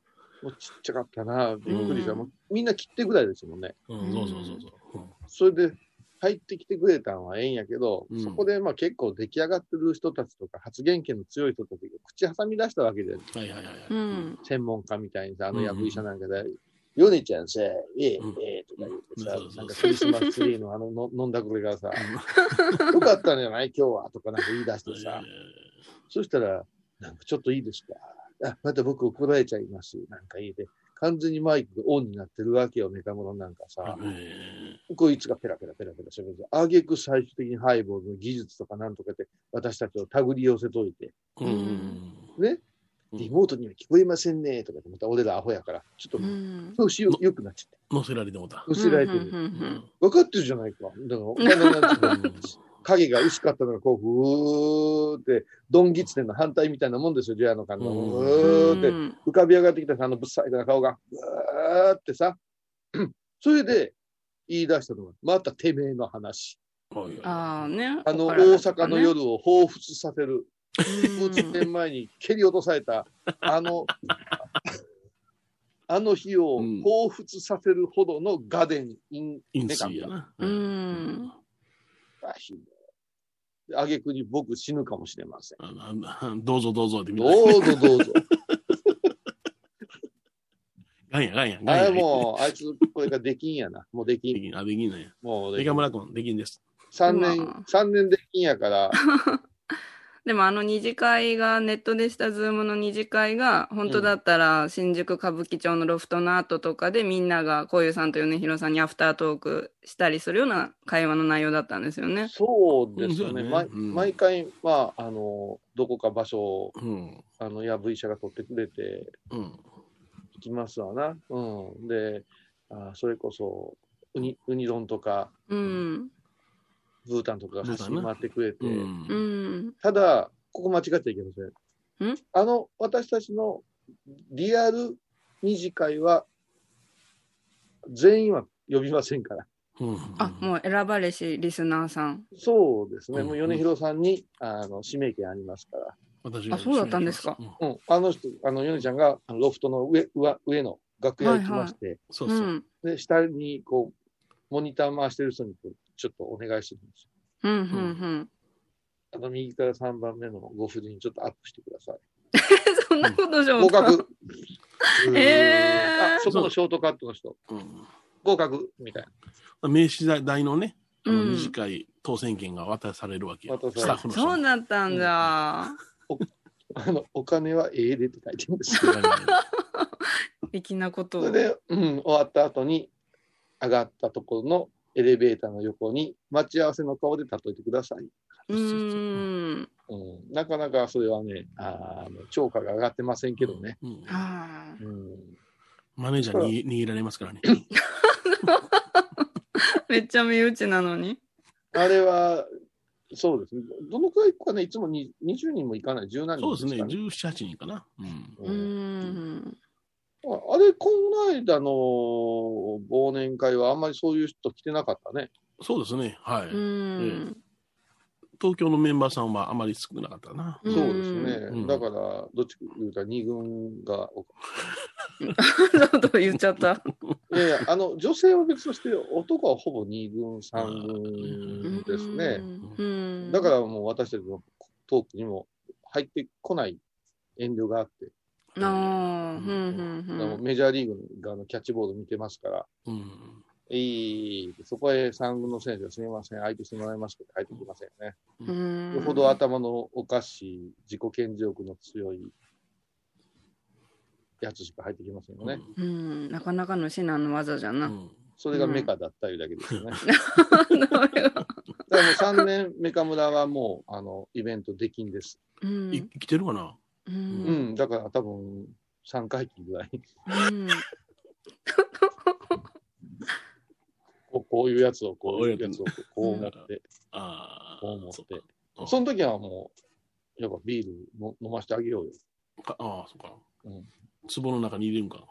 [SPEAKER 3] もうちっちゃかったな、びっくりした。もうみんな切ってぐらいですもんね。
[SPEAKER 4] うん、そうそうそうそう。
[SPEAKER 3] それで入ってきてくれたんはええんやけど、
[SPEAKER 4] うん
[SPEAKER 3] そこでまあ結構出来上がってる人たちとか発言権の強い人たちが口挟み出したわけで
[SPEAKER 4] うんはいはいはいはい。
[SPEAKER 2] うん。うん。
[SPEAKER 3] 専門家みたいにさあの
[SPEAKER 4] うん
[SPEAKER 3] ヤブ医者なんかで「ヨネちゃんさえええ
[SPEAKER 4] うん
[SPEAKER 3] ええ」とか言ってさ、
[SPEAKER 4] うん
[SPEAKER 3] なんかクリスマスツリーのあ のの飲んだくれがさ「よかったんじゃない今日は」とかなんか言い出してさそしたら「なんかちょっといいですかあまた僕怒られちゃいます」なんか言いて完全にマイクがオンになってるわけよメカモノなんかさ。こいつがペラペラペラペラ喋る。あげく最終的にハイボールの技術とかなんとかで私たちを手繰り寄せといて、
[SPEAKER 4] うんうん
[SPEAKER 3] ね、
[SPEAKER 4] うん
[SPEAKER 3] リモートには聞こえませんねとかで、また俺らアホやから、ちょっ
[SPEAKER 2] うん。
[SPEAKER 3] と調子よ良くなっちゃって、
[SPEAKER 4] 乗せられてもうた。
[SPEAKER 3] 薄られてる。
[SPEAKER 2] る。
[SPEAKER 3] 分かってるじゃないか。だから、だからなんていうの影が薄かったのが、こう、ふーって、ドンギツネの反対みたいなもんですよ、ジュアの感じの。
[SPEAKER 4] うん
[SPEAKER 3] ふーって
[SPEAKER 2] う、ん
[SPEAKER 3] 浮かび上がってきたあのぶっさいな顔が、うーってさ、 それで言い出したのが、またてめえの話。
[SPEAKER 4] はいはい
[SPEAKER 2] ああね。
[SPEAKER 3] あ
[SPEAKER 2] 怒
[SPEAKER 3] の、大
[SPEAKER 2] られたとか
[SPEAKER 3] 阪
[SPEAKER 2] ね
[SPEAKER 3] の夜を彷彿させる、
[SPEAKER 2] うん
[SPEAKER 3] 数年前に蹴り落とされた、あの、あの日を
[SPEAKER 1] うん
[SPEAKER 3] 彷彿させるほどのガデン、イン、
[SPEAKER 4] 飲
[SPEAKER 3] デカ
[SPEAKER 4] 水やな。
[SPEAKER 2] う
[SPEAKER 4] うん
[SPEAKER 2] ん。
[SPEAKER 3] あひどい挙句に僕死ぬかもしれません。
[SPEAKER 4] あのあのどうぞどうぞってみんな。
[SPEAKER 3] どうぞど うぞ。
[SPEAKER 4] ガンやガンやガン
[SPEAKER 3] あ
[SPEAKER 4] や。
[SPEAKER 3] れもう、あいつ、これができんや な。もうでき
[SPEAKER 4] で
[SPEAKER 3] ん。
[SPEAKER 4] きんあ、できんなんや。
[SPEAKER 3] もうで
[SPEAKER 4] デ
[SPEAKER 3] き
[SPEAKER 4] カ
[SPEAKER 3] ん。
[SPEAKER 4] 村君、できんです。
[SPEAKER 3] 3
[SPEAKER 2] うわ
[SPEAKER 3] 年、三年できんや から、
[SPEAKER 2] でもあの二次会が、ネットでしたズームの二次会が、本当だったら新宿歌舞伎町のロフトの後とかでみんながこういうさんと米広さんにアフタートークしたりするような会話の内容だったんですよね。
[SPEAKER 3] そうですよ
[SPEAKER 4] うんそうや
[SPEAKER 3] ね。
[SPEAKER 4] ね
[SPEAKER 3] 毎
[SPEAKER 4] うん
[SPEAKER 3] 毎回、まあ、あの、どこか場所を、
[SPEAKER 4] うん。
[SPEAKER 3] あの、やぶ医者が取ってくれて、
[SPEAKER 4] うん。
[SPEAKER 3] 行きますわな。うん。で、あそれこそ、ウニ、ウニ丼とか、
[SPEAKER 2] うん。
[SPEAKER 3] ブータンとかが走り回ってくれて、
[SPEAKER 4] うん
[SPEAKER 2] う。ん。
[SPEAKER 3] ただ、ここ間違っちゃいけません。
[SPEAKER 2] ん
[SPEAKER 3] あの、私たちのリアル二次会は、全員は呼びませんから。
[SPEAKER 4] うん
[SPEAKER 2] あ、もう選ばれしリスナーさん。
[SPEAKER 3] そうですね。
[SPEAKER 4] うん
[SPEAKER 3] もう米広さんに、あの、指名権ありますから。
[SPEAKER 4] 私が
[SPEAKER 2] あそうだったんですか
[SPEAKER 4] うん
[SPEAKER 3] うん。あの人、あの、米ちゃんがあのロフトの上、上、上の楽屋行きまして、
[SPEAKER 4] そう
[SPEAKER 2] う
[SPEAKER 4] そう。
[SPEAKER 2] ん。
[SPEAKER 3] で、下に、こう、モニター回してる人に、こうちょっとお願いするんですよ。
[SPEAKER 2] うん、うん、うん。
[SPEAKER 3] あの、右から3番目のご婦人、ちょっとアップしてください。
[SPEAKER 2] そんなこと上
[SPEAKER 3] 合
[SPEAKER 2] 手。。
[SPEAKER 3] 格
[SPEAKER 2] えー
[SPEAKER 3] あ、そこのショートカットの人。
[SPEAKER 4] うん
[SPEAKER 3] 合格みたい
[SPEAKER 4] 名刺代のね、あの
[SPEAKER 2] うん
[SPEAKER 4] 二次会当選券が渡されるわけよ
[SPEAKER 3] 渡。される
[SPEAKER 4] スタッフの人に
[SPEAKER 2] そうだったんだ。
[SPEAKER 3] な。あの、お金はええでって書いてるんですよ。
[SPEAKER 2] 粋なこと
[SPEAKER 3] そ
[SPEAKER 2] を
[SPEAKER 3] れ。で、うん、終わった後に、上がったところのエレベーターの横に、待ち合わせの顔で例えてください。
[SPEAKER 2] うん。
[SPEAKER 3] うん、なかなかそれはね、あーあの、超過が上がってませんけどね。
[SPEAKER 4] うん
[SPEAKER 2] は
[SPEAKER 3] うん。
[SPEAKER 4] マネージャーに逃げられますからね。
[SPEAKER 2] あ。 めっちゃ身内なのに。
[SPEAKER 3] あれは、そうですね。どのくらい行くかね、いつもに20人も行かない、
[SPEAKER 4] そ
[SPEAKER 3] 17人
[SPEAKER 4] うですね、
[SPEAKER 3] か
[SPEAKER 4] 17、8人かな。うん
[SPEAKER 2] う
[SPEAKER 3] うん
[SPEAKER 2] ん。
[SPEAKER 3] ああれ、この間の忘年会はあんまりそういう人来てなかったね。
[SPEAKER 4] そうですね、はい。
[SPEAKER 2] うん。
[SPEAKER 4] 東京のメンバーさんはあまり少なかったな。
[SPEAKER 2] うん
[SPEAKER 3] そうですね。
[SPEAKER 4] うん
[SPEAKER 3] だから、どっちかいうと二軍が多かっ
[SPEAKER 2] ちょっと言っちゃった。
[SPEAKER 3] た。いやいや、 あの、女性は別として、男はほぼ二軍、三
[SPEAKER 4] うん
[SPEAKER 3] 軍ですね。
[SPEAKER 2] うん。
[SPEAKER 3] だからもう私たちのトークにも入ってこない遠慮があって、
[SPEAKER 2] ら。ああ。うんう
[SPEAKER 3] あ
[SPEAKER 2] んう
[SPEAKER 3] の
[SPEAKER 2] ん。
[SPEAKER 3] メジャーリーグがあのキャッチボール見てますから、
[SPEAKER 4] うん
[SPEAKER 3] いいそこへ三軍の選手はすみません、相手してもらいますけど、入ってきませんよね。
[SPEAKER 2] うん
[SPEAKER 3] よほど頭のおかしい、自己顕示欲の強いやつしか入ってきませんよね。
[SPEAKER 2] うん、なかなかの至難の技じゃ
[SPEAKER 4] う
[SPEAKER 2] な。
[SPEAKER 4] ん
[SPEAKER 3] それがメカだったいうだけですよね。
[SPEAKER 2] どれが
[SPEAKER 3] だからもう3年、メカ村はもう、あの、イベントできんです。
[SPEAKER 2] う
[SPEAKER 4] い
[SPEAKER 2] ん
[SPEAKER 4] 生きてるかな
[SPEAKER 2] う
[SPEAKER 3] うん、
[SPEAKER 2] ん
[SPEAKER 3] だから多分、3回忌ぐらい、
[SPEAKER 2] うん
[SPEAKER 3] こうこういうやつを、こう
[SPEAKER 4] こう
[SPEAKER 3] いう
[SPEAKER 4] いう
[SPEAKER 3] や
[SPEAKER 4] や
[SPEAKER 3] つ
[SPEAKER 4] つ
[SPEAKER 3] を、こう思って、
[SPEAKER 4] あ
[SPEAKER 3] こう思
[SPEAKER 4] あ、
[SPEAKER 3] って
[SPEAKER 4] そっか。うん
[SPEAKER 3] その時はもう、やっぱビールの飲ませてあげようよ。
[SPEAKER 4] かああ、そっか
[SPEAKER 3] うん。
[SPEAKER 4] 壺の中に入れるんか。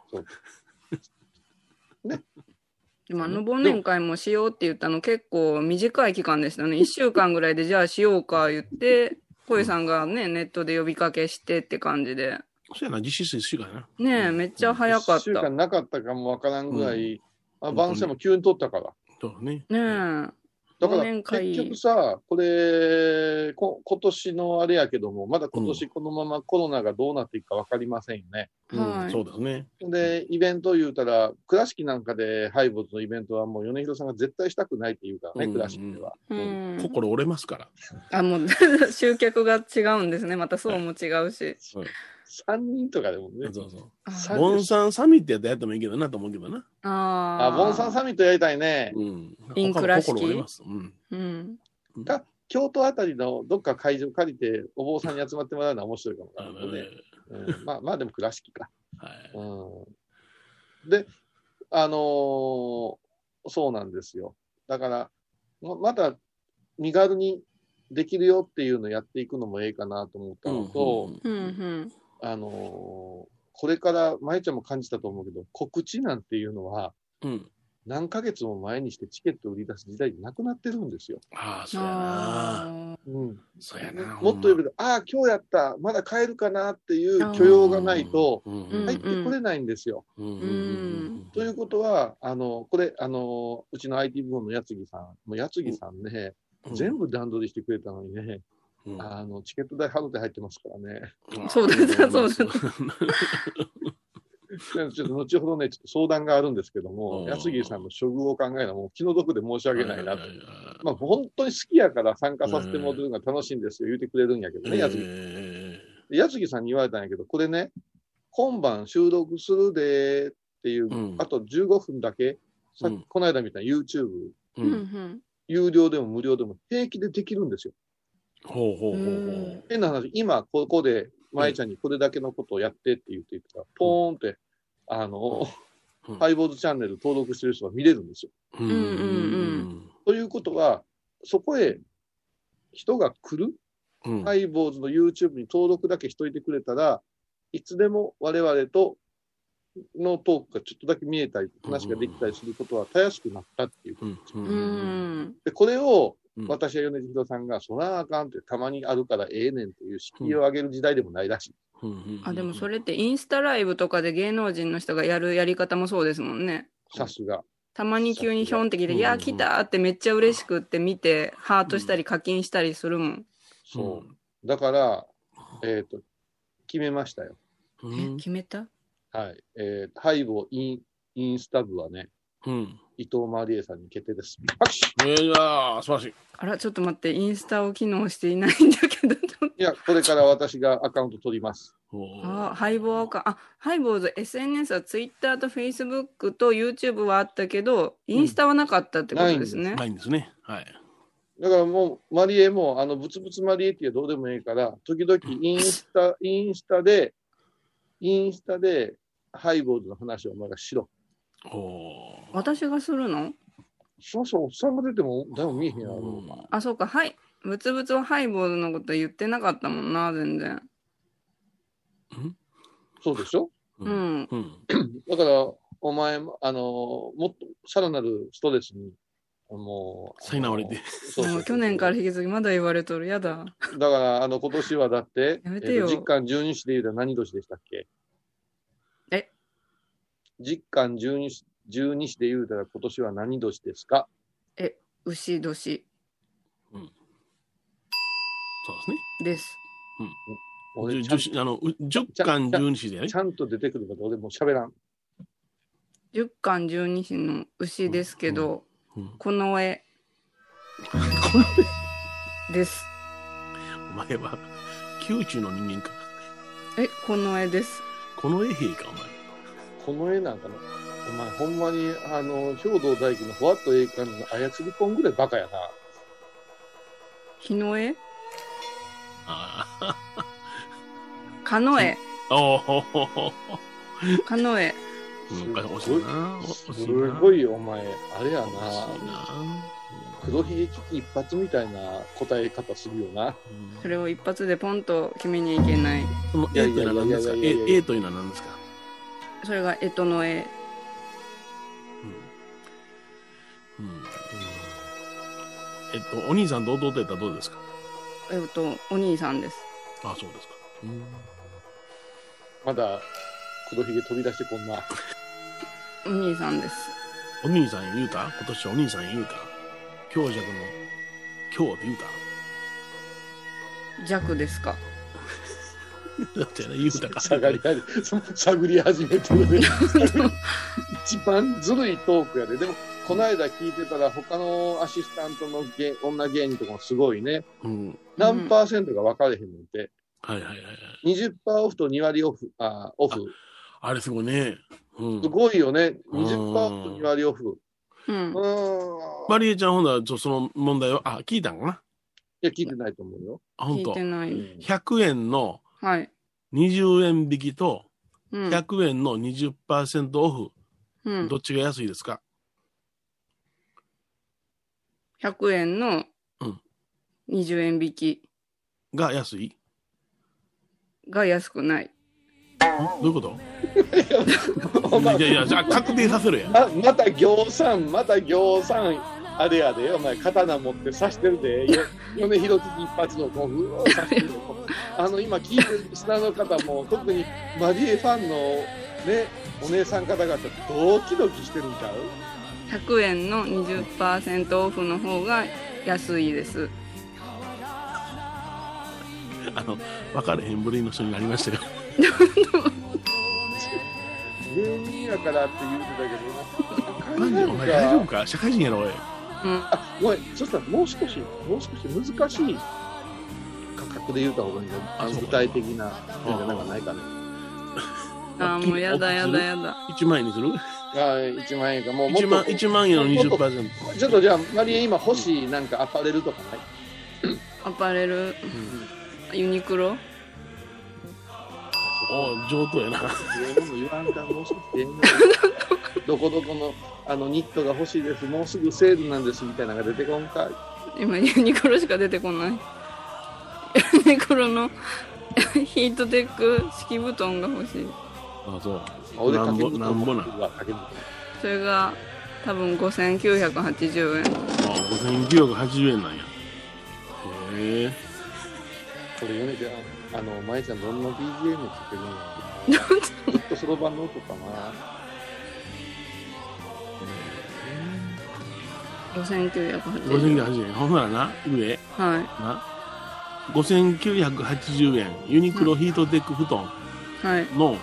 [SPEAKER 2] でもあの忘年会もしようって言ったの結構短い期間でしたね。1週間ぐらいでじゃあしようか言って、小井さんがね、ネットで呼びかけしてって感じで。
[SPEAKER 4] そうやな、実施数週間やな。
[SPEAKER 2] ねえ、めっちゃ早かっ
[SPEAKER 3] 一週
[SPEAKER 2] た。
[SPEAKER 3] 間
[SPEAKER 2] ね
[SPEAKER 3] なかったかもわからんぐらい、あ番宣
[SPEAKER 4] 本当
[SPEAKER 3] も急に取ったから。
[SPEAKER 4] そうね。
[SPEAKER 2] え。
[SPEAKER 3] だか
[SPEAKER 2] 忘
[SPEAKER 3] ら
[SPEAKER 2] 年
[SPEAKER 3] 結
[SPEAKER 2] 会
[SPEAKER 3] 局さ、これこ、今年のあれやけども、まだ今
[SPEAKER 4] う
[SPEAKER 3] 年このままコロナがどうなっていくか分かりませんよね。
[SPEAKER 4] う
[SPEAKER 2] は
[SPEAKER 4] ん
[SPEAKER 2] い
[SPEAKER 4] そうですね。
[SPEAKER 3] で、イベント言うたら、倉敷なんかでハイボーズのイベントはもう米広さんが絶対したくないって言うから
[SPEAKER 4] う
[SPEAKER 3] ね、
[SPEAKER 4] ん
[SPEAKER 3] 倉敷では。
[SPEAKER 2] うん。
[SPEAKER 4] 心折れますから。
[SPEAKER 2] あ、もう 集客が違うんですね。またそうも違うし。
[SPEAKER 3] 3人とかでもね。
[SPEAKER 4] そうそう。
[SPEAKER 2] あ
[SPEAKER 3] さ
[SPEAKER 4] ボンサンサミットやったらやってもいいけどなと思うけどな。
[SPEAKER 2] あ
[SPEAKER 3] あ、ボンサンサミットやりたいね。
[SPEAKER 4] うん。
[SPEAKER 2] インクラ式
[SPEAKER 4] 心折れます。うん。
[SPEAKER 2] うん。
[SPEAKER 3] か京都あたりのどっか会場借りて、お坊さんに集まってもらうのは面白いかもわからんけどね。うんまあ、まあでも倉敷か。
[SPEAKER 4] はい。
[SPEAKER 3] うんで、あのーそうなんですよ。だから、ままだ身軽にできるよっていうのをやっていくのもええかなと思ったのと、
[SPEAKER 2] うんうん。
[SPEAKER 3] あのーこれから、まゆちゃんも感じたと思うけど、告知なんていうのは、
[SPEAKER 4] うん。
[SPEAKER 3] 何ヶ月も前にしてチケット売り出す時代じゃなくなってるんですよ。
[SPEAKER 4] ああ、そうやな。
[SPEAKER 3] うん、
[SPEAKER 4] そうやな。
[SPEAKER 3] もっと言うけ
[SPEAKER 4] ど、
[SPEAKER 3] ど、ああ、今日やった、まだ買えるかなっていう許容がないと
[SPEAKER 4] うん
[SPEAKER 2] うん
[SPEAKER 3] 入ってこれないんですよ。
[SPEAKER 4] うん
[SPEAKER 2] ん
[SPEAKER 3] ということは、あの、これ、あの、うちの IT 部門のやつぎさん、もうやつぎさんね、全部段取りしてくれたのにね、
[SPEAKER 4] 部
[SPEAKER 3] あの、チケット代ハドで入ってますからね。
[SPEAKER 2] そうだったそうだった
[SPEAKER 3] ちょっと後ほどね、ちょっと相談があるんですけど
[SPEAKER 4] う
[SPEAKER 3] も
[SPEAKER 4] ん、
[SPEAKER 3] やつぎさんの処遇を考えるのはもう気の毒で申し訳ないなと。
[SPEAKER 4] ま
[SPEAKER 3] まあ、本当に好きやから参加させてもらうのが楽しいんですよ、言うてくれるんやけどね、やつぎ矢継ぎさんに言われたんやけど、これね、今晩収録するでっていう、
[SPEAKER 4] うん
[SPEAKER 3] あと15分だけ、さっき
[SPEAKER 4] うん
[SPEAKER 3] この間みたいな YouTube、
[SPEAKER 4] う。
[SPEAKER 2] うんうんん
[SPEAKER 3] 有料でも無料でも平気でできるんですよ。
[SPEAKER 4] ほうほうほうほう。
[SPEAKER 3] 変な話、今ここで、まえちゃんにこれだけのことをやってって言っていたら、ポーンって、あの、
[SPEAKER 4] うん
[SPEAKER 3] ハイボーズチャンネル登録してる人が見れるんですよ。
[SPEAKER 4] うん
[SPEAKER 2] うん
[SPEAKER 3] ということは、そこへ人が来る
[SPEAKER 4] うんうん。
[SPEAKER 3] ハイボーズの YouTube に登録だけしといてくれたら、いつでも我々とのトークがちょっとだけ見えたり、話ができたりすることはたやすくなったっていう。
[SPEAKER 4] うんう
[SPEAKER 2] うんん
[SPEAKER 3] で、これを
[SPEAKER 4] うん
[SPEAKER 3] 私や米次郎さんが、そらあかんって、たまにあるからええねんっていう敷居を上げる時代でもないらしい。
[SPEAKER 4] うん。
[SPEAKER 2] あでもそれってインスタライブとかで芸能人の人がやるやり方もそうですもんね。
[SPEAKER 3] さすが。
[SPEAKER 2] たまに急にひょんってきて「
[SPEAKER 4] うん
[SPEAKER 2] いや来た!」ってめっちゃ嬉しくって見てハートしたり課金したりするもん。
[SPEAKER 3] そう。だから、えっ、と、決めましたよ。
[SPEAKER 4] う
[SPEAKER 2] え
[SPEAKER 4] ん。
[SPEAKER 2] 決めた
[SPEAKER 3] はい。えー、ハイボーインインスタ部はね、
[SPEAKER 4] うん。
[SPEAKER 3] 伊藤マリエさんに決定です。拍手
[SPEAKER 4] いやいや、素晴らしい。
[SPEAKER 2] あらちょっと待ってインスタを機能していないんだけど
[SPEAKER 3] いや、これから私がアカウント取ります。
[SPEAKER 2] あハイボーかあハイボーズ SNS は Twitter と Facebook と YouTube はあったけどインスタはなかったってことですね。
[SPEAKER 4] ないんですね。はい。
[SPEAKER 3] だからもう、マリエも、あの、ブツブツマリエっていうのはどうでもいいから、時々インスタ、インスタで、インスタで、ハイボールの話をお前がしろ。
[SPEAKER 4] ほ
[SPEAKER 2] 私がするの
[SPEAKER 3] そうそう、おっさんが出ても、誰も見えへんやろ。
[SPEAKER 2] あそうかはいブツブツはハイボーズのこと言ってなかったもんな全然。
[SPEAKER 3] そうでしょ
[SPEAKER 4] う
[SPEAKER 2] う。ん
[SPEAKER 4] うん。
[SPEAKER 3] だから、お前も、あの、もっと、さらなるストレスに、もう、
[SPEAKER 4] 苛まれて。
[SPEAKER 3] そうそう
[SPEAKER 2] も
[SPEAKER 3] そう
[SPEAKER 2] う 去年から引き続きまだ言われとるやだ
[SPEAKER 3] だから、あの、今年はだって、
[SPEAKER 2] やめてよ
[SPEAKER 3] えっと実感十二支で言うと何年でしたっけ
[SPEAKER 2] え
[SPEAKER 3] 実感十二支十二支で言うたら今年は何年ですか
[SPEAKER 2] 牛年
[SPEAKER 4] そうですね。
[SPEAKER 2] です
[SPEAKER 3] 俺ちゃん
[SPEAKER 4] 十あのう十巻十二子だよね
[SPEAKER 3] ち。ゃんと出てくるから俺もう喋らん。
[SPEAKER 2] 10巻12子の牛ですけど、
[SPEAKER 4] うんうん
[SPEAKER 2] この 絵です
[SPEAKER 4] お前は宮中の人間か。
[SPEAKER 2] えこの絵です
[SPEAKER 4] この絵兵か
[SPEAKER 3] この絵なんかの、お前ほんまに、あの、兵道大輝のふわっとええ感じの操り本ぐらいバカやな。
[SPEAKER 2] 日の絵
[SPEAKER 4] お前。あ
[SPEAKER 2] かの絵
[SPEAKER 4] あ。おお。
[SPEAKER 2] かの絵
[SPEAKER 4] うん惜しいな。惜し
[SPEAKER 3] す
[SPEAKER 4] いな。
[SPEAKER 3] ご
[SPEAKER 4] 惜し
[SPEAKER 3] いお前、あれや
[SPEAKER 4] い
[SPEAKER 3] な。
[SPEAKER 4] な。
[SPEAKER 3] 黒ひげ危機一発みたいな答え方するよな。
[SPEAKER 2] それを一発でポンと決めにいけない
[SPEAKER 4] その A というのは何ですか。
[SPEAKER 3] いやいやいやいやいや
[SPEAKER 4] A A というのは何ですか。
[SPEAKER 2] それが干支の絵
[SPEAKER 4] うんうんえっとお兄さんと弟やったらどうですか。
[SPEAKER 2] えっとお兄さんです
[SPEAKER 4] あそうですか。うん
[SPEAKER 3] まだ黒ひげ飛び出してこんな。
[SPEAKER 2] お兄さんです
[SPEAKER 4] お兄さん言うた今年お兄さん言うた強弱の強って言うた
[SPEAKER 2] 弱ですか
[SPEAKER 4] だってね、言うたか。
[SPEAKER 3] 下がり始めそ探り始めてるね一番ずるいトークやででもこの間聞いてたら他のアシスタントの芸女芸人とかもすごいね
[SPEAKER 4] うん。
[SPEAKER 3] 何パーセントか分かれへんのって、
[SPEAKER 4] はいはいはいはい。
[SPEAKER 3] 20%オフと2割オフあオフ
[SPEAKER 4] あれすごいね。うん
[SPEAKER 3] す。ごいよね20%
[SPEAKER 4] うん
[SPEAKER 3] オフと2割オフ
[SPEAKER 2] うん
[SPEAKER 3] うーん
[SPEAKER 4] マリエちゃん、ほんならちょ、その問題を、あ、聞いたんかない
[SPEAKER 3] や聞いてないと思うよ、
[SPEAKER 4] あ、ほ
[SPEAKER 2] 聞
[SPEAKER 4] ん
[SPEAKER 2] い
[SPEAKER 4] と
[SPEAKER 2] て。な
[SPEAKER 3] う
[SPEAKER 2] い
[SPEAKER 3] ん
[SPEAKER 4] 100円の
[SPEAKER 2] はい、
[SPEAKER 4] 20円引きと、
[SPEAKER 2] うん
[SPEAKER 4] 100円の20%オフ、
[SPEAKER 2] うん
[SPEAKER 4] ど、っちが安いですか
[SPEAKER 2] 100円の
[SPEAKER 4] うん
[SPEAKER 2] 20円引き
[SPEAKER 4] が安い
[SPEAKER 2] が安くない
[SPEAKER 4] どういうこといやいや、じゃあ確定させるやん。
[SPEAKER 3] あまた行さんまた行さんあれやでお前刀持って刺してるでよ米広月一発のこううわ刺してるあの今聞いてる下の方も特にマリエファンのねお姉さん方々ドキドキしてるんちゃう
[SPEAKER 2] 100円の20%オフの方が安いです
[SPEAKER 4] あの、分かれへん部類の人になりましたよ。
[SPEAKER 3] 芸人やからって言うてたけど
[SPEAKER 4] 万事お前大丈夫か社会人やろ、おい。
[SPEAKER 2] うん
[SPEAKER 3] あごめんそしたらもう少しもう少し難しい価格で言うた方がいいのあの具体的な
[SPEAKER 4] そう
[SPEAKER 3] なんかないかね
[SPEAKER 2] あーもうやだやだやだ
[SPEAKER 4] 1万円にする
[SPEAKER 3] はい1万円かもうもっ
[SPEAKER 4] ?1
[SPEAKER 3] と
[SPEAKER 4] 万、1万円の
[SPEAKER 3] もっと
[SPEAKER 4] 20%。
[SPEAKER 3] ちょっとじゃあマリエ今欲しいなんかアパレルとかない
[SPEAKER 2] アパレル、ユニクロ
[SPEAKER 4] お上等やな。
[SPEAKER 3] ええもの言わんからもう少しええものどこどこのあのニットが欲しいですもうすぐセールなんですみたいなのが出てこんかい
[SPEAKER 2] 今ユニクロしか出てこないユニクロのヒートテック敷布団が欲しい
[SPEAKER 4] あ、そう。
[SPEAKER 3] 俺
[SPEAKER 4] なんぼ、
[SPEAKER 3] 掛け布団
[SPEAKER 4] なんぼな。あ、
[SPEAKER 3] うわ掛け布団
[SPEAKER 2] それが多分5980円
[SPEAKER 4] 5980円なんや。へえ。
[SPEAKER 3] これ米ちゃんあのお前ちゃんどんな BGM 作ってるんやろずっとそろばんの音かな
[SPEAKER 2] 5980円
[SPEAKER 4] 5980円。ほんならな、上、
[SPEAKER 2] はい
[SPEAKER 4] な。5980円。ユニクロヒートテック布団
[SPEAKER 2] はい
[SPEAKER 4] の、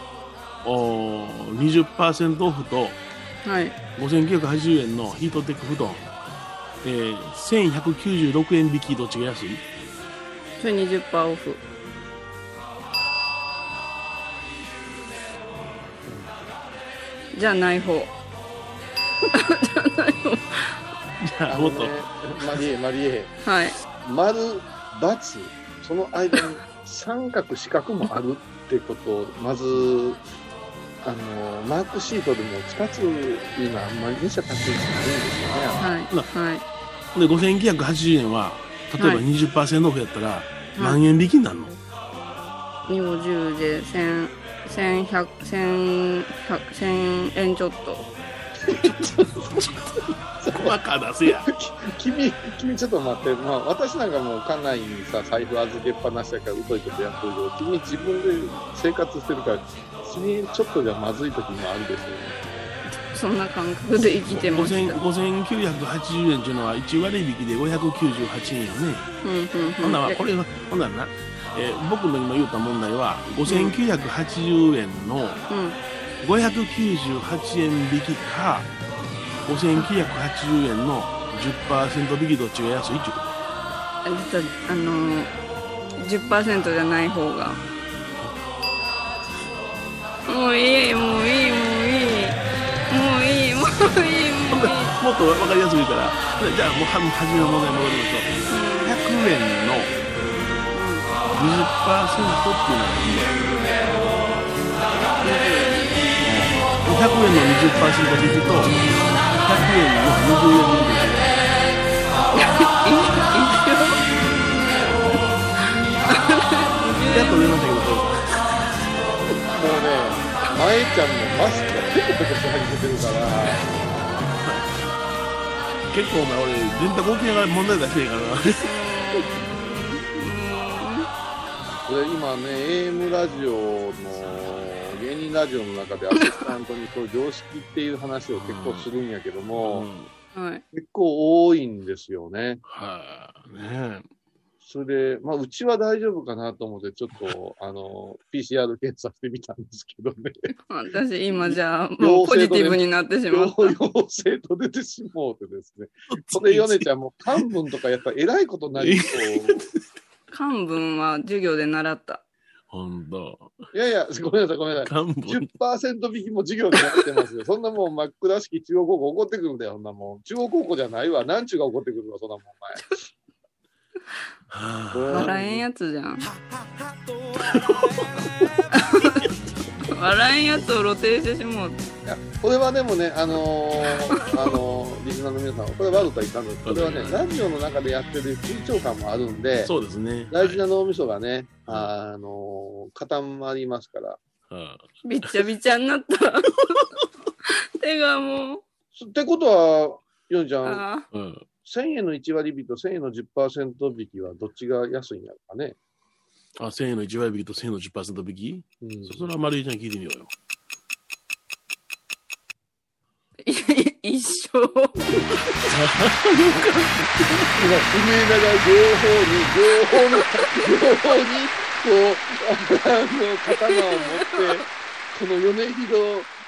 [SPEAKER 4] おー20%オフと、
[SPEAKER 2] はい
[SPEAKER 4] 5980円のヒートテック布団、えー、1196円引きどっちが安い
[SPEAKER 2] それ20%オフじゃあない方
[SPEAKER 4] じゃあもっと、
[SPEAKER 3] あのねマリエマリエ
[SPEAKER 2] はい
[SPEAKER 3] 丸×その間に三角四角もあるってことをまずあのマークシートでも2つ今あんまり見せたくないんですよね。
[SPEAKER 2] はい はい
[SPEAKER 4] で5980円は例えば
[SPEAKER 2] はい
[SPEAKER 4] 20%オフやったら何円引きになるの、
[SPEAKER 2] 250で1000 1100 1100 1000円ちょっと
[SPEAKER 4] バカ出せや
[SPEAKER 3] 君君ちょっと待って、まあ、私なんかもう家内にさ財布預けっぱなしだから疎いことやっとるけど君自分で生活してるから君ちょっとじゃまずい時もあるですよね。
[SPEAKER 2] そんな感覚で生きてまし
[SPEAKER 4] 5000
[SPEAKER 2] た
[SPEAKER 4] 5980円っていうのは1割引きで598円よね、
[SPEAKER 2] うんうんうん
[SPEAKER 4] ほんならこれはほんならな、えー僕の今言うた問題は5980円の
[SPEAKER 2] うん
[SPEAKER 4] 598円引きか5980円の10%引きどっちが安いっていうこと
[SPEAKER 2] あ実はあのー、10%じゃない方がもういいもういいもういいもういいもういいもういい
[SPEAKER 4] もっと分かりやすいからじゃあもうは初めの問題に戻りましょう100円の20%っていうのは何で100円の20%引きと100円の20円引きやっと売れましたけど
[SPEAKER 3] もうね、まえちゃんのマスクがペコペコし始めてるから。
[SPEAKER 4] 結構お前俺電卓大きながら問題出してるからな
[SPEAKER 3] これ今ね AM ラジオの芸人ラジオの中でアシスタントにこう常識っていう話を結構するんやけども、
[SPEAKER 2] はい
[SPEAKER 3] 結構多いんですよね。
[SPEAKER 4] はい、ねえ
[SPEAKER 3] それで、まあ、うちは大丈夫かなと思って、ちょっと、あの、PCR 検査してみたんですけどね。
[SPEAKER 2] 私今じゃあもうポジティブになってしま
[SPEAKER 3] 陽
[SPEAKER 2] った
[SPEAKER 3] 性と出てしもうてですね。それ、ヨネちゃんも半分とかやったら偉いことになりそう。
[SPEAKER 2] 漢文は授業で習った
[SPEAKER 4] ほんと
[SPEAKER 3] いやいや、ごめんなさい、ごめんなさい。
[SPEAKER 4] 幹部
[SPEAKER 3] 10%引きも授業になってますよ。そんなもん、真っ倉敷中央高校怒ってくるんだよ、そんなもん。中央高校じゃないわ。なんちゅうが怒ってくるわ、そんなもん、
[SPEAKER 4] は
[SPEAKER 3] お前。
[SPEAKER 2] 笑えんやつじゃん笑えんやつを露呈してしもうた
[SPEAKER 3] これはでもね、あのー、あのー、リスナーの皆さん、これ悪とは言ったんですけど、これはね、ラジオの中でやってる緊張感もあるん
[SPEAKER 4] あ
[SPEAKER 3] で、
[SPEAKER 4] そうですね
[SPEAKER 3] 大事な脳みそがね、あのー固まりますから、
[SPEAKER 4] うん
[SPEAKER 2] びっちゃびちゃになった。 手がもう。
[SPEAKER 3] ってことは、ヨンちゃん、
[SPEAKER 2] ああ
[SPEAKER 4] うん。
[SPEAKER 3] 1000円の1割引きと1000円の10%引きはどっちが安いんやろうかね。
[SPEAKER 4] あ、1000円の1割引きと1000円の10%引き
[SPEAKER 3] うん、
[SPEAKER 4] そそれは丸井ちゃんに聞いてみようよ。
[SPEAKER 2] い一生。
[SPEAKER 3] 今、震えながら両方に、両方に、両方に、こう、あの、刀を持って、この米広、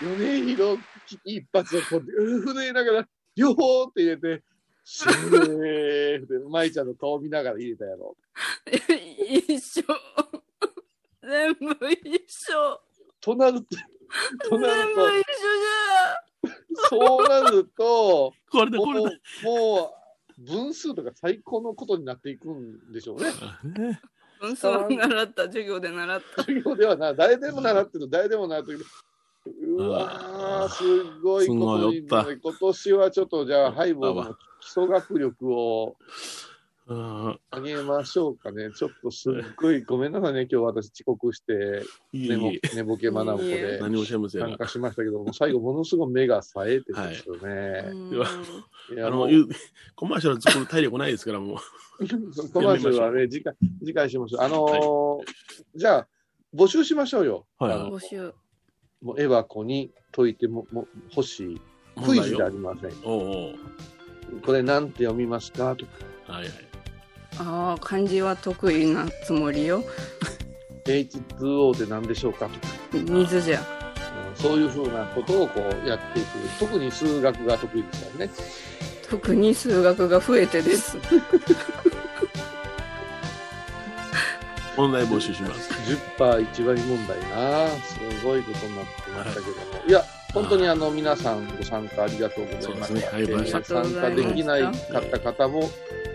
[SPEAKER 3] 米広、危機一発をこう、震えながら、両方って入れて、セーフで、舞ちゃんの顔見ながら入れたやろ。
[SPEAKER 2] 一生。全部一生。
[SPEAKER 3] となると、と
[SPEAKER 2] 全部
[SPEAKER 3] なる
[SPEAKER 2] 一
[SPEAKER 3] と、そうなると、
[SPEAKER 4] これだ、
[SPEAKER 3] も
[SPEAKER 4] これだ。
[SPEAKER 3] う、もう、分数とか最高のことになっていくんでしょうね。
[SPEAKER 2] 緒じゃん。うん、そう習った。授業で習った。
[SPEAKER 3] 授業ではな、誰でも習ってる、誰でも習ってる。うわー、すごいこと
[SPEAKER 4] す
[SPEAKER 3] に
[SPEAKER 4] ごいお
[SPEAKER 3] 今年はちょっとじゃあ、ハイボール
[SPEAKER 4] おった
[SPEAKER 3] の基礎学力を
[SPEAKER 4] うん。
[SPEAKER 3] 上げましょうかね。ちょっとすっごい、ごめんなさいね、今日私遅刻して、
[SPEAKER 4] いい
[SPEAKER 3] 寝ぼ
[SPEAKER 4] いい。
[SPEAKER 3] 寝ぼけまなこ
[SPEAKER 2] いい
[SPEAKER 3] で
[SPEAKER 2] え
[SPEAKER 4] 何をおっしゃいますや
[SPEAKER 3] 参
[SPEAKER 4] ら。
[SPEAKER 3] 加しましたけども、最後ものすごい目が冴えてるんですよね。
[SPEAKER 4] うわあ
[SPEAKER 3] いやも
[SPEAKER 4] の、
[SPEAKER 3] う
[SPEAKER 4] 言うコマーシャル作る体力ないですから、もう。
[SPEAKER 3] コマーシャルはね、次回、次回しましょう。あのーじゃあ、募集しましょうよ。
[SPEAKER 4] はい
[SPEAKER 3] あ
[SPEAKER 4] はい
[SPEAKER 3] の
[SPEAKER 2] 募集。
[SPEAKER 3] もうエヴァ子に解いてもも欲しいクイズではありません。
[SPEAKER 4] おうおう。
[SPEAKER 3] これなんて読みますかとか、
[SPEAKER 4] はいはい。
[SPEAKER 2] ああ、漢字は得意なつもりよ。
[SPEAKER 3] H2O って何でしょうかとか、
[SPEAKER 2] 水じゃ。
[SPEAKER 3] うんそういうふうなことをこうやっていく。特に数学が得意ですからね。
[SPEAKER 2] 特に数学が増えてです。
[SPEAKER 4] 問題募集します。
[SPEAKER 3] 10%1 割問題な。すごいことになってましたけども。いや、本当にあの皆さんご参加ありがとうございま
[SPEAKER 4] そうですね
[SPEAKER 3] した。
[SPEAKER 4] はい
[SPEAKER 3] えー
[SPEAKER 4] ありが
[SPEAKER 2] とうござい
[SPEAKER 3] 参加
[SPEAKER 2] ました
[SPEAKER 3] できないかった方も、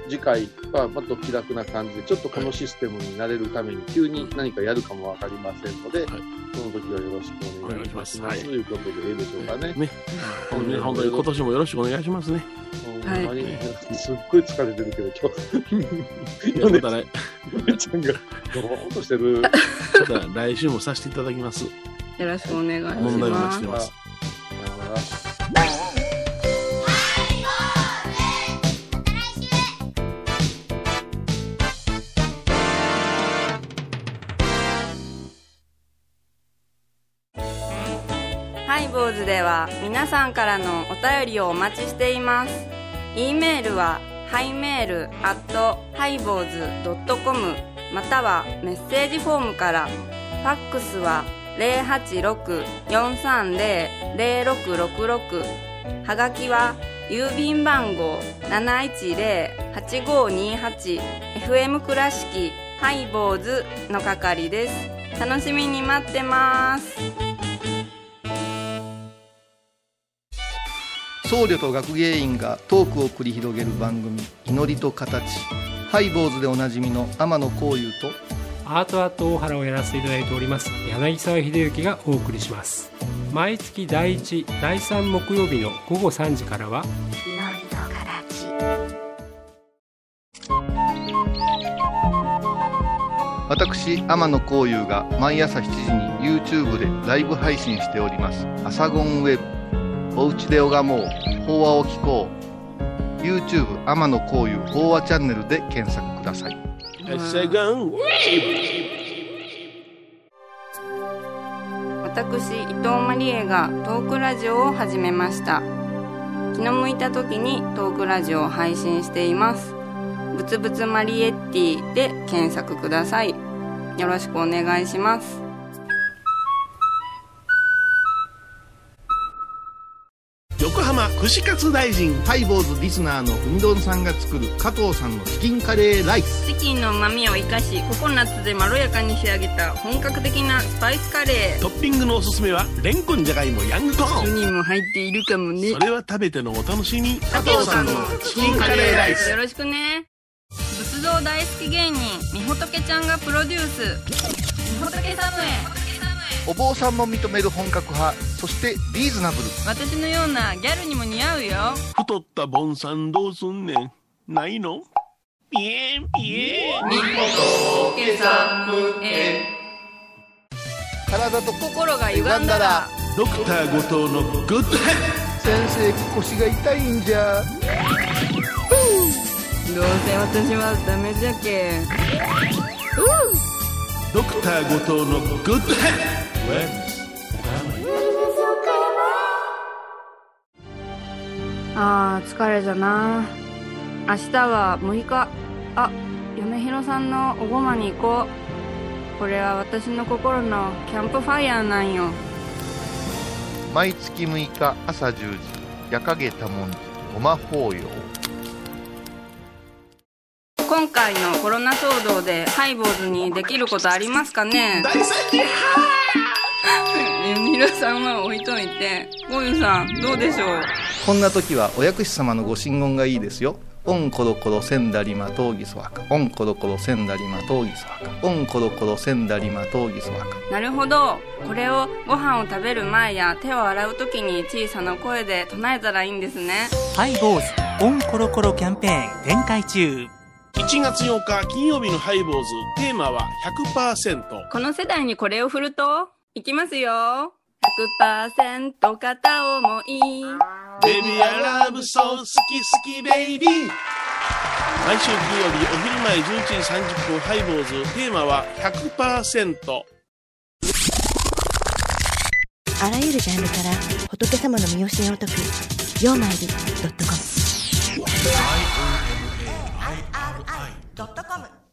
[SPEAKER 3] 次回はもっと気楽な感じで、ちょっとこのシステムに慣れるために、急に何かやるかもわかりませんので、
[SPEAKER 4] はい
[SPEAKER 3] その時はよろしくお願
[SPEAKER 4] お願
[SPEAKER 3] いいたしま
[SPEAKER 4] いします
[SPEAKER 3] す。
[SPEAKER 4] はい
[SPEAKER 3] ということで、いいでしょうかね。
[SPEAKER 4] ね。本当に本当に今年もよろしくお願いしますね。
[SPEAKER 3] ほん
[SPEAKER 2] はい
[SPEAKER 3] まに、すっごい疲れてるけ
[SPEAKER 4] い
[SPEAKER 3] ど、
[SPEAKER 4] や
[SPEAKER 3] 今日、
[SPEAKER 4] ま
[SPEAKER 3] ね
[SPEAKER 4] た来、
[SPEAKER 3] めちゃんが、ドーンとして る。
[SPEAKER 4] また来週もさせていただきます。
[SPEAKER 2] よろしくお願いします。
[SPEAKER 4] 問題もしてます。
[SPEAKER 3] あ
[SPEAKER 2] ハイボーズでは皆さんからのお便りをお待ちしています。e メールはハイメールアットハイボーズドットコムまたはメッセージフォームから。ファックスは086-430-0666はがきは郵便番号 710-8528FM 倉敷ハイボーズの係です。楽しみに待ってます。
[SPEAKER 10] 僧侶と学芸員がトークを繰り広げる番組「祈りと形」ハイボーズでおなじみの天野幸雄と
[SPEAKER 11] アートアート大原をやらせていただいております柳沢秀幸がお送りします毎月第1第3木曜日の午後3時からは
[SPEAKER 10] 私天野幸雄が毎朝7時に YouTube でライブ配信しております「アサゴンウェブ」「おうちで拝もう法話を聞こう」YouTube 天野幸雄法話チャンネルで検索ください
[SPEAKER 2] 私伊藤マリエがトークラジオを始めました気の向いた時にトークラジオを配信していますぶつぶつマリエッティで検索くださいよろしくお願いします
[SPEAKER 4] 横浜串カツ大臣。
[SPEAKER 10] ハイボーズリスナーのうみどんさんが作る加藤さんのチキンカレーライス
[SPEAKER 2] チキンの旨味を生かしココナッツでまろやかに仕上げた本格的なスパイスカレ
[SPEAKER 4] トッピングのおすすめは、レンコンじゃがいもヤングコ
[SPEAKER 2] ー
[SPEAKER 4] ーン。
[SPEAKER 2] 人も入っているかもね
[SPEAKER 4] それは食べてのお楽しみ。加
[SPEAKER 2] よろしくね仏像大好き芸人みほとけちゃんがプロデュースみほとけサムエ
[SPEAKER 10] お坊さんも認める本格派そしてリーズナブル
[SPEAKER 2] 私のようなギャルにも似合うよ
[SPEAKER 4] 太ったボンさんどうすんねん。ないのピエンピエン。
[SPEAKER 2] みほとけサムエ
[SPEAKER 10] 体と
[SPEAKER 2] 心が歪んだら
[SPEAKER 4] ドクター後藤のグッド
[SPEAKER 10] 先生腰が痛いんじゃ
[SPEAKER 2] どうせ私はダメじゃけ
[SPEAKER 4] ドクター後藤のグッドヘッド
[SPEAKER 2] あー疲れじゃな明日は6日あ嫁ひろさんのおごまに行こうこれは私の心のキャンプファイヤーなんよ
[SPEAKER 10] 毎月6日朝10時夜影多文字ごま法要
[SPEAKER 2] 今回のコロナ騒動でハイボーズにできることありますかね
[SPEAKER 1] 大
[SPEAKER 2] 好き嫁ひろさんは置いといてゴユさんどうでしょう
[SPEAKER 10] こんな時はお薬師様のご神言がいいですよオンコロコロセンダリマトウギソワカオンコロコロセンダリマトウギソワカオンコロコロセンダリマトウギソワカ
[SPEAKER 2] なるほどこれをご飯を食べる前や手を洗う時に小さな声で唱えたらいいんですね
[SPEAKER 9] ハイボーズオンコロコロキャンペーン展開中
[SPEAKER 4] 1月8日金曜日のハイボーズテーマは100%
[SPEAKER 2] この世代にこれを振るといきますよ100%片思い
[SPEAKER 4] ベビーアラブソー好き好きベイビー毎週金曜日お昼前11時30分ハイボーズテーマは100%
[SPEAKER 12] あらゆるジャンルから仏様の身教えを解く「曜マイルドットコム」
[SPEAKER 13] r i .com